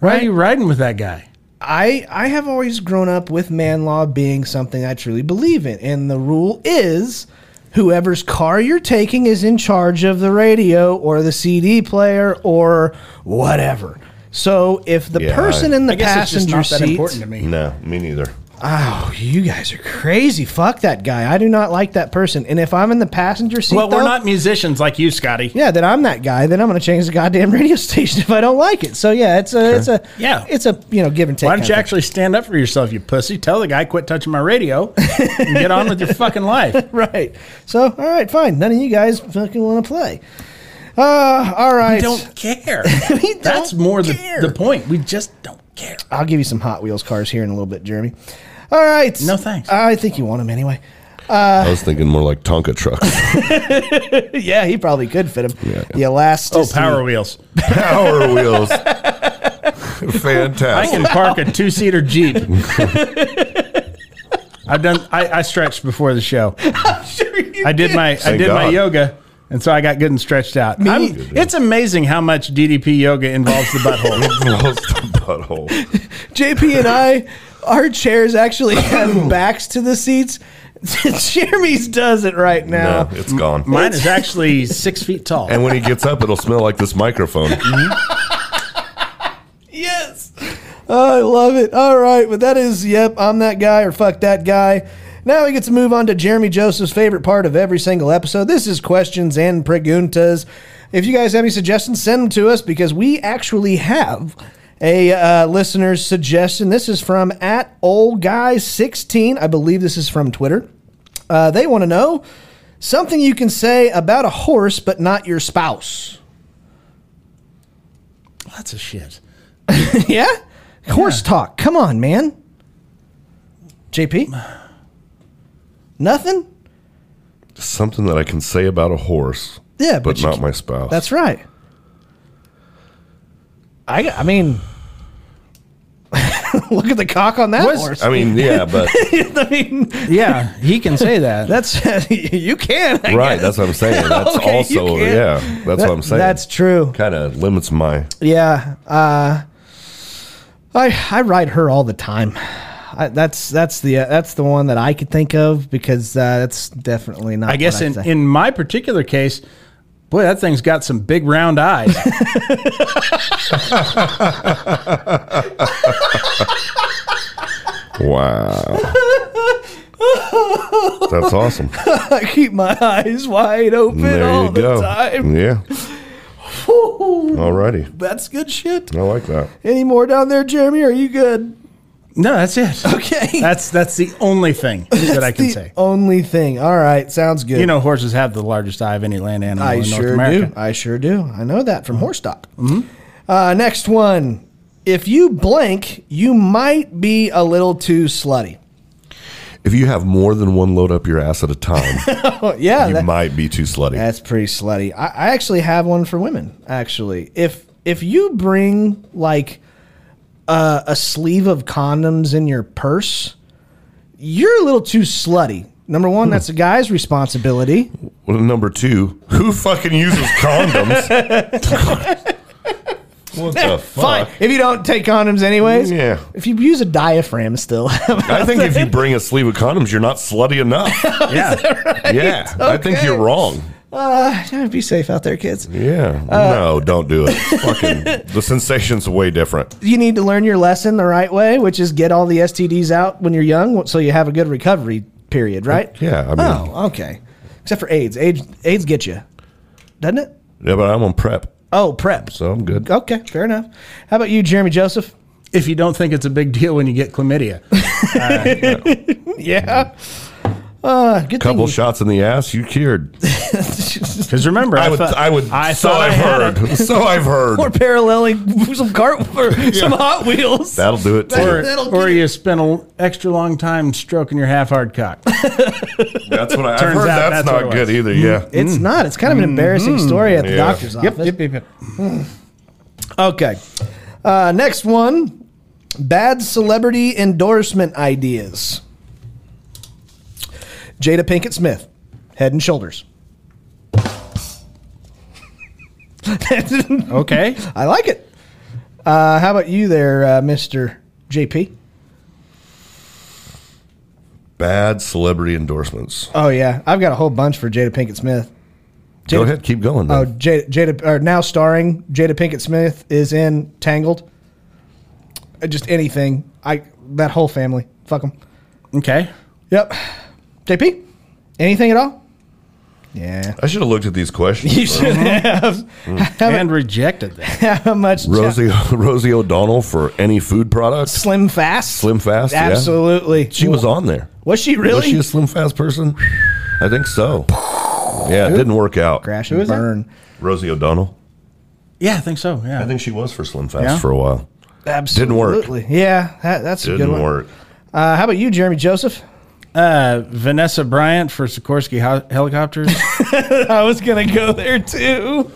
[SPEAKER 3] Why are you riding with that guy?
[SPEAKER 1] I I have always grown up with man law being something I truly believe in, and the rule is whoever's car you're taking is in charge of the radio or the CD player or whatever. So if the
[SPEAKER 2] Yeah,
[SPEAKER 1] person
[SPEAKER 2] I-
[SPEAKER 1] in the
[SPEAKER 2] I
[SPEAKER 3] guess it's just
[SPEAKER 1] passenger
[SPEAKER 3] not that
[SPEAKER 1] seat,
[SPEAKER 3] important to me.
[SPEAKER 2] No, me neither.
[SPEAKER 1] oh, you guys are crazy. Fuck that guy. I do not like that person. And if I'm in the passenger seat,
[SPEAKER 3] Well, we're
[SPEAKER 1] though,
[SPEAKER 3] not musicians like you, Scotty.
[SPEAKER 1] Yeah, then I'm that guy. Then I'm going to change the goddamn radio station if I don't like it. So yeah, it's a, it's a,
[SPEAKER 3] Yeah.
[SPEAKER 1] it's a, you know, give and take.
[SPEAKER 3] Why don't
[SPEAKER 1] kind
[SPEAKER 3] you
[SPEAKER 1] of thing.
[SPEAKER 3] actually stand up for yourself, you pussy? Tell the guy quit touching my radio and get on with your fucking life.
[SPEAKER 1] right. So, all right, fine. None of you guys fucking want to play. Uh, all right.
[SPEAKER 3] Don't care.
[SPEAKER 1] We don't
[SPEAKER 3] That's more the,
[SPEAKER 1] care.
[SPEAKER 3] the point. We just don't care.
[SPEAKER 1] I'll give you some Hot Wheels cars here in a little bit, Jeremy. All right.
[SPEAKER 3] No, thanks.
[SPEAKER 1] I think you want them anyway.
[SPEAKER 3] Uh,
[SPEAKER 2] I was thinking more like Tonka trucks.
[SPEAKER 1] yeah, he probably could fit them.
[SPEAKER 2] Yeah, yeah.
[SPEAKER 1] The elastic.
[SPEAKER 3] Oh, Power Wheels.
[SPEAKER 2] Power wheels.
[SPEAKER 3] I can
[SPEAKER 2] Fantastic.
[SPEAKER 3] park a two seater Jeep. I've done, I, I stretched before the show. I did my, I
[SPEAKER 2] Thank
[SPEAKER 3] did my
[SPEAKER 2] God.
[SPEAKER 3] yoga. And so I got good and stretched out. I'm- it's amazing how much DDP yoga involves the butthole.
[SPEAKER 2] Rolls the butthole.
[SPEAKER 1] JP and I, our chairs actually have backs to the seats. Jeremy's does it right now.
[SPEAKER 2] No, it's gone.
[SPEAKER 3] Mine is actually six feet tall.
[SPEAKER 2] and when he gets up, it'll smell like this microphone.
[SPEAKER 1] Yes. Oh, I love it. All right. But that is, yep, I'm that guy or fuck that guy. Now we get to move on to Jeremy Joseph's favorite part of every single episode. This is questions and preguntas. If you guys have any suggestions, send them to us because we actually have a uh, listener's suggestion. This is from at old guy 16. I believe this is from Twitter. Uh, they want to know something you can say about a horse, but not your spouse.
[SPEAKER 3] Lots of shit.
[SPEAKER 1] Yeah? Horse talk. Come on, man. JP? Nothing?
[SPEAKER 2] Something that I can say about a horse,
[SPEAKER 1] Yeah, but,
[SPEAKER 2] but,
[SPEAKER 1] you
[SPEAKER 2] not
[SPEAKER 1] c-
[SPEAKER 2] my spouse.
[SPEAKER 1] That's right. I, I mean, look at the cock on that
[SPEAKER 3] Was-
[SPEAKER 1] horse.
[SPEAKER 2] I mean, yeah, but
[SPEAKER 1] I mean,
[SPEAKER 3] Yeah, he can say that.
[SPEAKER 1] that's you can. I
[SPEAKER 2] right.
[SPEAKER 1] guess.
[SPEAKER 2] That's what I'm saying. That's
[SPEAKER 1] Okay, you
[SPEAKER 2] also
[SPEAKER 1] can't.
[SPEAKER 2] yeah. That's
[SPEAKER 1] That-
[SPEAKER 2] what I'm saying.
[SPEAKER 1] That's true.
[SPEAKER 2] Kind of limits my.
[SPEAKER 1] Yeah. Uh, I I ride her all the time. I, that's that's the uh, that's the one that I could think of because uh, that's definitely not.
[SPEAKER 3] I guess
[SPEAKER 1] what
[SPEAKER 3] in,
[SPEAKER 1] think.
[SPEAKER 3] in my particular case, boy, that thing's got some big round eyes.
[SPEAKER 2] Wow. that's awesome.
[SPEAKER 1] I keep my eyes wide open
[SPEAKER 2] There
[SPEAKER 1] all
[SPEAKER 2] you
[SPEAKER 1] the
[SPEAKER 2] go.
[SPEAKER 1] time.
[SPEAKER 2] Yeah.
[SPEAKER 1] Whew,
[SPEAKER 2] Alrighty.
[SPEAKER 1] that's good shit.
[SPEAKER 2] I like that.
[SPEAKER 1] Any more down there, Jeremy? Are you good?
[SPEAKER 3] no, that's it.
[SPEAKER 1] Okay.
[SPEAKER 3] That's that's the only thing that I
[SPEAKER 1] That's
[SPEAKER 3] can
[SPEAKER 1] the
[SPEAKER 3] say.
[SPEAKER 1] Only thing. All right, sounds good.
[SPEAKER 3] You know, horses have the largest eye of any land animal
[SPEAKER 1] I
[SPEAKER 3] in North
[SPEAKER 1] sure do.
[SPEAKER 3] America. Mm-hmm.
[SPEAKER 1] I sure do. I know that from horse stock. Uh, next one. If you blank, you might be a little too slutty.
[SPEAKER 2] If you have more than one load up your ass at a time,
[SPEAKER 1] Oh, yeah,
[SPEAKER 2] you
[SPEAKER 1] that-
[SPEAKER 2] might be too slutty.
[SPEAKER 1] that's pretty slutty. I, I actually have one for women. Actually, if if you bring like uh, a sleeve of condoms in your purse, you're a little too slutty. Number
[SPEAKER 2] Hmm.
[SPEAKER 1] one, that's a guy's responsibility.
[SPEAKER 2] Well, number two, who fucking uses condoms? what the
[SPEAKER 1] Fine,
[SPEAKER 2] fuck?
[SPEAKER 1] if you don't take condoms anyways.
[SPEAKER 2] Yeah.
[SPEAKER 1] If you use a diaphragm still.
[SPEAKER 2] I think if you bring a sleeve of condoms, you're not slutty enough.
[SPEAKER 3] Yeah.
[SPEAKER 2] Yeah, I think you're wrong.
[SPEAKER 1] Uh, be safe out there, kids.
[SPEAKER 2] Yeah,
[SPEAKER 3] Uh,
[SPEAKER 2] no, don't do it. fucking, the sensation's way different.
[SPEAKER 1] You need to learn your lesson the right way, which is get all the STDs out when you're young, so you have a good recovery period, right?
[SPEAKER 2] Yeah, I mean,
[SPEAKER 1] Oh, okay. Except for AIDS. AIDS, AIDS get you, doesn't it?
[SPEAKER 2] yeah, but I'm on prep,
[SPEAKER 1] Oh, prep.
[SPEAKER 2] so I'm good.
[SPEAKER 1] Okay, fair enough. How about you, Jeremy Joseph?
[SPEAKER 3] if you don't think it's a big deal when you get chlamydia,
[SPEAKER 1] Yeah. Uh, good
[SPEAKER 2] Couple
[SPEAKER 1] thing.
[SPEAKER 2] shots in the ass, you cured.
[SPEAKER 3] because remember, I,
[SPEAKER 2] I would,
[SPEAKER 3] thought,
[SPEAKER 2] I would.
[SPEAKER 3] I
[SPEAKER 2] so
[SPEAKER 3] thought I
[SPEAKER 2] I've
[SPEAKER 3] had it.
[SPEAKER 2] heard. So I've heard.
[SPEAKER 1] We're paralleling some cart or some Hot Wheels.
[SPEAKER 2] That'll do it too.
[SPEAKER 3] Or,
[SPEAKER 1] That'll
[SPEAKER 3] or
[SPEAKER 1] get
[SPEAKER 3] you spend an extra long time stroking your half hard cock.
[SPEAKER 2] that's what I I've
[SPEAKER 3] Turns
[SPEAKER 2] heard. That's,
[SPEAKER 3] out that's what
[SPEAKER 2] not
[SPEAKER 3] it was. Mm.
[SPEAKER 2] good either. Yeah.
[SPEAKER 1] it's not. It's kind of an embarrassing story at the
[SPEAKER 2] Mm. Mm-hmm. Yeah.
[SPEAKER 1] doctor's office.
[SPEAKER 3] yep, yep.
[SPEAKER 1] Okay. Uh, next one bad celebrity endorsement ideas. Jada Pinkett Smith, head and shoulders.
[SPEAKER 3] Okay.
[SPEAKER 1] I like it. Uh, how about you there, uh, Mr. JP?
[SPEAKER 2] Bad celebrity endorsements.
[SPEAKER 1] Oh yeah, I've got a whole bunch for Jada Pinkett Smith.
[SPEAKER 2] Go ahead, keep going.
[SPEAKER 1] Oh,
[SPEAKER 2] man.
[SPEAKER 1] Jada, Jada or now starring Jada Pinkett Smith is in Tangled. Uh, Just anything. I that whole family. Fuck them.
[SPEAKER 3] Okay.
[SPEAKER 1] Yep. JP, anything at all? Yeah.
[SPEAKER 2] I should have looked at these questions.
[SPEAKER 1] You should
[SPEAKER 2] Uh-huh.
[SPEAKER 1] have.
[SPEAKER 3] And rejected that.
[SPEAKER 1] How much? cha-
[SPEAKER 2] Rosie Rosie O'Donnell for any food product.
[SPEAKER 1] Slim Fast.
[SPEAKER 2] Slim Fast, yeah.
[SPEAKER 1] Absolutely.
[SPEAKER 2] She was on there.
[SPEAKER 1] Was she really?
[SPEAKER 2] Was she a slim fast person? I think so. Yeah, it didn't work out.
[SPEAKER 1] Crash and
[SPEAKER 3] that?
[SPEAKER 1] burn.
[SPEAKER 2] Rosie O'Donnell.
[SPEAKER 3] Yeah, I think so. Yeah.
[SPEAKER 2] I think she was for slim fast
[SPEAKER 3] Yeah?
[SPEAKER 2] for a while.
[SPEAKER 1] Absolutely.
[SPEAKER 2] work.
[SPEAKER 1] Yeah, that, that's a good
[SPEAKER 2] Didn't
[SPEAKER 1] one.
[SPEAKER 2] work.
[SPEAKER 1] Uh, how about you, Jeremy Joseph?
[SPEAKER 3] Uh, Vanessa Bryant for Sikorsky hel- helicopters.
[SPEAKER 1] I was gonna go there too.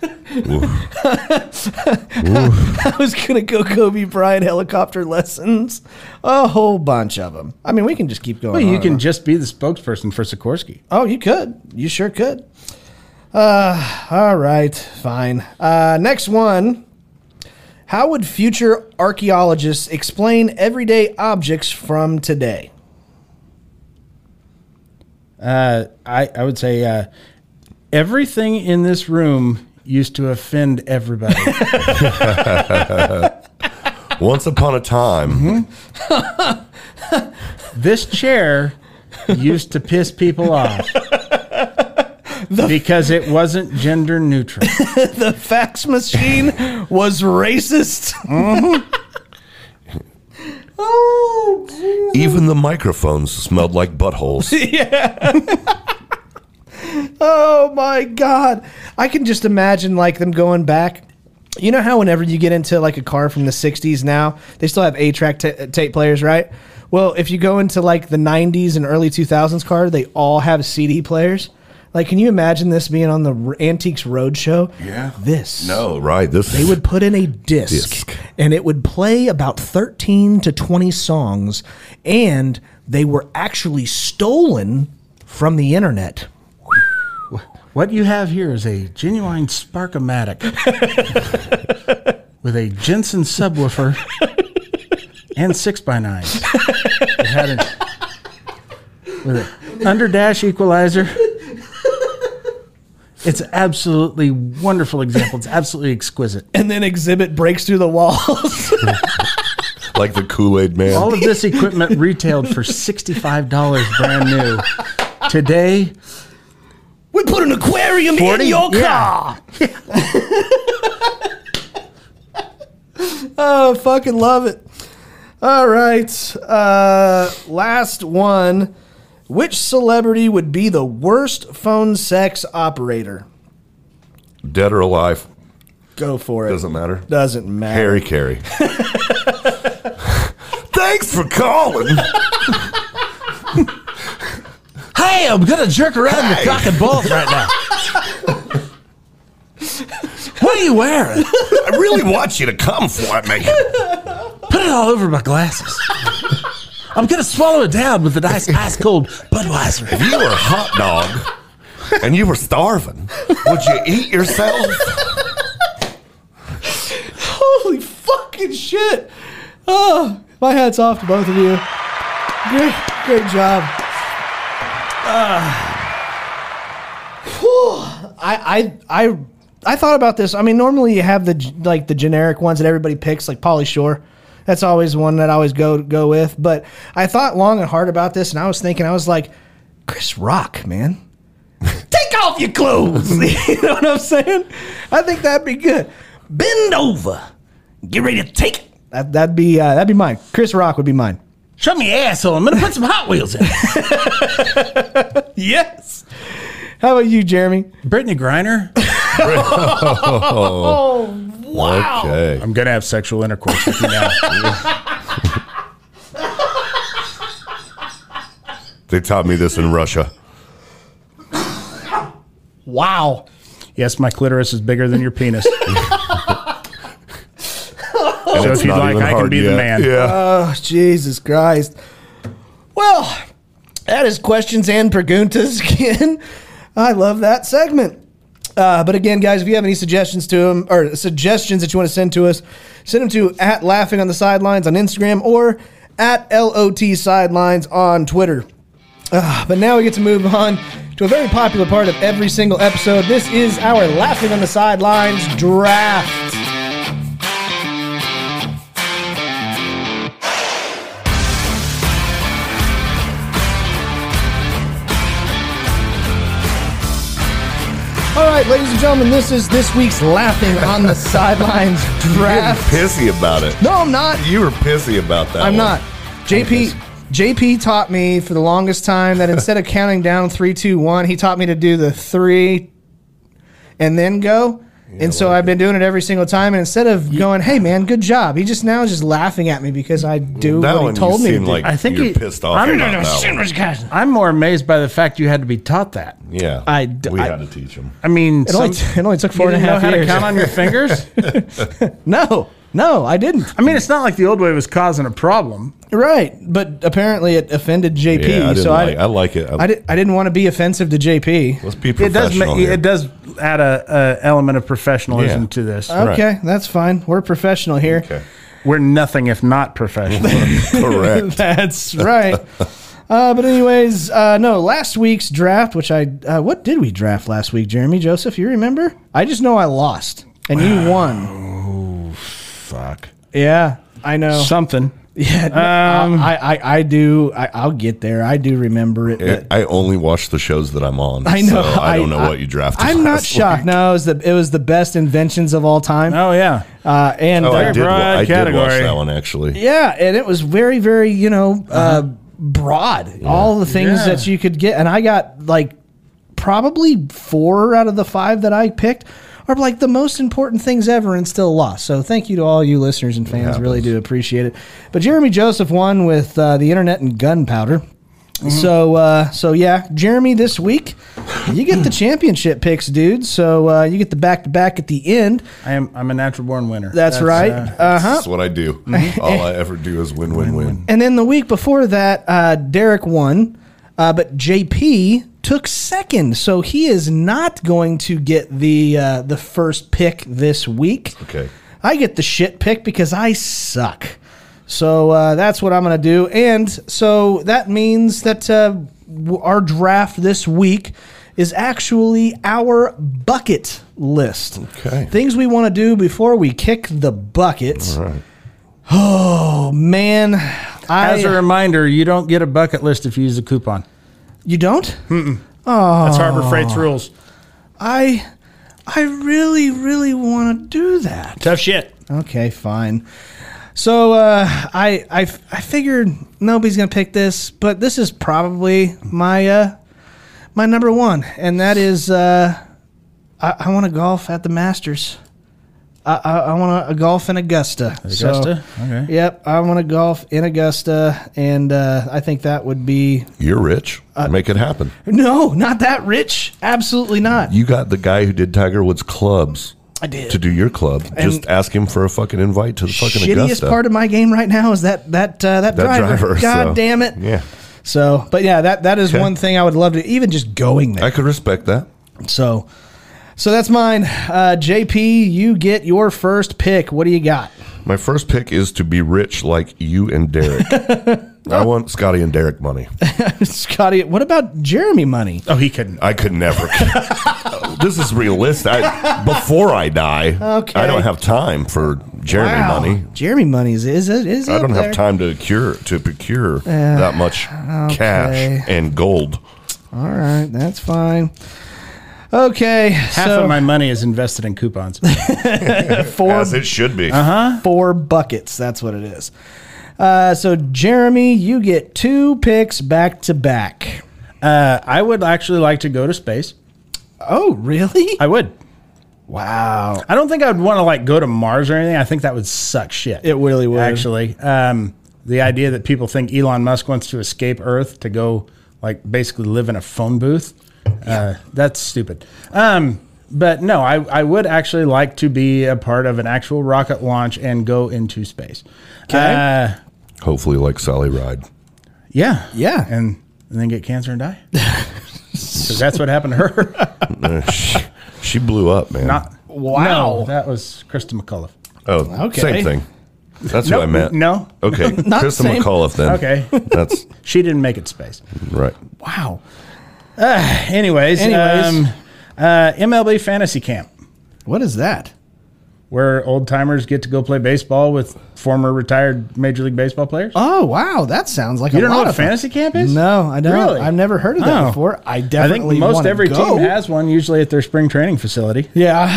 [SPEAKER 1] I was gonna go Kobe Bryant helicopter lessons, a whole bunch of them. I mean, we can just keep going.
[SPEAKER 3] well,
[SPEAKER 1] on
[SPEAKER 3] you
[SPEAKER 1] and
[SPEAKER 3] can
[SPEAKER 1] on.
[SPEAKER 3] just be the spokesperson for Sikorsky.
[SPEAKER 1] Oh, you could. You sure could. Uh, all right, fine. Uh, next one. How would future archaeologists explain everyday objects from today?
[SPEAKER 3] Uh, I, I would say uh, everything in this room used to offend everybody.
[SPEAKER 2] Once upon a time,
[SPEAKER 3] this chair used to piss people off because it wasn't gender neutral.
[SPEAKER 1] The fax machine was racist. oh, geez.
[SPEAKER 2] even the microphones smelled like buttholes.
[SPEAKER 1] oh my god! I can just imagine like them going back. You know how whenever you get into like a car from the '60s now, they still have eight-track ta tape players, right? Well, if you go into like the '90s and early 2000s car, they all have CD players. Like, can you imagine this being on the R- Antiques Roadshow? Yeah. This.
[SPEAKER 2] no, right. This
[SPEAKER 1] They would put in a disc,
[SPEAKER 2] Disc.
[SPEAKER 1] and it would play about 13 to 20 songs, and they were actually stolen from the internet.
[SPEAKER 3] What you have here is a genuine Sparkomatic with a Jensen subwoofer and six by nine. It had an, with an underdash equalizer. It's absolutely wonderful example. It's absolutely exquisite.
[SPEAKER 1] And then Exhibit breaks through the walls.
[SPEAKER 2] like the Kool Aid Man.
[SPEAKER 3] All of this equipment retailed for sixty-five dollars brand new. Today,
[SPEAKER 1] we put an aquarium in your car.
[SPEAKER 3] yeah.
[SPEAKER 1] Oh, fucking love it. All right. Uh, last one. Which celebrity would be the worst phone sex operator?
[SPEAKER 2] Dead or alive,
[SPEAKER 1] Go for it.
[SPEAKER 2] doesn't matter.
[SPEAKER 1] Doesn't matter.
[SPEAKER 2] Harry Carey. Thanks for calling.
[SPEAKER 3] Hey, I'm gonna jerk around your cock and balls right now. what are you wearing?
[SPEAKER 2] I really want you to come for me.
[SPEAKER 3] Put it all over my glasses. I'm gonna swallow it down with a nice ice cold Budweiser.
[SPEAKER 2] If you were a hot dog and you were starving, would you eat yourself?
[SPEAKER 1] Holy fucking shit! Oh, my hat's off to both of you. Great, great job. Ah. Whew. I, I, I, I thought about this. I mean, normally you have the g- like the generic ones that everybody picks, like Polly Shore. That's always one that I always go go with. But I thought long and hard about this, and I was thinking, I was like, Chris Rock, man take off your clothes. you know what I'm saying? I think that'd be good. Bend over. Get ready to take it. That, that'd be uh, that'd be mine. Chris Rock would be mine.
[SPEAKER 3] Shut me asshole. I'm gonna put some Hot Wheels in.
[SPEAKER 1] Yes. How about you, Jeremy?
[SPEAKER 3] Brittany Griner.
[SPEAKER 2] Wow. Okay.
[SPEAKER 3] I'm gonna have sexual intercourse with you now.
[SPEAKER 2] They taught me this in Russia.
[SPEAKER 1] Wow.
[SPEAKER 3] yes, my clitoris is bigger than your penis.
[SPEAKER 2] And
[SPEAKER 3] So
[SPEAKER 2] it's
[SPEAKER 3] if you'd
[SPEAKER 2] not
[SPEAKER 3] like,
[SPEAKER 2] even
[SPEAKER 3] I can
[SPEAKER 2] hard
[SPEAKER 3] be the man.
[SPEAKER 2] Yeah.
[SPEAKER 1] Oh, Jesus Christ. Well, that is questions and preguntas again. I love that segment. Uh, but again, guys, if you have any suggestions to them or suggestions that you want to send to us, send them to at laughing on the sidelines on Instagram or at LOT Sidelines on Twitter. Ah, but now we get to move on to a very popular part of every single episode. This is our Laughing on the Sidelines draft. All right, ladies and gentlemen, this is this week's Laughing on the Sidelines draft.
[SPEAKER 2] Pissy about it.
[SPEAKER 1] No, I'm not.
[SPEAKER 2] You were pissy about that.
[SPEAKER 1] I'm
[SPEAKER 2] one.
[SPEAKER 1] not. JP JP taught me for the longest time that instead of counting down three, two, one, he taught me to do the three and then go. and so I've been doing it every single time. And instead of going, "Hey man, good job," he just now is just laughing at me because I do
[SPEAKER 2] That
[SPEAKER 1] what
[SPEAKER 2] one
[SPEAKER 1] he told
[SPEAKER 2] you
[SPEAKER 1] me. To
[SPEAKER 2] seemed
[SPEAKER 1] do.
[SPEAKER 2] like
[SPEAKER 6] I think
[SPEAKER 2] you're
[SPEAKER 6] he-
[SPEAKER 2] pissed off.
[SPEAKER 6] I'm
[SPEAKER 2] about
[SPEAKER 6] gonna
[SPEAKER 2] that one.
[SPEAKER 6] I'm more amazed by the fact you had to be taught that.
[SPEAKER 2] Yeah,
[SPEAKER 6] I d-
[SPEAKER 2] we
[SPEAKER 6] I-
[SPEAKER 2] had to teach him.
[SPEAKER 6] I mean,
[SPEAKER 1] it, only it only took four and a half
[SPEAKER 6] know
[SPEAKER 1] years.
[SPEAKER 6] how to count on your fingers.
[SPEAKER 1] no, no, I didn't.
[SPEAKER 6] I mean, it's not like the old way was causing a problem.
[SPEAKER 1] Right, but apparently it offended JP.
[SPEAKER 2] Yeah, I didn't
[SPEAKER 1] so
[SPEAKER 2] like.
[SPEAKER 1] I,
[SPEAKER 2] I, like it. I,
[SPEAKER 1] I, did, I didn't want to be offensive to JP.
[SPEAKER 2] let's be
[SPEAKER 6] It does.
[SPEAKER 2] professional.
[SPEAKER 6] ma-
[SPEAKER 2] here.
[SPEAKER 6] It does add a, a element of professionalism
[SPEAKER 2] Yeah.
[SPEAKER 6] to this.
[SPEAKER 1] Okay, that's fine. We're professional here.
[SPEAKER 2] Okay.
[SPEAKER 6] We're nothing if not professional.
[SPEAKER 2] Correct.
[SPEAKER 1] That's right. Uh, but anyways, uh, no, last week's draft, which I uh, what did we draft last week, Jeremy Joseph? You remember? I just know I lost and you won.
[SPEAKER 6] Fuck.
[SPEAKER 1] Yeah, I know.
[SPEAKER 6] Something.
[SPEAKER 1] yeah, no,
[SPEAKER 6] um,
[SPEAKER 1] I, I I do. I, I'll get there. I do remember it.
[SPEAKER 2] It-
[SPEAKER 1] But
[SPEAKER 2] I only watch the shows that I'm on.
[SPEAKER 1] I know.
[SPEAKER 2] So I don't know what you Oh, drafted.
[SPEAKER 1] I'm not
[SPEAKER 2] last
[SPEAKER 1] shocked.
[SPEAKER 2] week.
[SPEAKER 1] No, it was the it was the best inventions of all time.
[SPEAKER 6] Oh yeah.
[SPEAKER 1] Uh, and
[SPEAKER 2] Oh,
[SPEAKER 1] uh,
[SPEAKER 2] I did, wa-
[SPEAKER 6] broad
[SPEAKER 2] I did watch
[SPEAKER 6] category.
[SPEAKER 2] that one actually.
[SPEAKER 1] Yeah, and it was very, very, you know, uh, broad. All the things
[SPEAKER 6] Uh-huh. Yeah.
[SPEAKER 1] that you could get, and I got like probably four out of the five that I picked are like the most important things ever, and still lost. So thank you to all you listeners and fans. Really do appreciate it. But Jeremy Joseph won with uh, the internet and gunpowder.
[SPEAKER 6] Mm-hmm.
[SPEAKER 1] So, uh, so yeah, Jeremy, this week you get the championship picks, dude. So uh, you get the back to back at the end.
[SPEAKER 6] I am. I'm a natural born winner.
[SPEAKER 1] That's, right.
[SPEAKER 6] uh,
[SPEAKER 1] uh huh.
[SPEAKER 2] That's what I do. All I ever do is win, win, win.
[SPEAKER 1] And then the week before that, uh, Derek won, uh, but JP took second, so he is not going to get the uh, the first pick this week.
[SPEAKER 2] Okay.
[SPEAKER 1] I get the shit pick because I suck. So uh, that's what I'm going to do. And so that means that uh, w- our draft this week is actually our bucket list.
[SPEAKER 2] Okay.
[SPEAKER 1] Things we want to do before we kick the buckets. Oh, man. I,
[SPEAKER 6] As a reminder, you don't get a bucket list if you use a coupon.
[SPEAKER 1] you don't?
[SPEAKER 6] That's Harbor Freight's rules.
[SPEAKER 1] I I really, really want to do that.
[SPEAKER 6] Tough shit.
[SPEAKER 1] Okay, fine. So uh, I, I I figured nobody's gonna pick this, but this is probably my uh, my number one, and that is uh, I, I want to golf at the Masters. I, I, I want to golf in Augusta.
[SPEAKER 6] Augusta?
[SPEAKER 1] So,
[SPEAKER 6] Okay.
[SPEAKER 1] Yep, I want to golf in Augusta, and uh, I think that would be
[SPEAKER 2] You're rich.
[SPEAKER 1] Uh,
[SPEAKER 2] Make it happen.
[SPEAKER 1] no, not that rich. Absolutely not.
[SPEAKER 2] You got the guy who did Tiger Woods clubs
[SPEAKER 1] I did.
[SPEAKER 2] to do your club. Just ask him for a fucking invite to the fucking
[SPEAKER 1] Shittiest
[SPEAKER 2] Augusta.
[SPEAKER 1] part of my game right now is that that uh, that,
[SPEAKER 2] that
[SPEAKER 1] driver.
[SPEAKER 2] driver.
[SPEAKER 1] God
[SPEAKER 2] so-
[SPEAKER 1] damn it.
[SPEAKER 2] Yeah.
[SPEAKER 1] So, but yeah, that that is
[SPEAKER 2] Okay.
[SPEAKER 1] one thing I would love to even just going
[SPEAKER 2] I
[SPEAKER 1] there.
[SPEAKER 2] could respect that.
[SPEAKER 1] So, so that's mine. Uh, JP, you get your first pick. What do you got?
[SPEAKER 2] My first pick is to be rich like you and Derek. I want Scotty and Derek money.
[SPEAKER 1] Scotty, what about Jeremy money?
[SPEAKER 6] Oh, he couldn't.
[SPEAKER 2] I could never. this is realistic. I, before I die,
[SPEAKER 1] Okay.
[SPEAKER 2] I don't have time for Jeremy
[SPEAKER 1] Wow.
[SPEAKER 2] money.
[SPEAKER 1] Jeremy money is is it is
[SPEAKER 2] I
[SPEAKER 1] up
[SPEAKER 2] don't
[SPEAKER 1] there.
[SPEAKER 2] have time to cure to procure that much
[SPEAKER 1] Uh, okay.
[SPEAKER 2] cash and gold.
[SPEAKER 1] All right, that's fine. Okay,
[SPEAKER 6] Half
[SPEAKER 1] so
[SPEAKER 6] of my money is invested in coupons.
[SPEAKER 1] four
[SPEAKER 2] As it should be.
[SPEAKER 1] Uh-huh. four buckets. That's what it is. Uh, so Jeremy, you get two picks back to back.
[SPEAKER 6] uh, I would actually like to go to space.
[SPEAKER 1] Oh, really?
[SPEAKER 6] I would.
[SPEAKER 1] wow.
[SPEAKER 6] I don't think I would want to like go to Mars or anything. I think that would suck shit.
[SPEAKER 1] It really would.
[SPEAKER 6] Actually, um, the idea that people think Elon Musk wants to escape Earth to go like basically live in a phone booth, uh, that's stupid. Um, but no, I, I would actually like to be a part of an actual rocket launch and go into space.
[SPEAKER 1] Okay.
[SPEAKER 6] Uh,
[SPEAKER 2] Hopefully, like Sally Ride.
[SPEAKER 6] yeah.
[SPEAKER 1] Yeah.
[SPEAKER 6] And, and then get cancer and die. Because that's what happened to her.
[SPEAKER 2] Uh, she, she blew up, man.
[SPEAKER 6] Not, wow. that was Krista McCullough.
[SPEAKER 2] oh,
[SPEAKER 1] Okay.
[SPEAKER 2] same thing. That's
[SPEAKER 6] Nope,
[SPEAKER 2] who I meant.
[SPEAKER 6] no.
[SPEAKER 2] Okay. Krista
[SPEAKER 1] same.
[SPEAKER 2] McAuliffe then.
[SPEAKER 6] Okay.
[SPEAKER 2] That's
[SPEAKER 6] She didn't make it space.
[SPEAKER 2] right.
[SPEAKER 6] Wow. Uh, anyways,
[SPEAKER 1] Anyways.
[SPEAKER 6] Um, uh, MLB Fantasy Camp,
[SPEAKER 1] What is that?
[SPEAKER 6] where old timers get to go play baseball with former retired Major League Baseball players.
[SPEAKER 1] Oh wow, that sounds like
[SPEAKER 6] you
[SPEAKER 1] a
[SPEAKER 6] don't know
[SPEAKER 1] lot
[SPEAKER 6] what
[SPEAKER 1] of fun.
[SPEAKER 6] fantasy camp is?
[SPEAKER 1] No, I don't.
[SPEAKER 6] Really?
[SPEAKER 1] I've never heard of that
[SPEAKER 6] Oh.
[SPEAKER 1] before. I
[SPEAKER 6] I
[SPEAKER 1] definitely
[SPEAKER 6] think most
[SPEAKER 1] wanna
[SPEAKER 6] every
[SPEAKER 1] go.
[SPEAKER 6] team has one, usually at their spring training facility.
[SPEAKER 1] Yeah,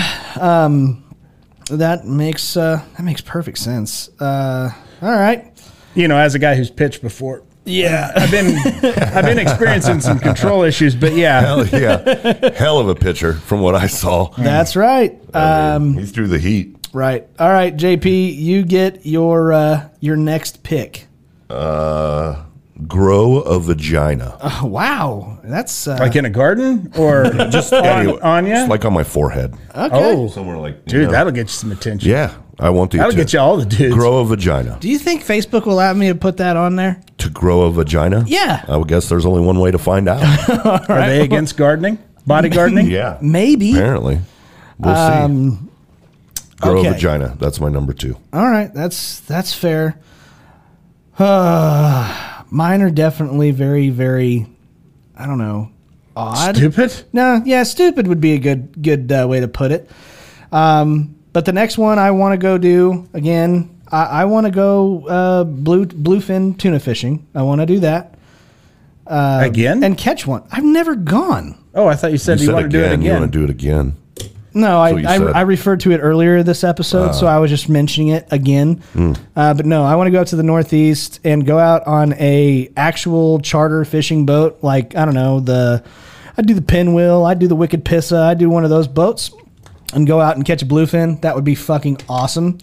[SPEAKER 1] um, that makes uh, that makes perfect sense. Uh, all right,
[SPEAKER 6] You know, as a guy who's pitched before. Yeah, I've been I've been experiencing some control issues, but yeah,
[SPEAKER 2] Hell yeah. Hell of a pitcher from what I saw.
[SPEAKER 1] that's right.
[SPEAKER 2] I
[SPEAKER 1] Um,
[SPEAKER 2] mean, he threw the heat.
[SPEAKER 1] right. All right, JP, you get your uh, your next pick.
[SPEAKER 2] Uh, grow a vagina.
[SPEAKER 1] Oh, wow, that's uh,
[SPEAKER 6] like in a garden or just on,
[SPEAKER 2] Anyway,
[SPEAKER 6] on ya?
[SPEAKER 2] It's like on my forehead.
[SPEAKER 6] Oh,
[SPEAKER 2] Somewhere like you
[SPEAKER 6] dude,
[SPEAKER 2] know.
[SPEAKER 6] that'll get you some attention.
[SPEAKER 2] Yeah, I want you
[SPEAKER 6] that'll
[SPEAKER 2] to
[SPEAKER 6] get you all the dudes.
[SPEAKER 2] grow a vagina.
[SPEAKER 1] do you think Facebook will allow me to put that on there?
[SPEAKER 2] To grow a vagina?
[SPEAKER 1] Yeah.
[SPEAKER 2] I would guess there's only one way to find out.
[SPEAKER 6] Are they against gardening? Body gardening?
[SPEAKER 2] yeah.
[SPEAKER 1] Maybe.
[SPEAKER 2] Apparently. We'll
[SPEAKER 6] Um,
[SPEAKER 2] see. Grow
[SPEAKER 1] okay.
[SPEAKER 2] a vagina. That's my number two.
[SPEAKER 1] All right, that's that's fair. Uh, mine are definitely very, very, I don't know, odd.
[SPEAKER 6] Stupid.
[SPEAKER 1] No, yeah, stupid would be a good good uh, way to put it. Um, but the next one I want to go do again. I, I want to go uh, blue bluefin tuna fishing. I want to do that
[SPEAKER 6] Uh, again?
[SPEAKER 1] and catch one. I've never gone.
[SPEAKER 6] oh, I thought you said you,
[SPEAKER 2] said
[SPEAKER 6] want to do it
[SPEAKER 2] You
[SPEAKER 6] again.
[SPEAKER 2] want to do it again.
[SPEAKER 1] No, I,
[SPEAKER 2] what you
[SPEAKER 1] I,
[SPEAKER 2] said. Ah.
[SPEAKER 1] I referred to it earlier this episode, so I was just mentioning it again.
[SPEAKER 2] Hmm.
[SPEAKER 1] Uh, but no, I want to go up to the Northeast and go out on a actual charter fishing boat. Like I don't know the, I do the pinwheel, I do the wicked pissa, I do one of those boats, and go out and catch a bluefin. That would be fucking awesome.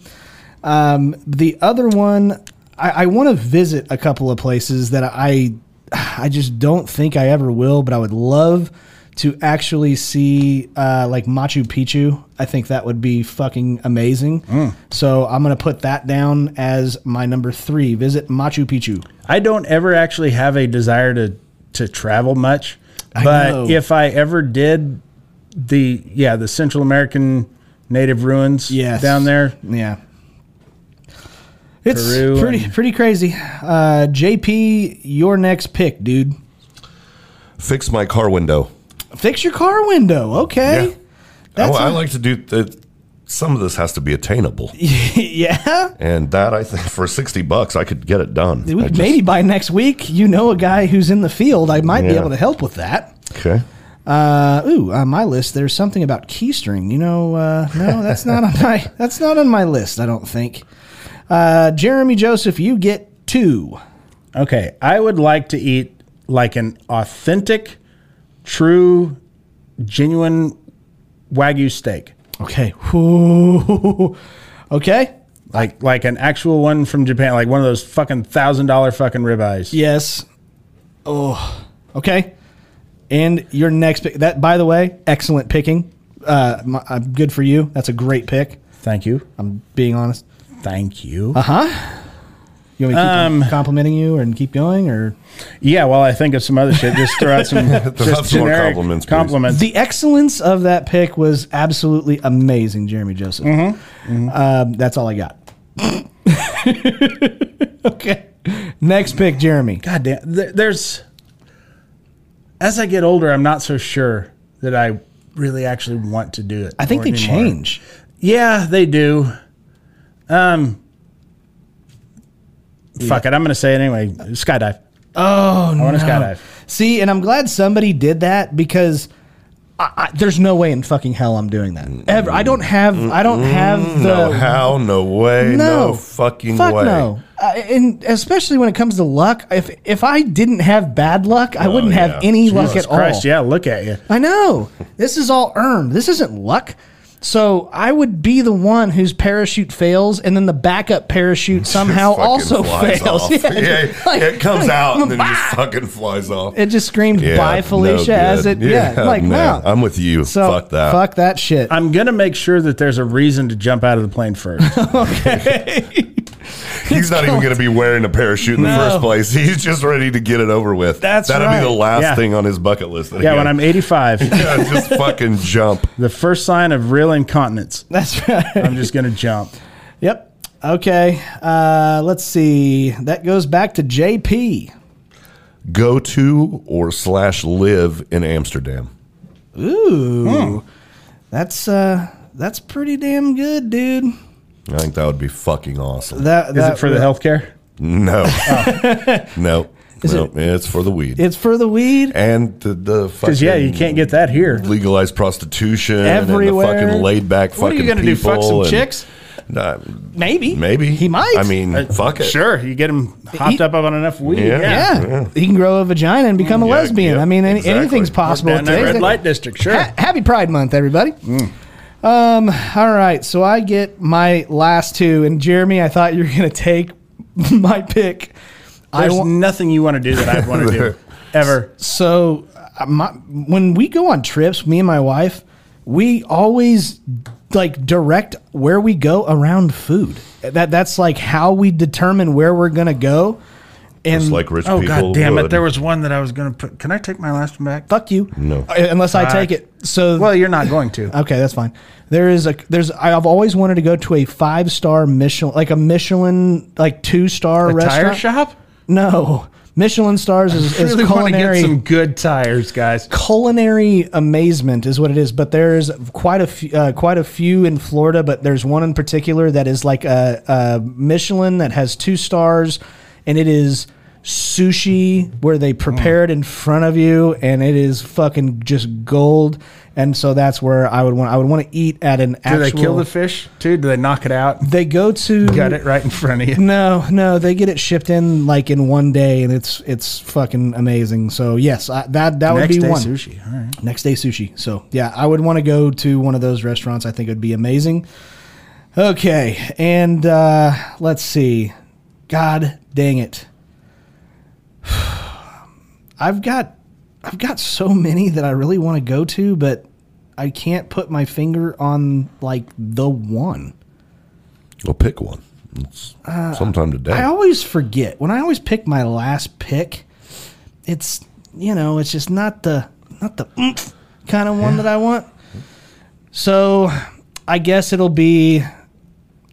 [SPEAKER 1] Um, the other one, I, I want to visit a couple of places that I, I just don't think I ever will, but I would love to actually see uh, like Machu Picchu. I think that would be fucking amazing.
[SPEAKER 2] Mm.
[SPEAKER 1] So I'm gonna put that down as my number three. Visit Machu Picchu.
[SPEAKER 6] I don't ever actually have a desire to to travel much,
[SPEAKER 1] know.
[SPEAKER 6] but if I ever did, the yeah the Central American native ruins
[SPEAKER 1] Yes.
[SPEAKER 6] down there.
[SPEAKER 1] Yeah. It's
[SPEAKER 6] Peru
[SPEAKER 1] pretty
[SPEAKER 6] and-
[SPEAKER 1] pretty crazy. Uh, JP, your next pick, dude.
[SPEAKER 2] Fix my car window.
[SPEAKER 1] Fix your car window, okay?
[SPEAKER 2] Yeah.
[SPEAKER 1] That's
[SPEAKER 2] Oh, I
[SPEAKER 1] a-
[SPEAKER 2] like to do th- some of this has to be attainable.
[SPEAKER 1] yeah.
[SPEAKER 2] And that I think for 60 bucks I could get it done.
[SPEAKER 1] We-
[SPEAKER 2] I just-
[SPEAKER 1] maybe by next week, you know a guy who's in the field. I might be
[SPEAKER 2] Yeah.
[SPEAKER 1] able to help with that.
[SPEAKER 2] Okay.
[SPEAKER 1] Uh, ooh, on my list, there's something about keystring. You know, uh, no, that's not on my that's not on my list. I don't think. Uh, Jeremy Joseph, you get two.
[SPEAKER 6] Okay, I would like to eat like an authentic, true, genuine wagyu steak,
[SPEAKER 1] Okay. Whoo. Okay.
[SPEAKER 6] like like an actual one from Japan, like one of those fucking thousand dollar fucking ribeyes.
[SPEAKER 1] Yes. Oh. Okay. And your next pick. That, by the way, excellent picking. Uh, my, uh, good for you. That's a great pick.
[SPEAKER 6] Thank you,
[SPEAKER 1] I'm being honest.
[SPEAKER 6] thank you.
[SPEAKER 1] You want me to keep com- complimenting you and keep going, or
[SPEAKER 6] Yeah, well, I think of some other shit. Just throw out some,
[SPEAKER 2] Throw out
[SPEAKER 6] just
[SPEAKER 2] some more
[SPEAKER 6] generic
[SPEAKER 2] compliments,
[SPEAKER 6] compliments.
[SPEAKER 2] please.
[SPEAKER 1] The excellence of that pick was absolutely amazing, Jeremy Joseph. Um, that's all I got. okay. Next pick, Jeremy.
[SPEAKER 6] God damn, there, there's. As I get older, I'm not so sure that I really actually want to do it.
[SPEAKER 1] I think
[SPEAKER 6] or
[SPEAKER 1] they
[SPEAKER 6] anymore.
[SPEAKER 1] change.
[SPEAKER 6] Yeah, they do. Um. Fuck it, I'm gonna say it anyway. Skydive.
[SPEAKER 1] Oh
[SPEAKER 6] I
[SPEAKER 1] no!
[SPEAKER 6] want to skydive.
[SPEAKER 1] See, and I'm glad somebody did that because I, I, there's no way in fucking hell I'm doing that ever. I don't have. I don't have the.
[SPEAKER 2] No how, Oh, no way, no, fucking
[SPEAKER 1] Oh, fuck
[SPEAKER 2] way.
[SPEAKER 1] No, I- and especially when it comes to luck, if if I didn't have bad luck, I wouldn't have
[SPEAKER 2] Oh, yeah.
[SPEAKER 1] any luck at
[SPEAKER 6] Christ,
[SPEAKER 1] all.
[SPEAKER 6] yeah, look at you.
[SPEAKER 1] I know this is all earned. This isn't luck. So I would be the one whose parachute fails, and then the backup parachute somehow
[SPEAKER 2] Fucking
[SPEAKER 1] also
[SPEAKER 2] flies
[SPEAKER 1] fails.
[SPEAKER 2] off.
[SPEAKER 1] Yeah,
[SPEAKER 2] Yeah,
[SPEAKER 1] like-
[SPEAKER 2] it comes
[SPEAKER 1] like,
[SPEAKER 2] out and then it
[SPEAKER 1] "Bah!"
[SPEAKER 2] just fucking flies off.
[SPEAKER 1] It just screamed
[SPEAKER 2] Yeah,
[SPEAKER 1] "Bye,
[SPEAKER 2] no
[SPEAKER 1] Felicia!"
[SPEAKER 2] good.
[SPEAKER 1] as it, yeah, like
[SPEAKER 2] no,
[SPEAKER 1] no.
[SPEAKER 2] I'm with you.
[SPEAKER 1] so
[SPEAKER 2] fuck that.
[SPEAKER 1] Fuck that shit.
[SPEAKER 6] I'm gonna make sure that there's a reason to jump out of the plane first.
[SPEAKER 2] He's not even going to be wearing a parachute in the first place. He's just ready to get it over with.
[SPEAKER 1] That's
[SPEAKER 2] That'll
[SPEAKER 1] right.
[SPEAKER 2] be the last
[SPEAKER 6] Yeah.
[SPEAKER 2] thing on his bucket list.
[SPEAKER 6] yeah, when I'm 85,
[SPEAKER 2] yeah, just fucking jump.
[SPEAKER 6] the first sign of real incontinence,
[SPEAKER 1] That's right.
[SPEAKER 6] I'm just gonna jump.
[SPEAKER 1] Yep. Okay, uh, let's see. That goes back to JP.
[SPEAKER 2] Go to or slash live in Amsterdam.
[SPEAKER 1] Ooh,
[SPEAKER 3] Hmm.
[SPEAKER 1] that's uh, that's pretty damn good, dude.
[SPEAKER 2] I think that would be fucking awesome.
[SPEAKER 1] That,
[SPEAKER 3] Is it for the healthcare?
[SPEAKER 2] no, no, no, it's for the weed
[SPEAKER 1] It's for the weed.
[SPEAKER 2] and the, the
[SPEAKER 3] Because yeah, you
[SPEAKER 2] fucking
[SPEAKER 3] can't get that here.
[SPEAKER 2] legalized prostitution
[SPEAKER 1] Everywhere.
[SPEAKER 2] and the fucking laid back fucking
[SPEAKER 1] What are you gonna do?
[SPEAKER 2] people
[SPEAKER 1] Fuck some
[SPEAKER 2] and-
[SPEAKER 1] chicks?
[SPEAKER 2] Nah,
[SPEAKER 1] Maybe.
[SPEAKER 2] maybe
[SPEAKER 1] He might.
[SPEAKER 2] I mean, fuck it.
[SPEAKER 3] Uh, Sure, you get them hopped up on enough weed.
[SPEAKER 2] Yeah.
[SPEAKER 1] Yeah. He can grow a vagina and become a
[SPEAKER 2] Yeah,
[SPEAKER 1] lesbian.
[SPEAKER 2] yeah,
[SPEAKER 1] I mean, any,
[SPEAKER 2] exactly.
[SPEAKER 1] anything's possible.
[SPEAKER 3] Down that
[SPEAKER 1] today.
[SPEAKER 3] red light district, sure.
[SPEAKER 1] Ha- happy Pride Month, everybody.
[SPEAKER 3] Hmm.
[SPEAKER 1] Um, all right, so I get my last two, and Jeremy, I thought you were gonna take my pick. I
[SPEAKER 3] There's
[SPEAKER 1] wa-
[SPEAKER 3] nothing you want to do that I want to do ever.
[SPEAKER 1] so uh, my, when we go on trips, me and my wife, we always like direct where we go around food. That that's like how we determine where we're gonna go. And
[SPEAKER 2] Just like rich
[SPEAKER 3] Oh
[SPEAKER 2] people.
[SPEAKER 3] god damn
[SPEAKER 2] would.
[SPEAKER 3] it! There was one that I was going to put. Can I take my last one back?
[SPEAKER 1] fuck you,
[SPEAKER 2] No.
[SPEAKER 1] Uh, unless I take it. So
[SPEAKER 3] Well, you're not going to.
[SPEAKER 1] Okay, that's fine. There is a there's I've always wanted to go to a five star Michelin like a Michelin like two star
[SPEAKER 3] A
[SPEAKER 1] restaurant.
[SPEAKER 3] tire shop.
[SPEAKER 1] No, Michelin stars is,
[SPEAKER 3] I really
[SPEAKER 1] is
[SPEAKER 3] want to get
[SPEAKER 1] culinary
[SPEAKER 3] some good tires, guys.
[SPEAKER 1] culinary amazement is what it is. But there's quite a few, uh, quite a few in Florida, but there's one in particular that is like a, a Michelin that has two stars, and it is sushi where they prepare it in front of you, and it is fucking just gold. And so that's where I would want. I would want to eat at an
[SPEAKER 3] Do
[SPEAKER 1] actual.
[SPEAKER 3] they kill the fish Mm-hmm. too? Do they knock it out?
[SPEAKER 1] They go to
[SPEAKER 3] Got it right in front of you.
[SPEAKER 1] no, no, they get it shipped in like in one day, and it's it's fucking amazing. So yes, I, that that would
[SPEAKER 3] Next
[SPEAKER 1] be
[SPEAKER 3] day
[SPEAKER 1] one
[SPEAKER 3] sushi. All right.
[SPEAKER 1] next day sushi. So yeah, I would want to go to one of those restaurants. I think it would be amazing. Okay, and uh, let's see. God dang it! I've got I've got so many that I really want to go to, but I can't put my finger on like the one.
[SPEAKER 2] Well, pick one. It's
[SPEAKER 3] Uh,
[SPEAKER 2] sometime today.
[SPEAKER 1] I always forget when I always pick my last pick. It's you know, it's just not the not the oomph kind of one that I want. So I guess it'll be.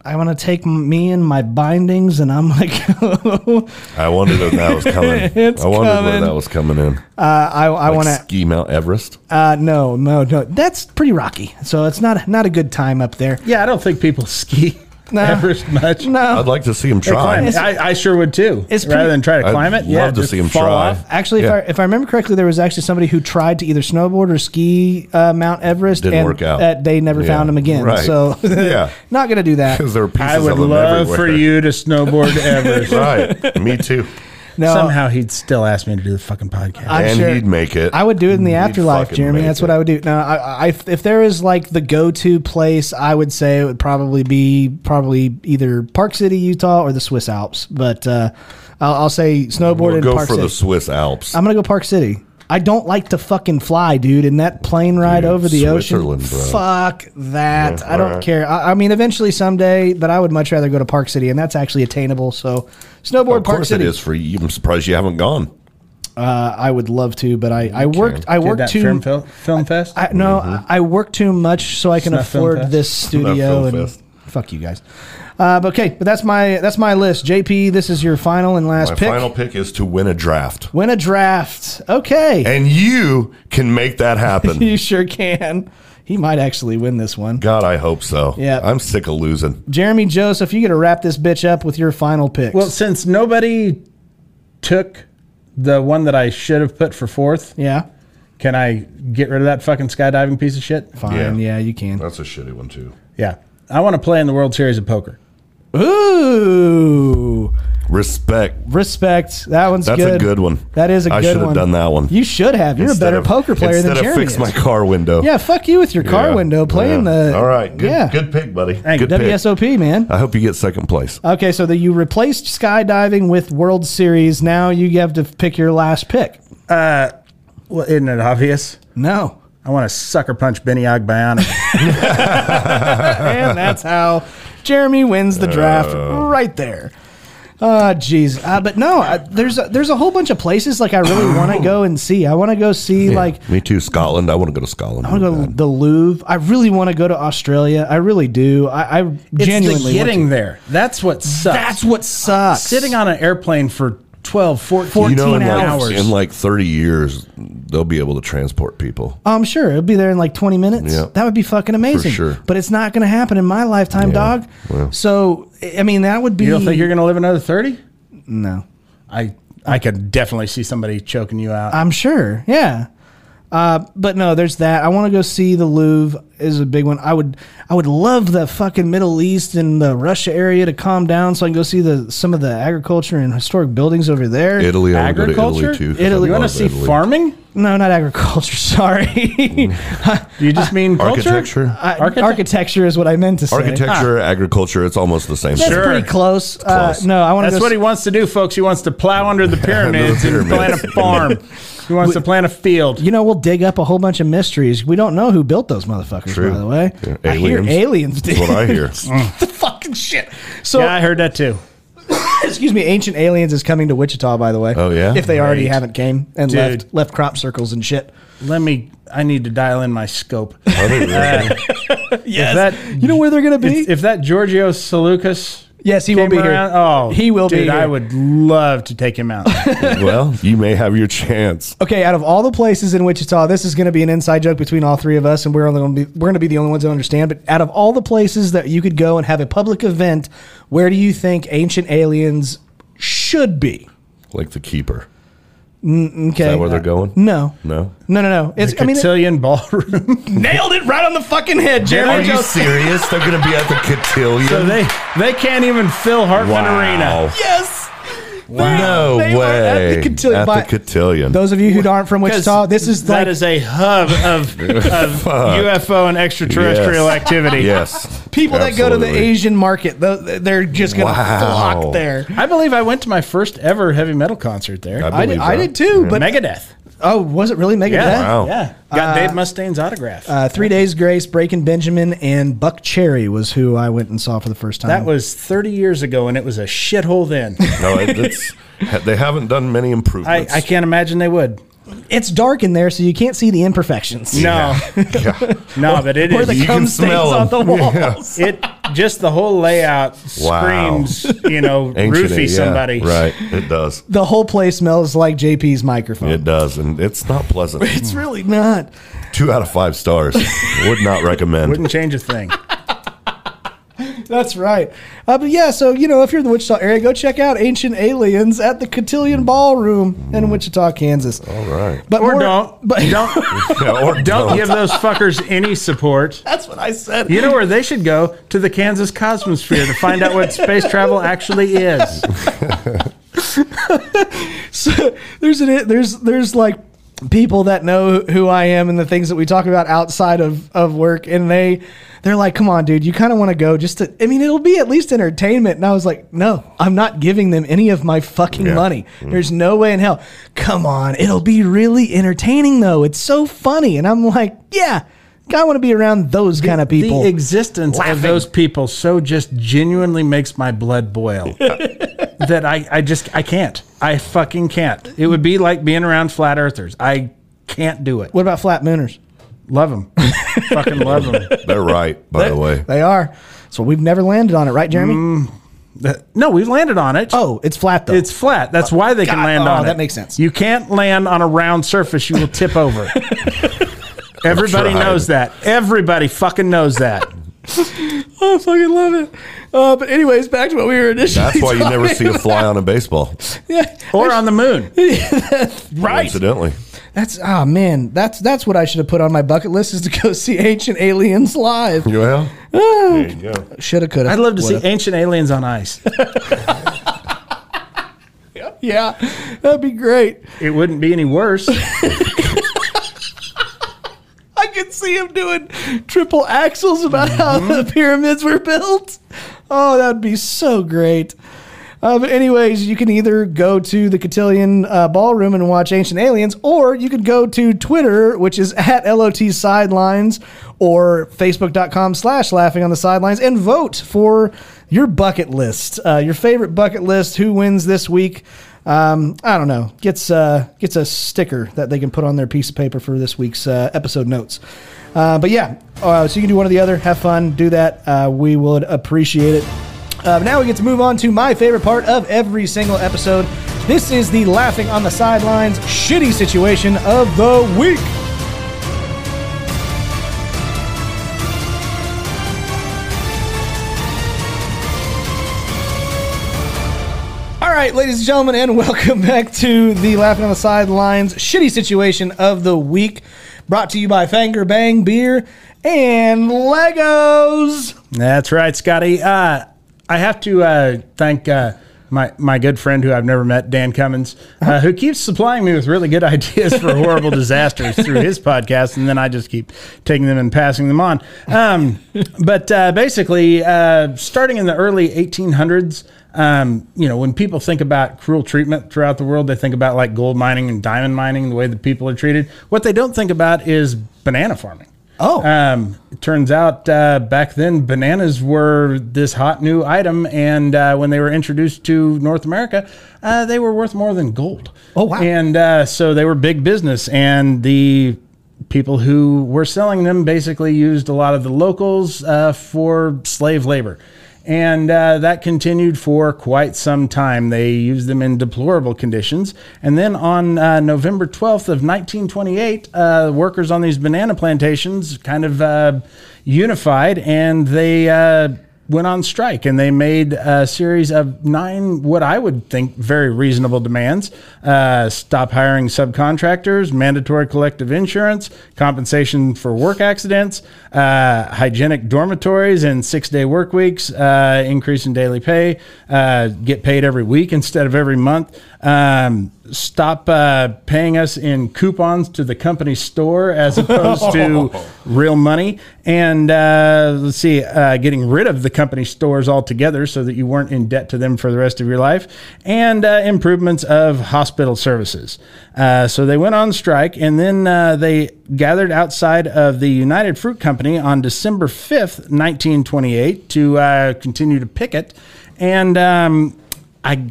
[SPEAKER 1] I want to take m- me and my bindings, and I'm like, uh,
[SPEAKER 2] I wondered if that was coming.
[SPEAKER 1] It's
[SPEAKER 2] I wondered
[SPEAKER 1] coming.
[SPEAKER 2] when that was coming in.
[SPEAKER 1] I, I
[SPEAKER 2] like
[SPEAKER 1] want to.
[SPEAKER 2] ski Mount Everest.
[SPEAKER 1] Uh, no, no, no. That's pretty rocky, so it's not not a good time up there.
[SPEAKER 3] Yeah, I don't think people ski
[SPEAKER 1] No.
[SPEAKER 3] Everest much.
[SPEAKER 1] No,
[SPEAKER 2] I'd like to see him
[SPEAKER 3] Oh. They climb.
[SPEAKER 2] try.
[SPEAKER 3] I, I sure would too.
[SPEAKER 1] It's
[SPEAKER 3] rather
[SPEAKER 1] pretty-
[SPEAKER 3] than try to
[SPEAKER 2] I'd
[SPEAKER 3] climb it. yeah,
[SPEAKER 2] love to
[SPEAKER 3] just
[SPEAKER 2] see 'em
[SPEAKER 3] fall
[SPEAKER 2] try.
[SPEAKER 3] off.
[SPEAKER 1] Actually,
[SPEAKER 2] Yeah.
[SPEAKER 1] if, I, if I remember correctly, there was actually somebody who tried to either snowboard or ski uh, Mount Everest.
[SPEAKER 2] Didn't
[SPEAKER 1] and
[SPEAKER 2] work out.
[SPEAKER 1] That they never
[SPEAKER 2] Yeah.
[SPEAKER 1] found him again.
[SPEAKER 2] Right.
[SPEAKER 1] So,
[SPEAKER 2] Yeah.
[SPEAKER 1] not gonna do that.
[SPEAKER 2] Because there are pieces
[SPEAKER 3] I would
[SPEAKER 2] of them
[SPEAKER 3] love
[SPEAKER 2] everywhere.
[SPEAKER 3] for you to snowboard Everest.
[SPEAKER 2] Right. Me too.
[SPEAKER 1] No,
[SPEAKER 3] Somehow he'd still ask me to do the fucking podcast.
[SPEAKER 1] I'm
[SPEAKER 2] and
[SPEAKER 1] sure-
[SPEAKER 2] he'd make it.
[SPEAKER 1] I would do it in the
[SPEAKER 2] He'd
[SPEAKER 1] afterlife,
[SPEAKER 2] fucking
[SPEAKER 1] Jeremy.
[SPEAKER 2] make
[SPEAKER 1] That's
[SPEAKER 2] it.
[SPEAKER 1] what I would do. No, I, I, if there is like the go-to place, I would say it would probably be probably either Park City, Utah, or the Swiss Alps. But uh, I'll, I'll say snowboard
[SPEAKER 2] We'll
[SPEAKER 1] in
[SPEAKER 2] go
[SPEAKER 1] Park
[SPEAKER 2] for
[SPEAKER 1] City.
[SPEAKER 2] the Swiss Alps.
[SPEAKER 1] I'm gonna go Park City. I don't like to fucking fly, dude. And that plane ride
[SPEAKER 2] Dude,
[SPEAKER 1] over the ocean,
[SPEAKER 2] Switzerland, bro.
[SPEAKER 1] fuck that.
[SPEAKER 2] Yeah,
[SPEAKER 1] I don't
[SPEAKER 2] alright.
[SPEAKER 1] care. I, I mean, eventually someday, but I would much rather go to Park City, and that's actually attainable. So, snowboard
[SPEAKER 2] of
[SPEAKER 1] Park
[SPEAKER 2] course,
[SPEAKER 1] City.
[SPEAKER 2] it is for you. I'm surprised you haven't gone.
[SPEAKER 1] Uh, I would love to, but I, I worked. I
[SPEAKER 3] Did
[SPEAKER 1] worked
[SPEAKER 3] that
[SPEAKER 1] too.
[SPEAKER 3] film, fil- film fest?
[SPEAKER 1] I, no, I I work too much so I can
[SPEAKER 3] not Film
[SPEAKER 1] afford
[SPEAKER 3] Fest.
[SPEAKER 1] this studio
[SPEAKER 2] Mm-hmm. film
[SPEAKER 1] and
[SPEAKER 2] fest.
[SPEAKER 1] fuck you guys. Uh, but okay, but that's my that's my list. JP, this is your final and last
[SPEAKER 2] My
[SPEAKER 1] pick.
[SPEAKER 2] final pick is to win a draft,
[SPEAKER 1] Win a draft. Okay,
[SPEAKER 2] and you can make that happen.
[SPEAKER 1] you sure can. He might actually win this one.
[SPEAKER 2] God, I hope so.
[SPEAKER 1] Yeah.
[SPEAKER 2] I'm sick of losing.
[SPEAKER 1] Jeremy Joseph, you got to wrap this bitch up with your final picks.
[SPEAKER 3] Well, since nobody took the one that I should have put for fourth,
[SPEAKER 1] yeah,
[SPEAKER 3] can I get rid of that fucking skydiving piece of shit?
[SPEAKER 1] fine. Yeah,
[SPEAKER 2] Yeah.
[SPEAKER 1] you can.
[SPEAKER 2] That's a shitty one too.
[SPEAKER 3] Yeah. I want to play in the World Series of Poker.
[SPEAKER 1] Ooh,
[SPEAKER 2] Respect.
[SPEAKER 1] respect. That one's
[SPEAKER 2] That's
[SPEAKER 1] good.
[SPEAKER 2] a good one.
[SPEAKER 1] That is a
[SPEAKER 2] I
[SPEAKER 1] good
[SPEAKER 2] should
[SPEAKER 1] one.
[SPEAKER 2] have done that one.
[SPEAKER 1] You should have. You're
[SPEAKER 2] Instead
[SPEAKER 1] a better
[SPEAKER 2] of-
[SPEAKER 1] poster poker player than
[SPEAKER 2] instead
[SPEAKER 1] Jeremy.
[SPEAKER 2] of fix
[SPEAKER 1] is.
[SPEAKER 2] my car window.
[SPEAKER 1] Yeah, fuck you with your car
[SPEAKER 2] Yeah.
[SPEAKER 1] window playing
[SPEAKER 2] Yeah.
[SPEAKER 1] the.
[SPEAKER 2] All right. Good,
[SPEAKER 1] yeah.
[SPEAKER 2] good pick, buddy.
[SPEAKER 3] Hey,
[SPEAKER 2] good pick.
[SPEAKER 1] WSOP man.
[SPEAKER 2] I hope you get second place.
[SPEAKER 1] Okay, so that you replaced skydiving with World Series. Now you have to pick your last pick.
[SPEAKER 3] Well, isn't it obvious?
[SPEAKER 1] No,
[SPEAKER 3] I want to sucker punch Benny Agbayana.
[SPEAKER 2] Uh.
[SPEAKER 1] and that's how Jeremy wins the draft right there. Oh, jeez. Uh, but no, I, there's a, there's a whole bunch of places like I really want to go and see. I want to go see like
[SPEAKER 2] me too. Scotland. I want to go to Scotland.
[SPEAKER 1] I want to go to the Louvre. I really want to go to Australia. I really do. I, I
[SPEAKER 6] It's
[SPEAKER 1] genuinely
[SPEAKER 6] the getting
[SPEAKER 1] want to.
[SPEAKER 6] there. That's what sucks.
[SPEAKER 1] That's what sucks.
[SPEAKER 6] Sitting on an airplane for 12, 14,
[SPEAKER 2] Uh, you know, in like,
[SPEAKER 6] hours.
[SPEAKER 2] in like 30 years, they'll be able to transport people.
[SPEAKER 1] Oh, I'm sure it'll be there in like 20 minutes.
[SPEAKER 2] Yeah.
[SPEAKER 1] That would be fucking amazing.
[SPEAKER 2] sure.
[SPEAKER 1] But it's not going to happen in my lifetime, dog. So I mean, that would be.
[SPEAKER 6] you don't think you're going to live another 30?
[SPEAKER 1] no.
[SPEAKER 6] I I could definitely see somebody choking you out.
[SPEAKER 1] I'm sure. Yeah. Uh, but no, there's that. I want to go see the Louvre is a big one. I would I would love the fucking Middle East and the Russia area to calm down so I can go see the some of the agriculture and historic buildings over there.
[SPEAKER 2] Italy. I want to go to
[SPEAKER 6] Agriculture?
[SPEAKER 2] Italy too. 'cause I
[SPEAKER 6] You want to
[SPEAKER 2] love
[SPEAKER 6] see
[SPEAKER 2] Italy.
[SPEAKER 6] farming?
[SPEAKER 1] No, not agriculture. Sorry,
[SPEAKER 6] Do you just mean
[SPEAKER 2] Ah,
[SPEAKER 6] culture?
[SPEAKER 2] Architecture.
[SPEAKER 1] I-
[SPEAKER 6] Architect-
[SPEAKER 1] architecture is what I meant to say.
[SPEAKER 2] Architecture, agriculture, it's almost the same.
[SPEAKER 1] That's
[SPEAKER 2] thing.
[SPEAKER 1] pretty close. Uh,
[SPEAKER 2] close.
[SPEAKER 1] no, I want to.
[SPEAKER 6] That's
[SPEAKER 1] go s-
[SPEAKER 6] what he wants to do, folks. He wants to plow under the pyramids and
[SPEAKER 2] pyramids.
[SPEAKER 6] plant a farm. He wants to plant a field.
[SPEAKER 1] you know, we'll dig up a whole bunch of mysteries. We don't know who built those motherfuckers,
[SPEAKER 2] True.
[SPEAKER 1] by the way.
[SPEAKER 2] Yeah,
[SPEAKER 1] I hear
[SPEAKER 2] aliens.
[SPEAKER 1] aliens.
[SPEAKER 2] That's what I hear.
[SPEAKER 1] the fucking shit. So
[SPEAKER 6] yeah, I heard that too.
[SPEAKER 1] Excuse me, Ancient Aliens is coming to Wichita, by the way.
[SPEAKER 2] Oh, yeah?
[SPEAKER 1] If they already
[SPEAKER 6] Great.
[SPEAKER 1] haven't came and
[SPEAKER 6] Dude.
[SPEAKER 1] left left crop circles and shit.
[SPEAKER 6] Let me. I need to dial in my scope. If
[SPEAKER 2] Are they really?
[SPEAKER 6] that
[SPEAKER 1] You know where they're gonna be?
[SPEAKER 6] if, if that Giorgio Seleucus
[SPEAKER 1] yes, he will
[SPEAKER 6] came
[SPEAKER 1] be
[SPEAKER 6] around,
[SPEAKER 1] here.
[SPEAKER 6] oh,
[SPEAKER 1] he will
[SPEAKER 6] dude,
[SPEAKER 1] be. Here.
[SPEAKER 6] I would love to take him out.
[SPEAKER 2] well, you may have your chance.
[SPEAKER 1] Okay, out of all the places in Wichita, this is gonna be an inside joke between all three of us, and we're only gonna be we're gonna be the only ones that understand. But out of all the places that you could go and have a public event, where do you think Ancient Aliens should be?
[SPEAKER 2] Like the keeper.
[SPEAKER 1] Okay,
[SPEAKER 2] Is that where they're going?
[SPEAKER 1] no,
[SPEAKER 2] No.
[SPEAKER 1] no, no, no. It's I mean, it,
[SPEAKER 6] Cotillion ballroom.
[SPEAKER 1] nailed it right on the fucking head,
[SPEAKER 2] Are
[SPEAKER 1] Jeremy.
[SPEAKER 2] you serious? They're going to be at the cotillion.
[SPEAKER 6] so they they can't even fill Hartman Arena.
[SPEAKER 1] Yes.
[SPEAKER 2] No
[SPEAKER 1] They were At
[SPEAKER 2] way.
[SPEAKER 1] the cotillion.
[SPEAKER 2] At
[SPEAKER 1] By-
[SPEAKER 2] the cotillion.
[SPEAKER 1] Those of you who aren't from Wichita, this is like
[SPEAKER 6] that is a hub of, of
[SPEAKER 2] Fuck.
[SPEAKER 6] UFO and extraterrestrial
[SPEAKER 2] Yes.
[SPEAKER 6] activity.
[SPEAKER 2] yes.
[SPEAKER 1] people that go to the
[SPEAKER 2] Absolutely.
[SPEAKER 1] Asian market. tho- They're just gonna
[SPEAKER 2] Wow.
[SPEAKER 1] flock there.
[SPEAKER 6] I believe I went to my first ever heavy metal concert there.
[SPEAKER 2] I
[SPEAKER 1] I did,
[SPEAKER 2] believe
[SPEAKER 1] I
[SPEAKER 2] that. Mm-hmm.
[SPEAKER 1] did too, but
[SPEAKER 6] Megadeth.
[SPEAKER 1] oh, was it really Megadeth?
[SPEAKER 6] Yeah.
[SPEAKER 2] Wow.
[SPEAKER 6] Yeah. Got Dave Mustaine's autograph.
[SPEAKER 1] Uh, Three Days Grace, Breaking Benjamin, and Buck Cherry was who I went and saw for the first time.
[SPEAKER 6] that was 30 years ago, and it was a shithole then.
[SPEAKER 2] No, it, it's, ha- they haven't done many
[SPEAKER 6] I,
[SPEAKER 2] improvements.
[SPEAKER 6] I can't imagine they would.
[SPEAKER 1] it's dark in there, so you can't see the imperfections.
[SPEAKER 6] No,
[SPEAKER 2] Yeah.
[SPEAKER 6] no, but it
[SPEAKER 1] Or the
[SPEAKER 6] is.
[SPEAKER 2] You
[SPEAKER 1] cum
[SPEAKER 2] can
[SPEAKER 1] stains
[SPEAKER 2] smell
[SPEAKER 1] on the
[SPEAKER 2] 'em.
[SPEAKER 1] walls.
[SPEAKER 6] It just the whole layout
[SPEAKER 2] Wow.
[SPEAKER 6] screams, you know,
[SPEAKER 2] Ancient,
[SPEAKER 6] roofie
[SPEAKER 2] yeah.
[SPEAKER 6] somebody.
[SPEAKER 2] Right. It does.
[SPEAKER 1] The whole place smells like JP's microphone.
[SPEAKER 2] It does. And it's not pleasant.
[SPEAKER 1] It's really not.
[SPEAKER 2] Two out of five stars. Would not recommend.
[SPEAKER 6] Wouldn't change a thing.
[SPEAKER 1] That's right. Uh, but yeah, so you know, if you're in the Wichita area, go check out Ancient Aliens at the Cotillion Ballroom in Wichita, Kansas.
[SPEAKER 2] Mm. All right.
[SPEAKER 1] But
[SPEAKER 6] Or
[SPEAKER 1] more-
[SPEAKER 6] don't.
[SPEAKER 1] But
[SPEAKER 6] don't
[SPEAKER 2] Yeah, or
[SPEAKER 6] don't give those fuckers any support.
[SPEAKER 1] that's what I said.
[SPEAKER 6] You know where they should go? To the Kansas Cosmosphere to find out what space travel actually is.
[SPEAKER 1] So, there's an there's there's like people that know who I am and the things that we talk about outside of of work, and they they're like, "Come on, dude, you kind of want to go just to. I mean, it'll be at least entertainment." And I was like, "No, I'm not giving them any of my fucking
[SPEAKER 2] Yeah.
[SPEAKER 1] money. There's no way in hell. Come on, it'll be really entertaining though. It's so funny." And I'm like, "Yeah." I want to be around those kind of people.
[SPEAKER 6] The existence of
[SPEAKER 1] laughing.
[SPEAKER 6] those people so just genuinely makes my blood boil that I, I just I can't. I fucking can't. It would be like being around flat earthers. I can't do it.
[SPEAKER 1] what about flat mooners?
[SPEAKER 6] Love them. fucking love them.
[SPEAKER 2] They're right, by the way.
[SPEAKER 1] They are. So we've never landed on it, right, Jeremy?
[SPEAKER 6] No, we've landed on it.
[SPEAKER 1] Oh, it's flat though.
[SPEAKER 6] It's flat. That's why they can
[SPEAKER 1] God.
[SPEAKER 6] land
[SPEAKER 1] Oh,
[SPEAKER 6] on it.
[SPEAKER 1] that makes sense.
[SPEAKER 6] You can't land on a round surface. You will tip over. Everybody
[SPEAKER 2] tried.
[SPEAKER 6] knows that. Everybody fucking knows that.
[SPEAKER 1] Oh, I fucking love it. Uh, but anyways, back to what we were initially.
[SPEAKER 2] That's why you never see a fly on a baseball,
[SPEAKER 6] Or on the moon.
[SPEAKER 1] right.
[SPEAKER 2] incidentally.
[SPEAKER 1] That's ah man. That's that's what I should have put on my bucket list is to go see Ancient Aliens live.
[SPEAKER 6] Ah.
[SPEAKER 2] Well, there you go.
[SPEAKER 1] Should have, could have.
[SPEAKER 6] I'd love to see ancient aliens on ice.
[SPEAKER 1] Yeah, that'd be great.
[SPEAKER 6] It wouldn't be any worse.
[SPEAKER 1] I could see him doing triple axles about how
[SPEAKER 6] Mm-hmm.
[SPEAKER 1] the pyramids were built. Oh, that'd be so great. Uh, but anyways, you can either go to the Cotillion uh, Ballroom and watch Ancient Aliens, or you could go to Twitter, which is at LOT Sidelines, or Facebook.com slash Laughing on the Sidelines, and vote for your bucket list, uh, your favorite bucket list. Who wins this week? Um, I don't know. Gets uh, gets a sticker that they can put on their piece of paper for this week's uh, episode notes. Uh, but yeah, uh, so you can do one or the other. Have fun. Do that. Uh, we would appreciate it. Uh, now we get to move on to my favorite part of every single episode. This is the laughing on the sidelines shitty situation of the week. All right, ladies and gentlemen, and welcome back to the Laughing on the Sidelines shitty situation of the week, brought to you by Fanger Bang Beer and Legos.
[SPEAKER 6] That's right, Scotty. Uh, I have to uh, thank uh, my my good friend who I've never met, Dan Cummins, uh, who keeps supplying me with really good ideas for horrible disasters through his podcast, and then I just keep taking them and passing them on. Um, but uh, basically, uh, starting in the early 1800s. Um, you know, when people think about cruel treatment throughout the world, they think about like gold mining and diamond mining, the way that people are treated. What they don't think about is banana farming.
[SPEAKER 1] Oh.
[SPEAKER 6] Um, it turns out uh, back then bananas were this hot new item, and uh, when they were introduced to North America, uh, they were worth more than gold.
[SPEAKER 1] Oh, wow.
[SPEAKER 6] And uh, so they were big business, and the people who were selling them basically used a lot of the locals uh, for slave labor. And uh, that continued for quite some time. They used them in deplorable conditions. And then on uh, November 12th of 1928, uh, workers on these banana plantations kind of uh, unified and they uh, went on strike and they made a series of nine, what I would think, very reasonable demands uh, stop hiring subcontractors, mandatory collective insurance, compensation for work accidents, uh, hygienic dormitories and six day work weeks, uh, increase in daily pay, uh, get paid every week instead of every month. Um, stop uh, paying us in coupons to the company store as opposed to real money. And uh, let's see, uh, getting rid of the company stores altogether so that you weren't in debt to them for the rest of your life. And uh, improvements of hospital services. Uh, so they went on strike and then uh, they gathered outside of the United Fruit Company on December 5th, 1928, to uh, continue to picket. And um, I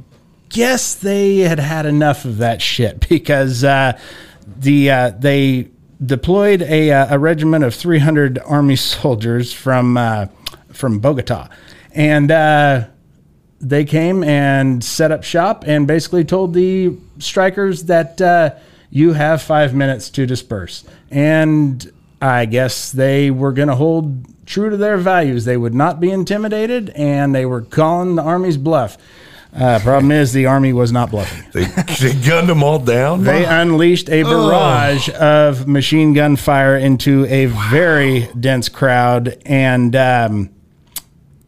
[SPEAKER 6] guess they had had enough of that shit because uh, the uh, they deployed a, uh, a regiment of 300 army soldiers from uh, from Bogota, and uh, they came and set up shop and basically told the strikers that uh, you have five minutes to disperse. And I guess they were going to hold true to their values. They would not be intimidated, and they were calling the army's bluff. Uh, problem is, the army was not bluffing.
[SPEAKER 2] They, they gunned them all down.
[SPEAKER 6] They unleashed a barrage of machine gun fire into a very dense crowd, and um,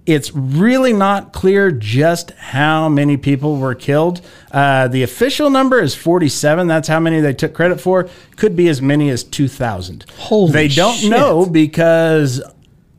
[SPEAKER 6] it's really not clear just how many people were killed. Uh, the official number is 47. That's how many they took credit for. Could be as many as 2,000.
[SPEAKER 1] Holy
[SPEAKER 6] They don't
[SPEAKER 1] shit.
[SPEAKER 6] know because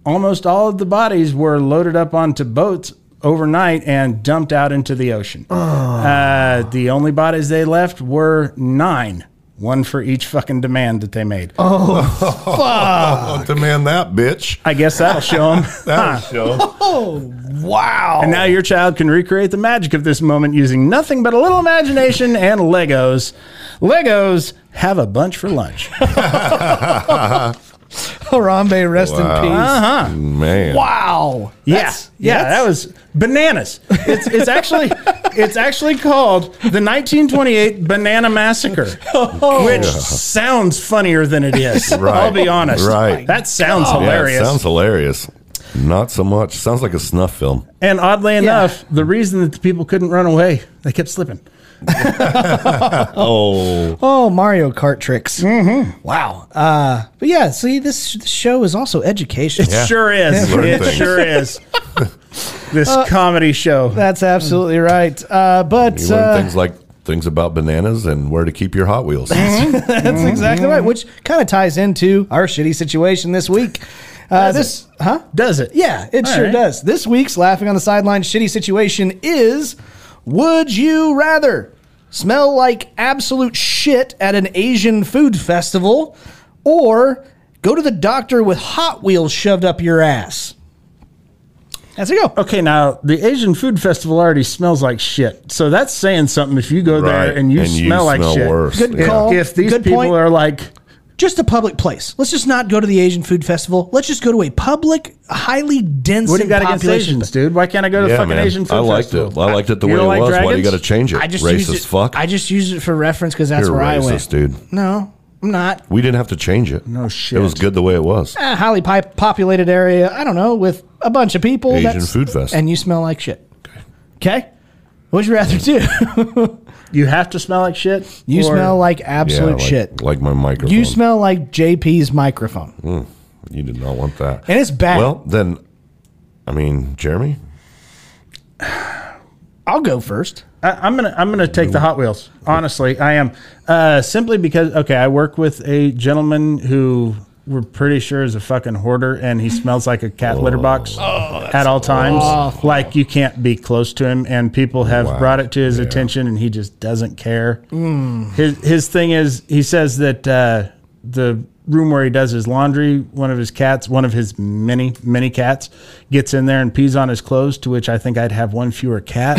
[SPEAKER 6] almost all of the bodies were loaded up onto boats overnight and dumped out into the ocean. Uh, the only bodies they left were nine, one for each fucking demand that they made.
[SPEAKER 1] Oh.
[SPEAKER 2] Fuck the man, Oh, that bitch.
[SPEAKER 6] I guess that'll show them.
[SPEAKER 2] That show.
[SPEAKER 1] Wow.
[SPEAKER 6] And now your child can recreate the magic of this moment using nothing but a little imagination and Legos. Legos have a bunch for lunch.
[SPEAKER 1] Harambe, rest in peace.
[SPEAKER 2] Uh-huh. Man.
[SPEAKER 1] Wow.
[SPEAKER 6] Yeah, yeah, that was bananas. It's it's actually it's actually called the 1928 Banana Massacre,
[SPEAKER 2] Oh.
[SPEAKER 6] which sounds funnier than it is. I'll be honest.
[SPEAKER 2] Right.
[SPEAKER 6] that sounds
[SPEAKER 2] Yeah, it
[SPEAKER 6] hilarious.
[SPEAKER 2] sounds hilarious. Not so much. Sounds like a snuff film.
[SPEAKER 6] and oddly enough, the reason that the people couldn't run away, they kept slipping.
[SPEAKER 2] Oh,
[SPEAKER 1] Oh, Mario Kart tricks. Mm-hmm. Wow. Uh, but yeah, see, this sh- this show is also education.
[SPEAKER 2] Yeah.
[SPEAKER 6] Sure is.
[SPEAKER 2] Learn
[SPEAKER 6] it
[SPEAKER 2] things. Uh,
[SPEAKER 6] sure is. This comedy show.
[SPEAKER 1] That's absolutely right. Uh, but
[SPEAKER 2] you learn
[SPEAKER 1] uh,
[SPEAKER 2] things like things about bananas and where to keep your Hot Wheels.
[SPEAKER 6] Uh-huh.
[SPEAKER 1] that's exactly
[SPEAKER 6] Mm-hmm.
[SPEAKER 1] right, which kind of ties into our shitty situation this week. Uh, this, huh?
[SPEAKER 6] Does it?
[SPEAKER 1] Yeah, it
[SPEAKER 6] All
[SPEAKER 1] sure
[SPEAKER 6] right.
[SPEAKER 1] does. This week's Laughing on the Sideline shitty situation is Would you rather smell like absolute shit at an Asian food festival or go to the doctor with Hot Wheels shoved up your ass? That's a go.
[SPEAKER 6] Okay, now the Asian Food Festival already smells like shit. So that's saying something if you go
[SPEAKER 2] Right.
[SPEAKER 6] there and you smell like shit.
[SPEAKER 2] worse.
[SPEAKER 1] Good
[SPEAKER 2] yeah.
[SPEAKER 1] call.
[SPEAKER 6] If these
[SPEAKER 1] Good
[SPEAKER 6] people
[SPEAKER 1] point.
[SPEAKER 6] are like,
[SPEAKER 7] Just a public place. Let's just not go to the Asian Food Festival. Let's just go to a public, highly dense
[SPEAKER 6] what do you got against
[SPEAKER 7] population.
[SPEAKER 6] Asians, dude? Why can't I go to
[SPEAKER 2] Yeah,
[SPEAKER 6] fucking
[SPEAKER 2] man.
[SPEAKER 6] Asian Food
[SPEAKER 2] I liked
[SPEAKER 6] Festival?
[SPEAKER 2] it. I liked it the
[SPEAKER 6] You
[SPEAKER 2] way it
[SPEAKER 6] don't like
[SPEAKER 2] was. Why do you got to
[SPEAKER 6] dragons?
[SPEAKER 2] change it?
[SPEAKER 7] I just
[SPEAKER 2] racist
[SPEAKER 7] used it,
[SPEAKER 2] fuck.
[SPEAKER 7] I just used it for reference because that's
[SPEAKER 2] You're
[SPEAKER 7] where I
[SPEAKER 2] racist,
[SPEAKER 7] went.
[SPEAKER 2] dude.
[SPEAKER 7] No, I'm not.
[SPEAKER 2] We didn't have to change it. No
[SPEAKER 6] shit.
[SPEAKER 2] It was good the way it was.
[SPEAKER 7] A highly pi- populated area. I don't know with a bunch of people.
[SPEAKER 2] Asian
[SPEAKER 7] that's-
[SPEAKER 2] food fest.
[SPEAKER 7] and you smell like shit.
[SPEAKER 1] Okay. What'd you rather do?
[SPEAKER 6] You have to smell like shit.
[SPEAKER 1] You
[SPEAKER 6] or-
[SPEAKER 1] smell like
[SPEAKER 2] Yeah,
[SPEAKER 1] absolute
[SPEAKER 2] like,
[SPEAKER 1] shit.
[SPEAKER 2] Like my microphone.
[SPEAKER 1] You smell like JP's microphone.
[SPEAKER 2] You did not want that.
[SPEAKER 1] And it's bad.
[SPEAKER 2] Well, then, I mean, Jeremy.
[SPEAKER 1] I'll go first.
[SPEAKER 6] I, I'm gonna I'm gonna take the Hot Wheels. Honestly, I am uh, simply because okay, I work with a gentleman who we're pretty sure is a fucking hoarder, and he smells like a cat litter box at all times. Like you can't be close to him, and people have
[SPEAKER 2] Wow.
[SPEAKER 6] brought it to his attention, and he just doesn't care. His his thing is he says that uh, the room where he does his laundry, one of his cats, one of his many many cats, gets in there and pees on his clothes. To which I think I'd have one fewer cat.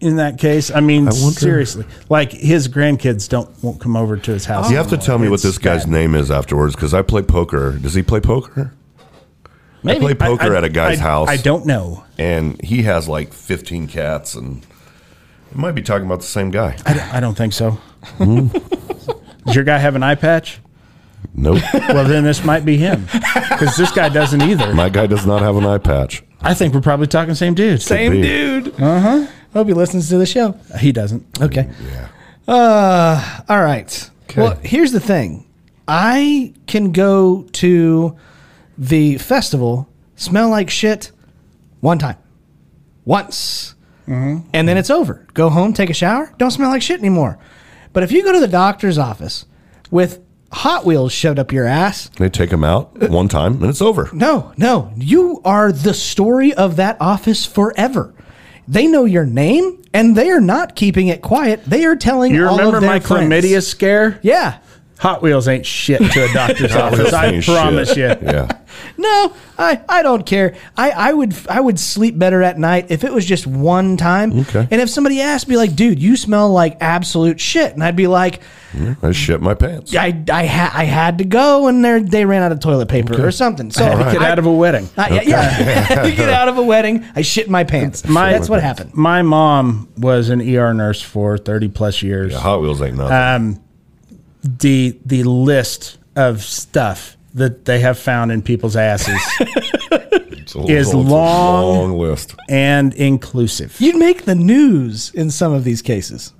[SPEAKER 6] in that case, I mean seriously, like his grandkids don't won't come over to his house.
[SPEAKER 2] you have to tell me what
[SPEAKER 6] Oh It's
[SPEAKER 2] this guy's
[SPEAKER 6] bad.
[SPEAKER 2] name is afterwards because I play poker. Does he play poker?
[SPEAKER 6] Maybe.
[SPEAKER 2] play poker at a guy's
[SPEAKER 6] I-
[SPEAKER 2] house.
[SPEAKER 6] I don't know.
[SPEAKER 2] And he has like 15 cats, and we might be talking about the same guy.
[SPEAKER 6] I don't, I don't think so.
[SPEAKER 2] Hmm.
[SPEAKER 6] Does your guy have an eye patch?
[SPEAKER 2] Nope.
[SPEAKER 6] Well, then this might be him because this guy doesn't either.
[SPEAKER 2] my guy does not have an eye patch.
[SPEAKER 6] I think we're probably talking same dude.
[SPEAKER 2] Could be.
[SPEAKER 1] dude. Uh huh. Hope he listens to the show.
[SPEAKER 6] He doesn't.
[SPEAKER 1] Okay.
[SPEAKER 2] Yeah.
[SPEAKER 1] Uh, all right. Well, here's the thing. I can go to the festival, smell like shit, one time, once, and then it's over. Go home, take a shower, don't smell like shit anymore. But if you go to the doctor's office with Hot Wheels shoved up your ass,
[SPEAKER 2] They take him out one time, and it's over.
[SPEAKER 1] no, no, you are the story of that office forever. They know your name, and they are not keeping it quiet. They are telling
[SPEAKER 6] You
[SPEAKER 1] all
[SPEAKER 6] remember
[SPEAKER 1] of their
[SPEAKER 6] my
[SPEAKER 1] friends.
[SPEAKER 6] chlamydia scare?
[SPEAKER 1] Yeah.
[SPEAKER 6] Hot Wheels ain't shit to a doctor's office. I
[SPEAKER 2] Shit.
[SPEAKER 6] promise you.
[SPEAKER 2] Yeah.
[SPEAKER 1] No, I, I don't care. I, I would I would sleep better at night if it was just one time.
[SPEAKER 2] Okay.
[SPEAKER 1] And if somebody asked me like, dude, you smell like absolute shit, and I'd be like,
[SPEAKER 2] Mm-hmm. I shit my pants.
[SPEAKER 1] I I, ha- I had to go, and they they ran out of toilet paper or something. So
[SPEAKER 6] To get out of a wedding.
[SPEAKER 1] I- yeah, to get out of a wedding, I shit my pants.
[SPEAKER 6] My-
[SPEAKER 1] That's what happened.
[SPEAKER 6] My mom was an ER nurse for 30 plus years.
[SPEAKER 2] Yeah, Hot Wheels ain't nothing.
[SPEAKER 6] Uh, the the list of stuff that they have found in people's asses
[SPEAKER 2] It's a
[SPEAKER 6] is
[SPEAKER 2] it's a
[SPEAKER 6] long-
[SPEAKER 2] long list.
[SPEAKER 6] and inclusive.
[SPEAKER 1] You'd make the news in some of these cases.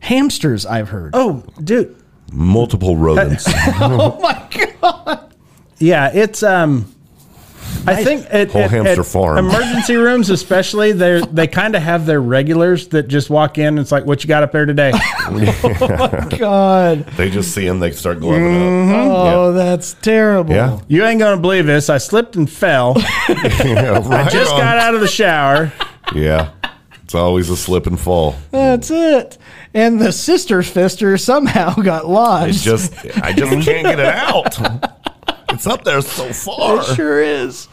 [SPEAKER 1] Hamsters, I've heard.
[SPEAKER 6] oh, dude.
[SPEAKER 2] Multiple rodents.
[SPEAKER 6] Yeah, it's um. I think at,
[SPEAKER 2] Whole
[SPEAKER 6] at-
[SPEAKER 2] hamster
[SPEAKER 6] at
[SPEAKER 2] farm.
[SPEAKER 6] emergency rooms, especially, they they kind of have their regulars that just walk in. and It's like, what you got up there today?
[SPEAKER 1] God.
[SPEAKER 2] they just see him, they start gloving
[SPEAKER 1] Oh, that's
[SPEAKER 6] Mm-hmm.
[SPEAKER 1] terrible.
[SPEAKER 2] up.
[SPEAKER 6] you ain't gonna believe this. I slipped and fell.
[SPEAKER 2] Yeah. yeah right
[SPEAKER 6] Just
[SPEAKER 2] on.
[SPEAKER 6] got out of the shower.
[SPEAKER 2] Yeah. It's always a slip and fall.
[SPEAKER 1] That's it. And the sister fister somehow got
[SPEAKER 2] It's
[SPEAKER 1] lodged.
[SPEAKER 2] just, I just can't get it out. It's up there so far.
[SPEAKER 1] sure is.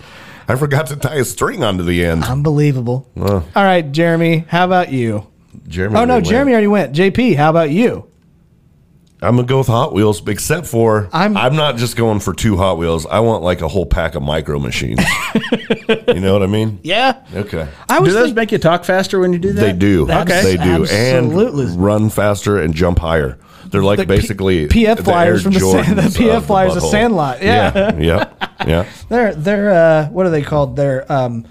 [SPEAKER 2] I forgot to tie a string onto the end.
[SPEAKER 6] Uh,
[SPEAKER 1] Unbelievable. All right, Jeremy, how about you?
[SPEAKER 2] Jeremy
[SPEAKER 1] Oh, no,
[SPEAKER 2] already
[SPEAKER 1] Jeremy already
[SPEAKER 2] went.
[SPEAKER 1] went. JP, how about you?
[SPEAKER 2] I'm gonna go with Hot Wheels, except for
[SPEAKER 1] I'm-
[SPEAKER 2] I'm. not just going for two Hot Wheels. I want like a whole pack of micro machines. you know what I mean?
[SPEAKER 1] Yeah.
[SPEAKER 2] Okay.
[SPEAKER 1] I
[SPEAKER 6] Do
[SPEAKER 1] was
[SPEAKER 6] those
[SPEAKER 1] thinking-
[SPEAKER 6] make you talk faster when you do that?
[SPEAKER 2] They do.
[SPEAKER 6] Okay.
[SPEAKER 2] They do.
[SPEAKER 1] Absolutely.
[SPEAKER 2] And run faster and jump higher. They're like
[SPEAKER 1] The P-
[SPEAKER 2] basically
[SPEAKER 1] PF
[SPEAKER 2] the
[SPEAKER 1] flyers
[SPEAKER 2] Air
[SPEAKER 1] from the sand-
[SPEAKER 2] Jordans
[SPEAKER 1] the PF
[SPEAKER 2] of
[SPEAKER 1] flyers of
[SPEAKER 2] butthole.
[SPEAKER 1] Sandlot. Yeah.
[SPEAKER 2] Yeah. Yeah. yeah.
[SPEAKER 1] they're, they're uh, what are they called? They're, um,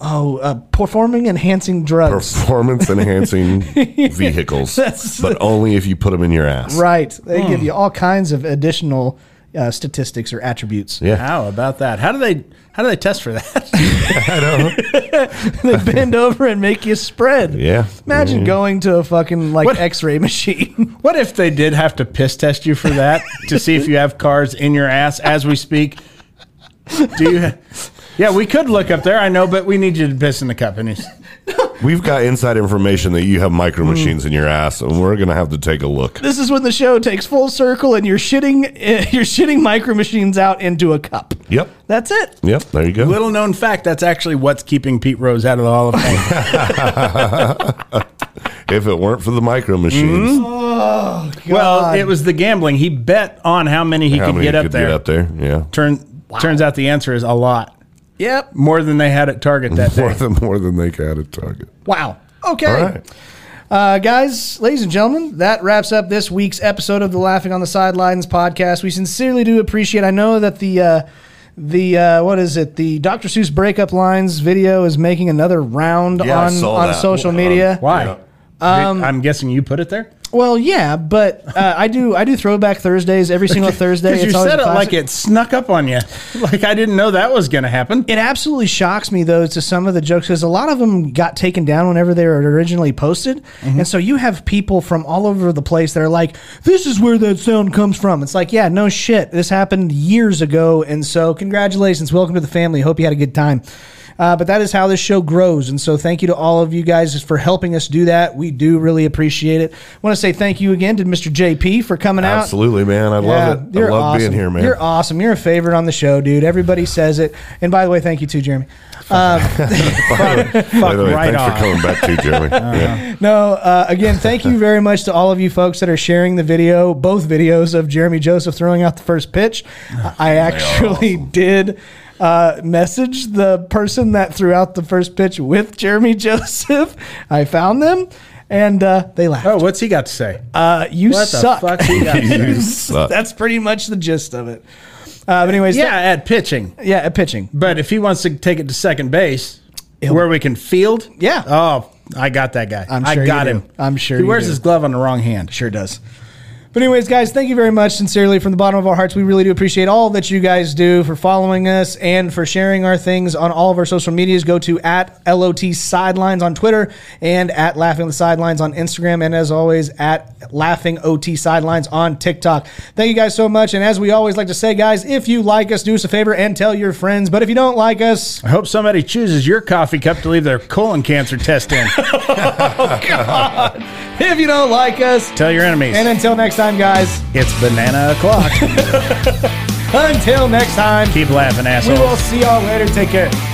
[SPEAKER 1] oh, uh, performing enhancing drugs.
[SPEAKER 2] Performance enhancing vehicles,
[SPEAKER 1] That's-
[SPEAKER 2] but only if you put them in your ass.
[SPEAKER 1] right. They give you all kinds of additional uh, statistics or attributes.
[SPEAKER 2] Yeah.
[SPEAKER 6] How about that? How do they how do they test for that?
[SPEAKER 2] I don't know.
[SPEAKER 1] they bend over and make you spread.
[SPEAKER 2] Yeah.
[SPEAKER 1] Imagine going to a fucking like
[SPEAKER 6] What-
[SPEAKER 1] X-ray machine.
[SPEAKER 6] What if they did have to piss test you for that to see if you have cars in your ass as we speak? Do you? Yeah, we could look up there. I know, but we need you to piss in the cup. And he's,
[SPEAKER 2] We've got inside information that you have
[SPEAKER 1] Mm.
[SPEAKER 2] micro machines in your ass, and we're gonna have to take a look.
[SPEAKER 1] This is when the show takes full circle, and you're shitting you're shitting micro machines out into a cup.
[SPEAKER 2] Yep.
[SPEAKER 1] That's it.
[SPEAKER 2] Yep. There you go.
[SPEAKER 6] Little known fact, that's actually what's keeping Pete Rose out of the Hall of
[SPEAKER 1] Oh,
[SPEAKER 6] Fame.
[SPEAKER 2] if it weren't for the micro machines,
[SPEAKER 6] well, it was the gambling. He bet on how many he
[SPEAKER 2] how
[SPEAKER 6] could
[SPEAKER 2] many
[SPEAKER 6] get
[SPEAKER 2] could
[SPEAKER 6] up there.
[SPEAKER 2] get up there? Yeah.
[SPEAKER 6] Turn, Turns out the answer is a lot.
[SPEAKER 1] Yep.
[SPEAKER 6] More than they had at Target that
[SPEAKER 2] More
[SPEAKER 6] day.
[SPEAKER 2] than more than they got at Target.
[SPEAKER 1] Wow. Okay.
[SPEAKER 2] All right.
[SPEAKER 1] Uh, guys, ladies and gentlemen, that wraps up this week's episode of the Laughing on the Sidelines podcast. We sincerely do appreciate. I know that the uh, the uh, what is it? The Dr. Seuss breakup lines video is making another round
[SPEAKER 2] Yeah, I
[SPEAKER 1] on
[SPEAKER 2] saw
[SPEAKER 1] on
[SPEAKER 2] that.
[SPEAKER 1] social
[SPEAKER 2] Um,
[SPEAKER 1] media.
[SPEAKER 6] Why? I'm guessing you put it there?
[SPEAKER 1] Well, yeah, but uh, I do I do Throwback Thursdays every single Thursday.
[SPEAKER 6] Because you
[SPEAKER 1] always
[SPEAKER 6] said
[SPEAKER 1] a
[SPEAKER 6] it
[SPEAKER 1] classic.
[SPEAKER 6] like it snuck up on you. Like I didn't know that was going to happen.
[SPEAKER 1] It absolutely shocks me though to some of the jokes because a lot of them got taken down whenever they were originally posted, and so you have people from all over the place that are like, "This is where that sound comes from." It's like, yeah, no shit, this happened years ago, and so congratulations, welcome to the family. Hope you had a good time. Uh, but that is how this show grows, and so thank you to all of you guys for helping us do that. We do really appreciate it. want to say thank you again to Mr. JP for coming out.
[SPEAKER 2] Absolutely, man. I love it. I
[SPEAKER 1] you're
[SPEAKER 2] love
[SPEAKER 1] awesome.
[SPEAKER 2] being here, man.
[SPEAKER 1] You're awesome. You're a favorite on the show, dude. Everybody says it. And by the way, thank you too, Jeremy.
[SPEAKER 2] By the way,
[SPEAKER 6] right
[SPEAKER 2] thanks
[SPEAKER 6] on.
[SPEAKER 2] for coming back too, Jeremy. yeah.
[SPEAKER 1] No, uh, again, thank you very much to all of you folks that are sharing the video, both videos of Jeremy Joseph throwing out the first pitch. I actually did uh, message the person that threw out the first pitch with Jeremy Joseph. I found them, and uh, they laughed.
[SPEAKER 6] Oh, what's he got to say?
[SPEAKER 1] uh, you
[SPEAKER 6] what the
[SPEAKER 1] suck.
[SPEAKER 6] fuck he got to say?
[SPEAKER 2] You suck.
[SPEAKER 1] That's pretty much the gist of it. Uh, but anyways,
[SPEAKER 6] yeah, at pitching.
[SPEAKER 1] yeah, at pitching.
[SPEAKER 6] But if he wants to take it to second base,
[SPEAKER 1] He'll-
[SPEAKER 6] where we can field,
[SPEAKER 1] Yeah.
[SPEAKER 6] Oh, I got that guy.
[SPEAKER 1] I'm
[SPEAKER 6] I
[SPEAKER 1] sure you
[SPEAKER 6] got
[SPEAKER 1] do.
[SPEAKER 6] him.
[SPEAKER 1] I'm sure
[SPEAKER 6] he
[SPEAKER 1] you
[SPEAKER 6] wears
[SPEAKER 1] do.
[SPEAKER 6] his glove on the wrong hand.
[SPEAKER 1] Sure does. But anyways, guys, thank you very much sincerely from the bottom of our hearts. We really do appreciate all that you guys do for following us and for sharing our things on all of our social medias. Go to at LOT Sidelines on Twitter and at Laughing on the Sidelines on Instagram. And as always, at Laughing OT Sidelines on TikTok. Thank you guys so much. And as we always like to say, guys, if you like us, do us a favor and tell your friends. But if you don't like us,
[SPEAKER 6] I hope somebody chooses your coffee cup to leave their colon cancer test in.
[SPEAKER 1] if you don't like us,
[SPEAKER 6] Tell your enemies.
[SPEAKER 1] and until next time, guys,
[SPEAKER 6] it's banana o'clock.
[SPEAKER 1] until next time,
[SPEAKER 6] Keep laughing,
[SPEAKER 1] we
[SPEAKER 6] asshole.
[SPEAKER 1] will see y'all later. Take care.